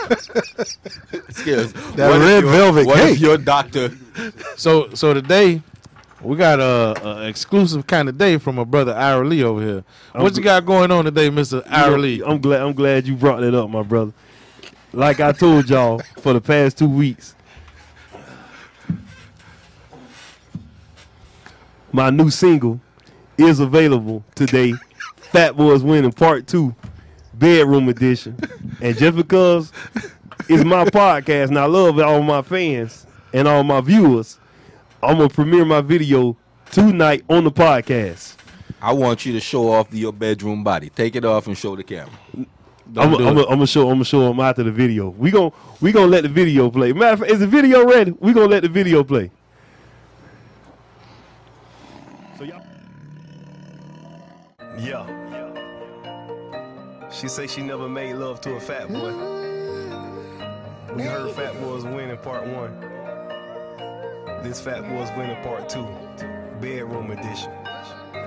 Skills. That What if red your- velvet What cake. if your doctor? So so today, we got a, a exclusive kind of day from my brother Ira Lee over here. What you got going on today, Mister Ira Lee? I'm glad I'm glad you brought that up, my brother. Like I told y'all for the past two weeks, my new single is available today. Fat Boys Winning Part Two, Bedroom Edition. And just because it's my podcast and I love all my fans and all my viewers, I'm gonna premiere my video tonight on the podcast. I want you to show off your bedroom body. Take it off and show the camera. I'm do gonna show I'm gonna show them after the video. We gon' we gonna let the video play. Matter of fact, is the video ready? We gonna let the video play. So y'all Yeah. She say she never made love to a fat boy. We heard Fat Boys win in part one. This Fat Boys win in part two. Bedroom edition.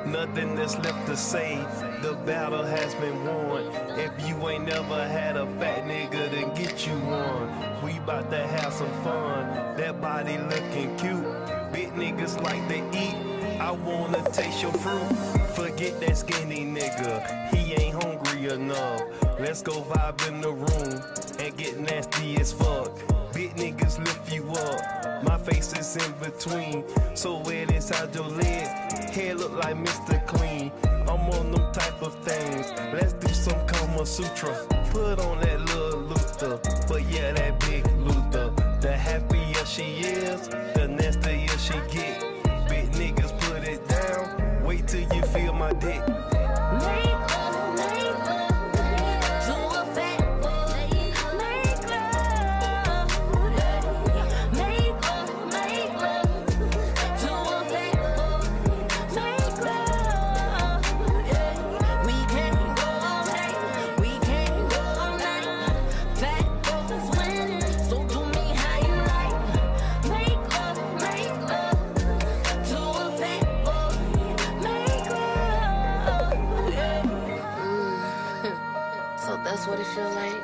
Nothing that's left to say. The battle has been won. If you ain't never had a fat nigga, then get you one. We bout to have some fun. That body looking cute. Big niggas like to eat. I wanna taste your fruit. Forget that skinny nigga. He ain't hungry enough. Let's go vibe in the room and get nasty as fuck. Big niggas lift you up. My face is in between. So wet inside your legs. Hair look like Mr. Clean. I'm on them type of things. Let's do some Kama Sutra. Put on that little Luther. But yeah, that big Luther. The happier she is, the nastier she get. Big niggas put it down. Wait till you feel my dick. Make Mm.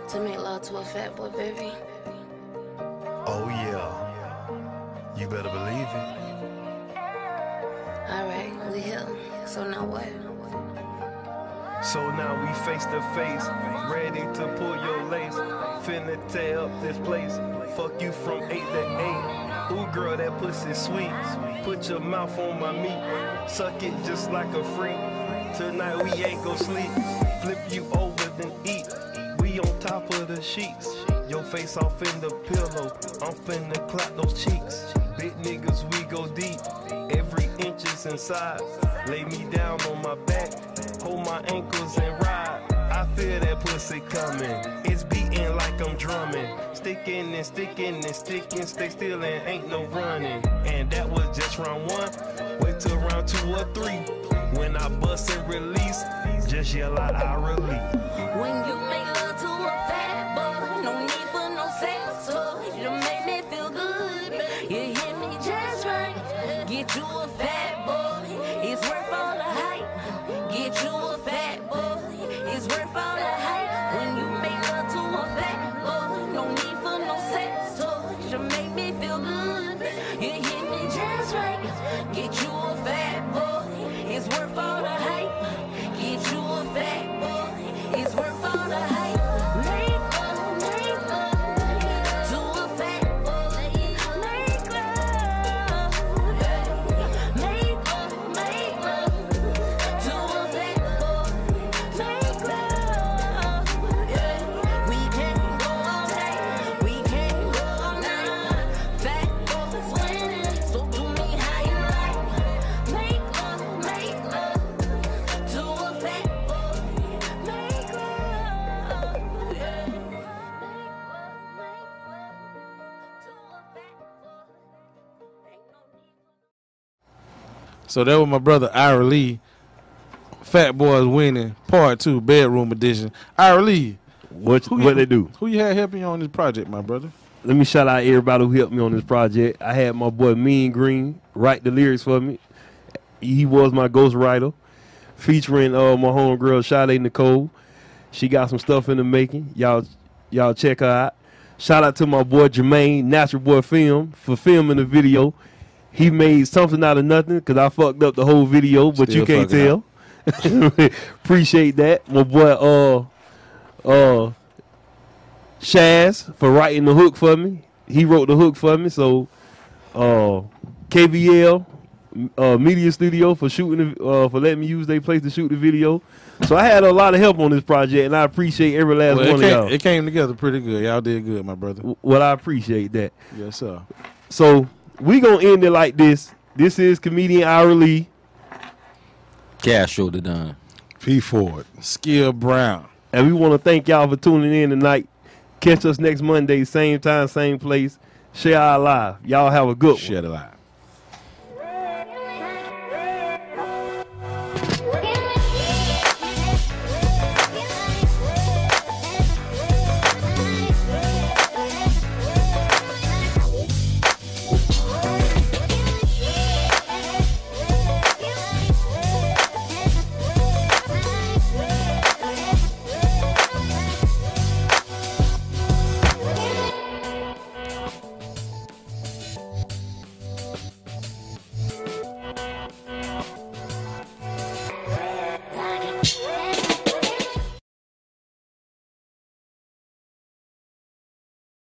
to make love to a fat boy, baby. Oh yeah. You better believe it. All right, we here. So now what? So now we face to face, ready to pull your lace. Finna tear up this place. Fuck you from eight to eight. Ooh, girl, that pussy sweet. Put your mouth on my meat. Suck it just like a freak. Tonight we ain't gon' sleep. Flip you over then eat. We on top of the sheets. Your face off in the pillow. I'm finna clap those cheeks. Big niggas, we go deep. Every inch is inside. Lay me down on my back. Hold my ankles and ride. I feel that pussy coming. It's beating like I'm drumming. Sticking and sticking and sticking. Stay still and ain't no running. And that was just round one. Wait till round two or three. When I bust and release, just yell out, I release. When you make love to a fat boy, no need for no sex toy. You make me feel good, you hit me just right. Get you a fat boy, it's worth all the hype. Get you a fat boy, it's worth all the hype. When you make love to a fat boy, no need for no sex toy. You make me feel good, you hit me just right. Get you a fat boy, it's worth all the hype. Get you a fat boy, it's worth all the hype. Make love, make love to a fat boy. Make love, make love, make love to a fat boy. Make love, yeah. We can go all night, we can go all night. Fat boys winning, so do me how you like. Make love, make love to a fat boy. Make love, yeah. So that was my brother Ira Lee. Fat Boys Winning Part Two Bedroom Edition. Ira Lee, What who you- what they do? Who you had helping you on this project, my brother? Let me shout out everybody who helped me on this project. I had my boy Mean Green write the lyrics for me. He was my ghostwriter, featuring uh, my homegirl Sade Nicole. She got some stuff in the making. Y'all y'all check her out. Shout out to my boy Jermaine, Natural Boy Film, for filming the video. He made something out of nothing because I fucked up the whole video, but you Still can't fucking tell. Appreciate that. My boy uh uh Shaz for writing the hook for me. He wrote the hook for me. So uh KVL uh, Media Studio for shooting the, uh, for letting me use their place to shoot the video. So I had a lot of help on this project, and I appreciate every last Well, it, one of y'all. came, it came together pretty good. Y'all did good, my brother. well, I appreciate that. Yes, sir. So we gonna end it like this. This is comedian Ira Lee. Cash shoulder done. P Ford. Skill Brown. And we want to thank y'all for tuning in tonight. Catch us next Monday, same time, same place. Share our live. Y'all have a good one. Shed alive.